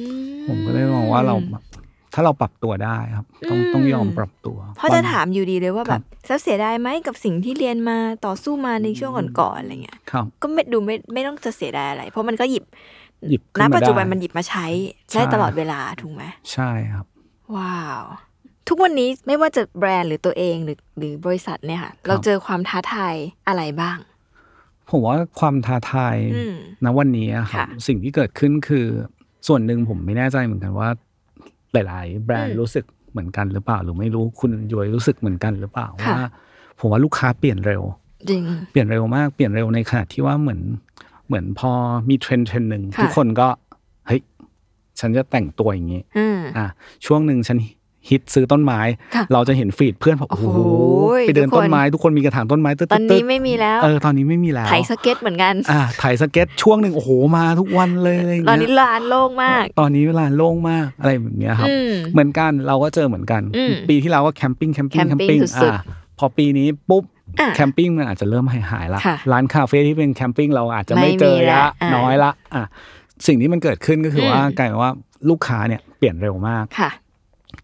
C: ผมก็เลยมองว่าเราแบบถ้าเราปรับตัวได้ครับ ต้อง
B: อืม
C: ต้องยอมปรับตัว
B: เพราะจะถามอยู่ดีเลยว่า
C: ค
B: แบ
C: รั
B: บบ แล้วเสียดายไหมกับสิ่งที่เรียนมาต่อสู้มาในช่วงก่อนๆอะไรเงี้ย
C: ครับ
B: ก็ไม่ดูไม่ไม่ต้องจะเสียดายอะไร เพราะมันก็หยิบ
C: หยิบขึ้
B: ณ
C: นมา
B: ปัจจุบัน
C: ได้
B: มันหยิบมาใช้ได้ตลอดเวลาถูกไหม
C: ใช่ครับ
B: ว้าว ทุกวันนี้ไม่ว่าจะแบรนด์หรือตัวเองหรือหรือบริษัทเนี่ยค่ะ เราเจอความท้าทายอะไรบ้าง
C: ผมว่าความท้าทาย
B: อืม
C: ณวันนี้อะครับ
B: ค่ะ
C: สิ่งที่เกิดขึ้นคือส่วนหนึ่งผมไม่แน่ใจเหมือนกันว่า หลายๆ แบรน
B: อื
C: ด์
B: ม
C: รู้สึกเหมือนกันหรือเปล่า หรือไม่รู้คุณยวยรู้สึกเหมือนกันหรือเปล่า
B: ค่ะ
C: ว่า ผมว่าลูกค้าเปลี่ยนเร็ว
B: จริง
C: เปลี่ยนเร็วมากเปลี่ยนเร็วในขณะที่ว่าเหมือนเหมือนพอมีเทรนด์เทรนด์หนึ่ง
B: ค่ะ
C: ทุกคนก็เฮ้ยฉันจะแต่งตัวอย่างนี้
B: อืม
C: อ่ะช่วงหนึ่งฉันฮิตซื้อต้นไม้
B: ค่ะ
C: เราจะเห็นฟีดเพื่อนบอก
B: โอ้
C: โอ้
B: โห
C: โหไปเดิน
B: ทุกคน
C: ต้นไม้ทุกคนมีกระถางต้นไม้ตึ๊ด
B: ตอน
C: ๆ
B: นี้ไม่มีแล้ว
C: เออตอนนี้ไม่มีแล้ว
B: ไถสเก็ตเหมือนกัน
C: อ่ะถ่ายสเก็ตช่วงหนึ่งโอ้โหมาทุกวันเลยอะไรอย่าง
B: ตอน
C: เงี้
B: นี้
C: ย
B: ร้านโล่งมาก
C: ตอนนี้เวลาโล่งมากอะไรแบบเนี้ยครับ
B: อืม
C: เหมือนกันเราก็เจอเหมือนกัน
B: อืม
C: ปีที่เราก็แคมปิ้งแคมปิ้ง
B: แค
C: แค
B: ม
C: ม
B: ปิ้
C: ปิ้
B: ง
C: ง
B: สุดๆ
C: อ่ะพอปีนี้ปุ๊บ
B: อ่ะ
C: แคมปิ้งมันอาจจะเริ่มหายหายๆละ
B: ค่ะ
C: ร้านคาเฟ่ที่เป็นแคมปิ้งเราอาจจะ
B: ไม่
C: ไม่เจอ
B: มีละ
C: ละ
B: อ่ะ
C: น้อยละอ่ะสิ่งที่มันเกิดขึ้นก็คืออ
B: ม
C: ว่ากลายเป็นว่าลูกค้าเนี่ยเปลี่ยนเร็วมาก
B: ค่ะ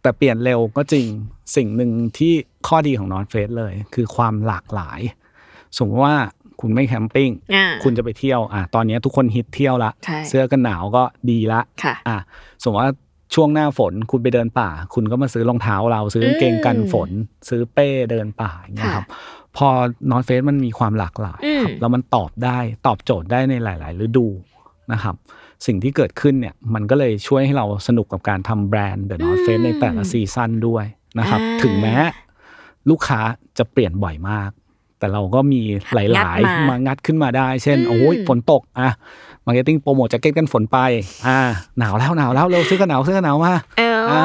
C: แต่เปลี่ยนเร็วก็จริงสิ่งหนึ่งที่ข้อดีของนอตเฟสเลย คือความหลากหลาย สมมติว่าคุณไม่แคมปิ้ง
B: อ่า
C: คุณจะไปเที่ยวอ่ะตอนนี้ทุกคนฮิตเที่ยวละ
B: ใช่
C: เสื้อกันหนาวก็ดีละ
B: ค่ะ
C: อ่ะสมมติว่าช่วงหน้าฝนคุณไปเดินป่า คุณก็มาซื้อรองเท้าเราซื้อกางเกงกันฝน ซื้อเป้เดินป่าอย่างเงี้ยครับ พอนอนเฟสมันมีความหลากหลายครับ
B: อืม
C: แล้วมันตอบได้ตอบโจทย์ได้ในหลาย ๆ ฤดูนะครับ สิ่งที่เกิดขึ้นเนี่ยมันก็เลยช่วยให้เราสนุกกับการทำแบรนด์เดอะนอตเฟสในแต่ละซีซั่นด้วยนะครับ ถึงแม้ลูกค้าจะเปลี่ยนบ่อยมาก แต่เราก็มีห
B: งั
C: ลา
B: ด
C: ย
B: มา
C: ๆ มางัดขึ้นมาได้ เช่น
B: อืม
C: โอ้ยฝนตก อ่ะ มาร์เก็ตติ้งโปรโมทแจ็คเก็ตกันฝนไป อ่า หนาวแล้วหนาวแล้วเร็วซื้อกันหนาวซื้อกันหนาวมา
B: เอ
C: อ่ะ
B: อ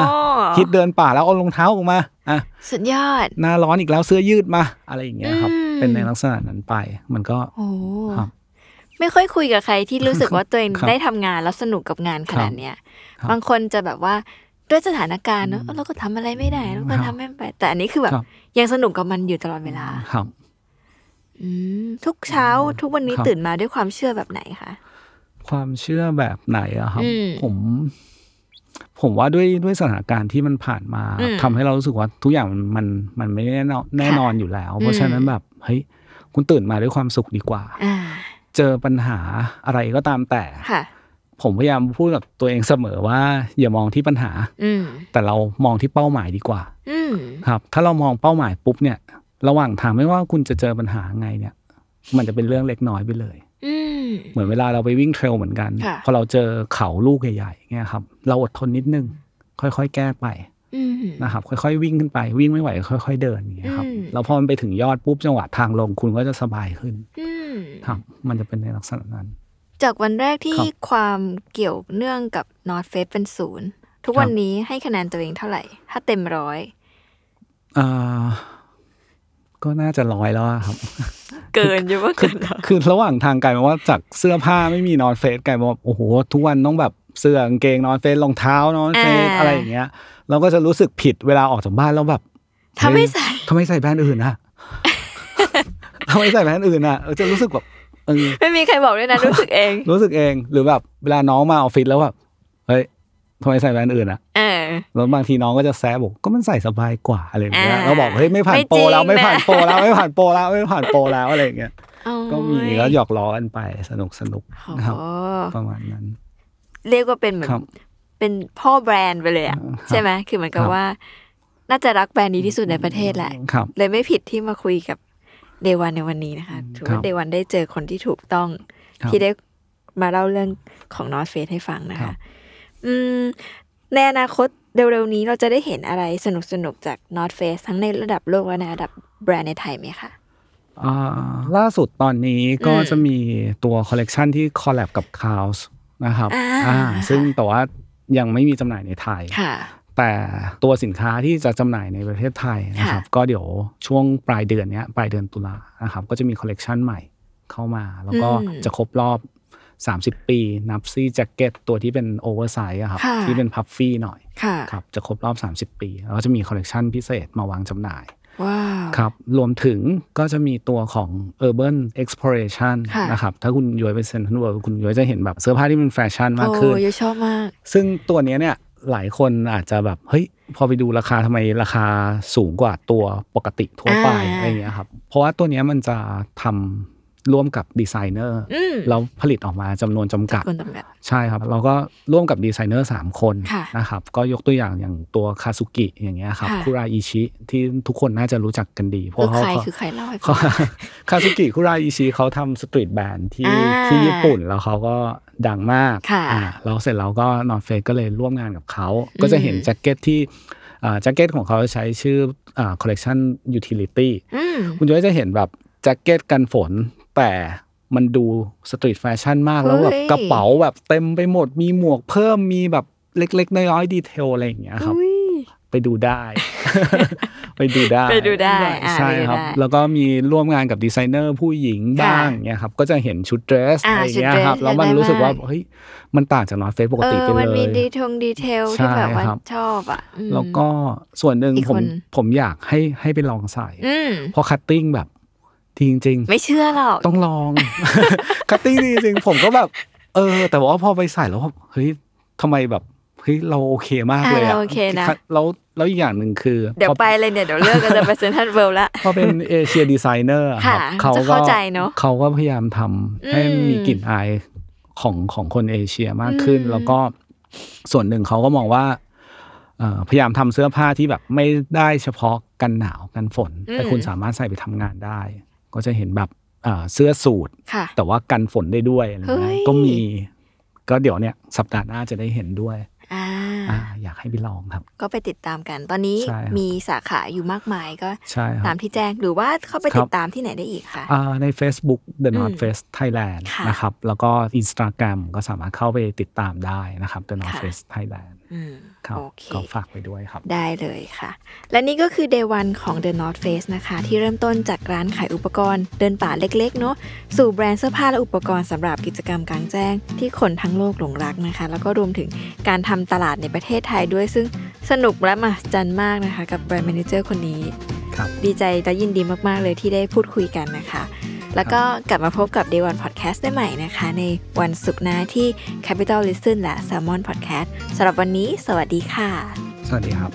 C: ฮิตเดินป่าแล้วเอารองเท้าออกมา อ่ะ
B: สุดยอด
C: หน้าร้อนอีกแล้วเสื้อยืดมา อะไรอย่างเงี้ยครับ
B: อืม
C: เป็นในลักษณะนั้นไป มันก็
B: โอ้
C: ครับ
B: ไม่ค่อยคุยกับใครที่รู้สึกว่าตัวเอง
C: ครับ
B: ได้ทำงานแล้วสนุกกับงานขนาดเนี้ย
C: ครับ
B: บางคนจะแบบว่าด้วยสถานการณ์เนอะเออเราก็ทำอะไรไม่ได้เราก็
C: ครั
B: ทำ
C: บ
B: ไม่ไปแต่อันนี้คือแบบ
C: ครับ
B: ยังสนุกกับมันอยู่ตลอดเวลา
C: ครับ
B: อืมทุกเช้าทุกวันนี้
C: ครับ
B: ตื่นมาด้วยความเชื่อแบบไหนคะ
C: ความเชื่อแบบไหนอะครับ
B: อืม
C: ผม ผมว่าด้วยด้วยสถานการณ์ที่มันผ่านมา
B: อืม
C: ทำให้เรารู้สึกว่าทุกอย่างมันมันมันไม่แน่นอนแน่นอนอยู่แล้ว เพราะฉะนั้น
B: อืม
C: แบบเฮ้ยคุณตื่นมาด้วยความสุขดีกว่า
B: อ่า
C: เจอปัญหาอะไรก็ตามแต่
B: ค่ะ
C: ผมพยายามพูดกับตัวเองเสมอว่า อย่ามองที่ปัญหา
B: อืม
C: แต่เรามองที่เป้าหมายดีกว่า
B: อืม
C: ครับ ถ้าเรามองเป้าหมายปุ๊บเนี่ย ระหว่างทางไม่ว่าคุณจะเจอปัญหาไงเนี่ย มันจะเป็นเรื่องเล็กน้อยไปเลย
B: อืม
C: เหมือนเวลาเราไปวิ่งเทรลเหมือนกัน
B: ค่ะ
C: พอเราเจอเขาลูกใหญ่ๆเงี้ยครับ เราอดทนนิดนึง ค่อยๆ แก้ไป
B: อืม
C: นะครับ ค่อยๆ วิ่งขึ้นไป วิ่งไม่ไหวก็ค่อย ๆ เดินอย่างเงี้ยครับ
B: อืม
C: แล้วพอมันไปถึงยอดปุ๊บจังหวะทางลงคุณก็จะสบายขึ้น
B: อืม
C: ครับมันจะเป็นในลักษณะนั้น
B: จากวันแรกที่
C: ครับ
B: ความเกี่ยวเนื่องกับนอตเฟสเป็นศูนย์ทุกวั
C: คนรับ
B: นี้ให้คะแนนตัวเองเท่าไหร่ ถ้าเต็มร้อย
C: เอ่อก็น่าจะร้อยแล้วอะครับ
B: เกินอยู่ว่าเกินเหรอ
C: คือระหว่างทางกลายมาว่าจากเสื้อผ้าไม่มีนอนเฟสกลายมาว่าโอ้โหทุกวันต้องแบบเสื้อกางเกงนอนเฟสรองเท้านอนเฟสอะไรอย่างเงี้ย เราก็จะรู้สึกผิดเวลาออกจากบ้านแล้วแบบ
B: ถ้าไม่
C: เฮ้ย
B: ใส่
C: ทำไมใส่แบรนด์ อื่นอะ ทำไมใส่แบรนด์อื่นอะเออจะรู้สึกแบบเออ
B: ไม่มีใครบอกด้วยนะรู้สึกเอง
C: รู้สึกเองหรือแบบเวลาน้องมาออฟฟิศแล้วแบบเฮ้ยทำไมใส่แบรนด์อื่นอะ
B: เออ
C: แล้วบางทีน้องก็จะแซะบอกก็มันใส่สบายกว่าอะไรอย่างเงี้ย
B: อ่า
C: เราบอกเฮ้ยไม่ผ่านโปรแล้ว
B: ไม่
C: ไม่
B: จริงนะ
C: ผ่านโปรแล้วไม่ผ่านโปรแล้วไม่ผ่านโปรแล้วอะไรอย่างเงี้ย ก็มี
B: โอ้ย
C: แล้วหยอกล้อกันไปสนุกสนุก
B: โอ้
C: นะ
B: โห
C: ครับประมาณนั้น
B: เรียกว่าเป็นเหมือน
C: ครับ
B: เป็นพ่อแบรนด์ไปเลยอะ
C: ครับ
B: ใช่ไหมคือเหมือนกับ
C: ครับ
B: ว่า น่าจะรักแบรนด์นี้ที่สุดในประเทศแหละ
C: ครับ
B: เลยไม่ผิดที่มาคุยกับเดวันในวันนี้นะคะถือว่า
C: ครับ
B: เดวันได้เจอคนที่ถูกต้อง
C: ครับ
B: ที่ได้มาเล่าเรื่องของนอตเฟสให้ฟังนะ
C: ครั
B: คะ
C: บ
B: อืมในอนาคตเร็วๆนี้เราจะได้เห็นอะไรสนุกๆ จากนอตเฟสทั้งในระดับโลกและในระดับแบรนด์ในไทยไหมคะ
C: อ่าล่าสุดตอนนี้ก็
B: อืม
C: จะมีตัวคอลเลกชันที่คอลแลบกับ c o w s นะครับ
B: อ่า
C: อ่าซึ่งแต่ว่ายังไม่มีจำหน่ายในไทย
B: ค่ะ
C: แต่ตัวสินค้าที่จะจำหน่ายในประเทศไทยนะครับ ก็เดี๋ยวช่วงปลายเดือนเนี้ยปลายเดือนตุลานะครับ ก็จะมีคอลเลกชันใหม่เข้ามา แล้วก็
B: อืม
C: จะครบรอบ 30 ปี นับซี่แจ็คเก็ตตัวที่เป็นโอเวอร์ไซส์อะครับ
B: ค่ะ
C: ที่เป็นพัฟฟี่หน่อย
B: ค่ะ
C: ครับจะครบรอบ 30 ปี แล้วก็จะมีคอลเลกชันพิเศษมาวางจำหน่าย
B: ว้าว
C: ครับรวมถึงก็จะมีตัวของ Urban Exploration
B: ะ
C: นะครับถ้าคุณย้อยไปเซ็นทรัลเวิลด์คุณย้อยจะเห็นแบบเสื้อผ้าที่เป็นแฟชั่นมาก
B: โอ้
C: ขึ้น
B: ยชอบมาก
C: ซึ่งตัวเนี้ยเนี่ยหลายคนอาจจะแบบ เฮ้ย พอไปดูราคาทำไมราคาสูงกว่าตัวปกติทั่วไป
B: อ่า
C: อะไรอย่างเงี้ยครับเพราะว่าตัวเนี้ยมันจะทำร่วมกับดีไซเนอร์
B: อืม
C: แล้วผลิตออกมาจำนวนจำกัด
B: คนตำแบบ
C: ใช่ครับเราก็ร่วมกับดีไซเนอร์ 3 คน
B: ค่ะ
C: นะครับก็ยกตัวอย่างอย่างตัวคาซุกิอย่างเงี้ยครับ
B: ค่ะ
C: คุราอิชิที่ทุกคนน่าจะรู้จักกันดี เพ
B: คือ
C: ราะเขา
B: ใคร
C: เขา
B: คือใครเล่าให้ฟั
C: เขา
B: ง
C: คาซุกิคุราอิชิเขาทำสตรีทแบรนด์ที่
B: อ่า
C: ที่ญี่ปุ่นแล้วเขาก็ดังมาก
B: ค่ะ
C: อ่าแล้วเสร็จแล้วก็นอ f เฟ e ก็เลยร่วมงานกับเขา ก็จะเห็นแจ็คเก็ตที่อ่าแจ็คเก็ตของเขาใช้ชื่อคอลเลกชันยูทิลิตี้
B: อืม
C: คุณย้อยจะเห็นแบบแจ็คเก็ตกันฝน แต่มันดูสตรีทแฟชั่นมาก แล้วแบ
B: เฮ้
C: บ
B: ย
C: กระเป๋าแบบเต็มไปหมดมีหมวกเพิ่มมีแบบเล็ก ๆ น้อยๆดีเทลอะไรอย่างเงี้ยครับ
B: อุ้ย
C: ไปดูได้ ไปดูได้
B: ไปดูได้อ่า
C: ใช่ครับ
B: ไปดูได้
C: แล้วก็มีร่วมงานกับดีไซเนอร์ผู้หญิงบ้างเงี้ยครับก็จะเห็นชุดเดรส
B: อ่า
C: อะไรอย่างเงี้ย
B: ชุดเดรส
C: ครับแล้วมัน
B: อยากได้
C: รู้สึกว่าม
B: าก
C: เฮ้ยมันต่างจากนอตเฟสปก
B: เอ
C: ติ
B: อ
C: ไปเลย
B: มันมีดีทงดีเทลที่
C: ใช่
B: แบบว่า
C: ครับ
B: ชอบอ่ะอืม
C: แล้วก็ส่วนหนึ่ง
B: อีก
C: ผม
B: คน
C: ผมอยากให้ให้ไปลองใส่
B: อืม
C: เพราะคัตติ้งแบบจริงๆ
B: ไม่เชื่อหรอก
C: ต้องล อง คัตติ้งดีจริงผมก็แบบ เออ แต่ว่าพอไปใส่แล้วแบบเฮ้ยทำไมแบบ เฮ้ยเราโอเคมากเลย
B: อ่า
C: อะ
B: โอเคนะ
C: แล้วแล้วอีกอย่างหนึ่งคือ
B: เดี๋ยว
C: พอ
B: ไปเลยเนี่ย เดี๋ยวเลือกกันจะไปเซ็นทรัลเวิลด์ละ
C: พอเป็นเอเชียดีไซเนอร์
B: ค่ะ
C: เขา
B: จะ
C: ก็
B: เข้าใจเนอะ
C: เขาก็พยายามทำให้
B: อืม
C: มีกลิ่นอายของของคนเอเชียมากขึ้น
B: อืม
C: แล้วก็ส่วนหนึ่งเขาก็มองว่าเอ่อพยายามทำเสื้อผ้าที่แบบไม่ได้เฉพาะกันหนาวกันฝน แต่คุณสามารถใส่ไปทำงานได้ ก็จะเห็นแบบเอ่อเสื้อสูท
B: ค่ะ
C: แต่ว่ากันฝนได้ด้วยอะไรเงี้
B: เฮ้
C: ย
B: ย
C: ก็มี ก็เดี๋ยวเนี่ย สัปดาห์หน้าจะได้เห็นด้วย
B: อ่า
C: อ่า อยากให้ไปลองครับ
B: ก็ไปติดตามกันตอนนี้
C: ใช่ครับ
B: มีสาขาอยู่มากมายก็
C: ใช่ค
B: ตา
C: รั
B: ม
C: บ
B: ที่แจ้งหรือว่าเข้าไป
C: ครั
B: ติ
C: บ
B: ดตามที่ไหนได้อีกคะ
C: อ่าใน Facebook The
B: อืม
C: North Face Thailand
B: ค่ะ
C: นะครับ แล้วก็ Instagram ก็สามารถเข้าไปติดตามได้นะครับ The North
B: ค่ะ
C: Face Thailand
B: อืม
C: ครับ
B: โอเค
C: ก็ฝากไปด้วยครับ
B: ได้เลยค่ะ และนี่ก็คือ day one ของ The North Face นะคะ ที่เริ่มต้นจากร้านขายอุปกรณ์เดินป่าเล็กๆ เนอะสู่แบรนด์เสื้อผ้าและอุปกรณ์สำหรับกิจกรรมกลางแจ้ง ที่คนทั้งโลกหลงรักนะคะ แล้วก็รวมถึงการทำตลาดในประเทศไทยด้วยซึ่งสนุกและมหัศจรรย์มากนะคะ กับแบรนด์แมเนเจอร์คนนี้
C: ครับ
B: ดีใจและยินดีมากๆเลยที่ได้พูดคุยกันนะคะ แล้วก็กลับมาพบกับ Day One Podcast ได้ใหม่นะคะ ในวันศุกร์หน้าที่ Capital Listen และ Salmon Podcast สำหรับวันนี้ สวัสดีค่ะ
C: สวัสดีครับ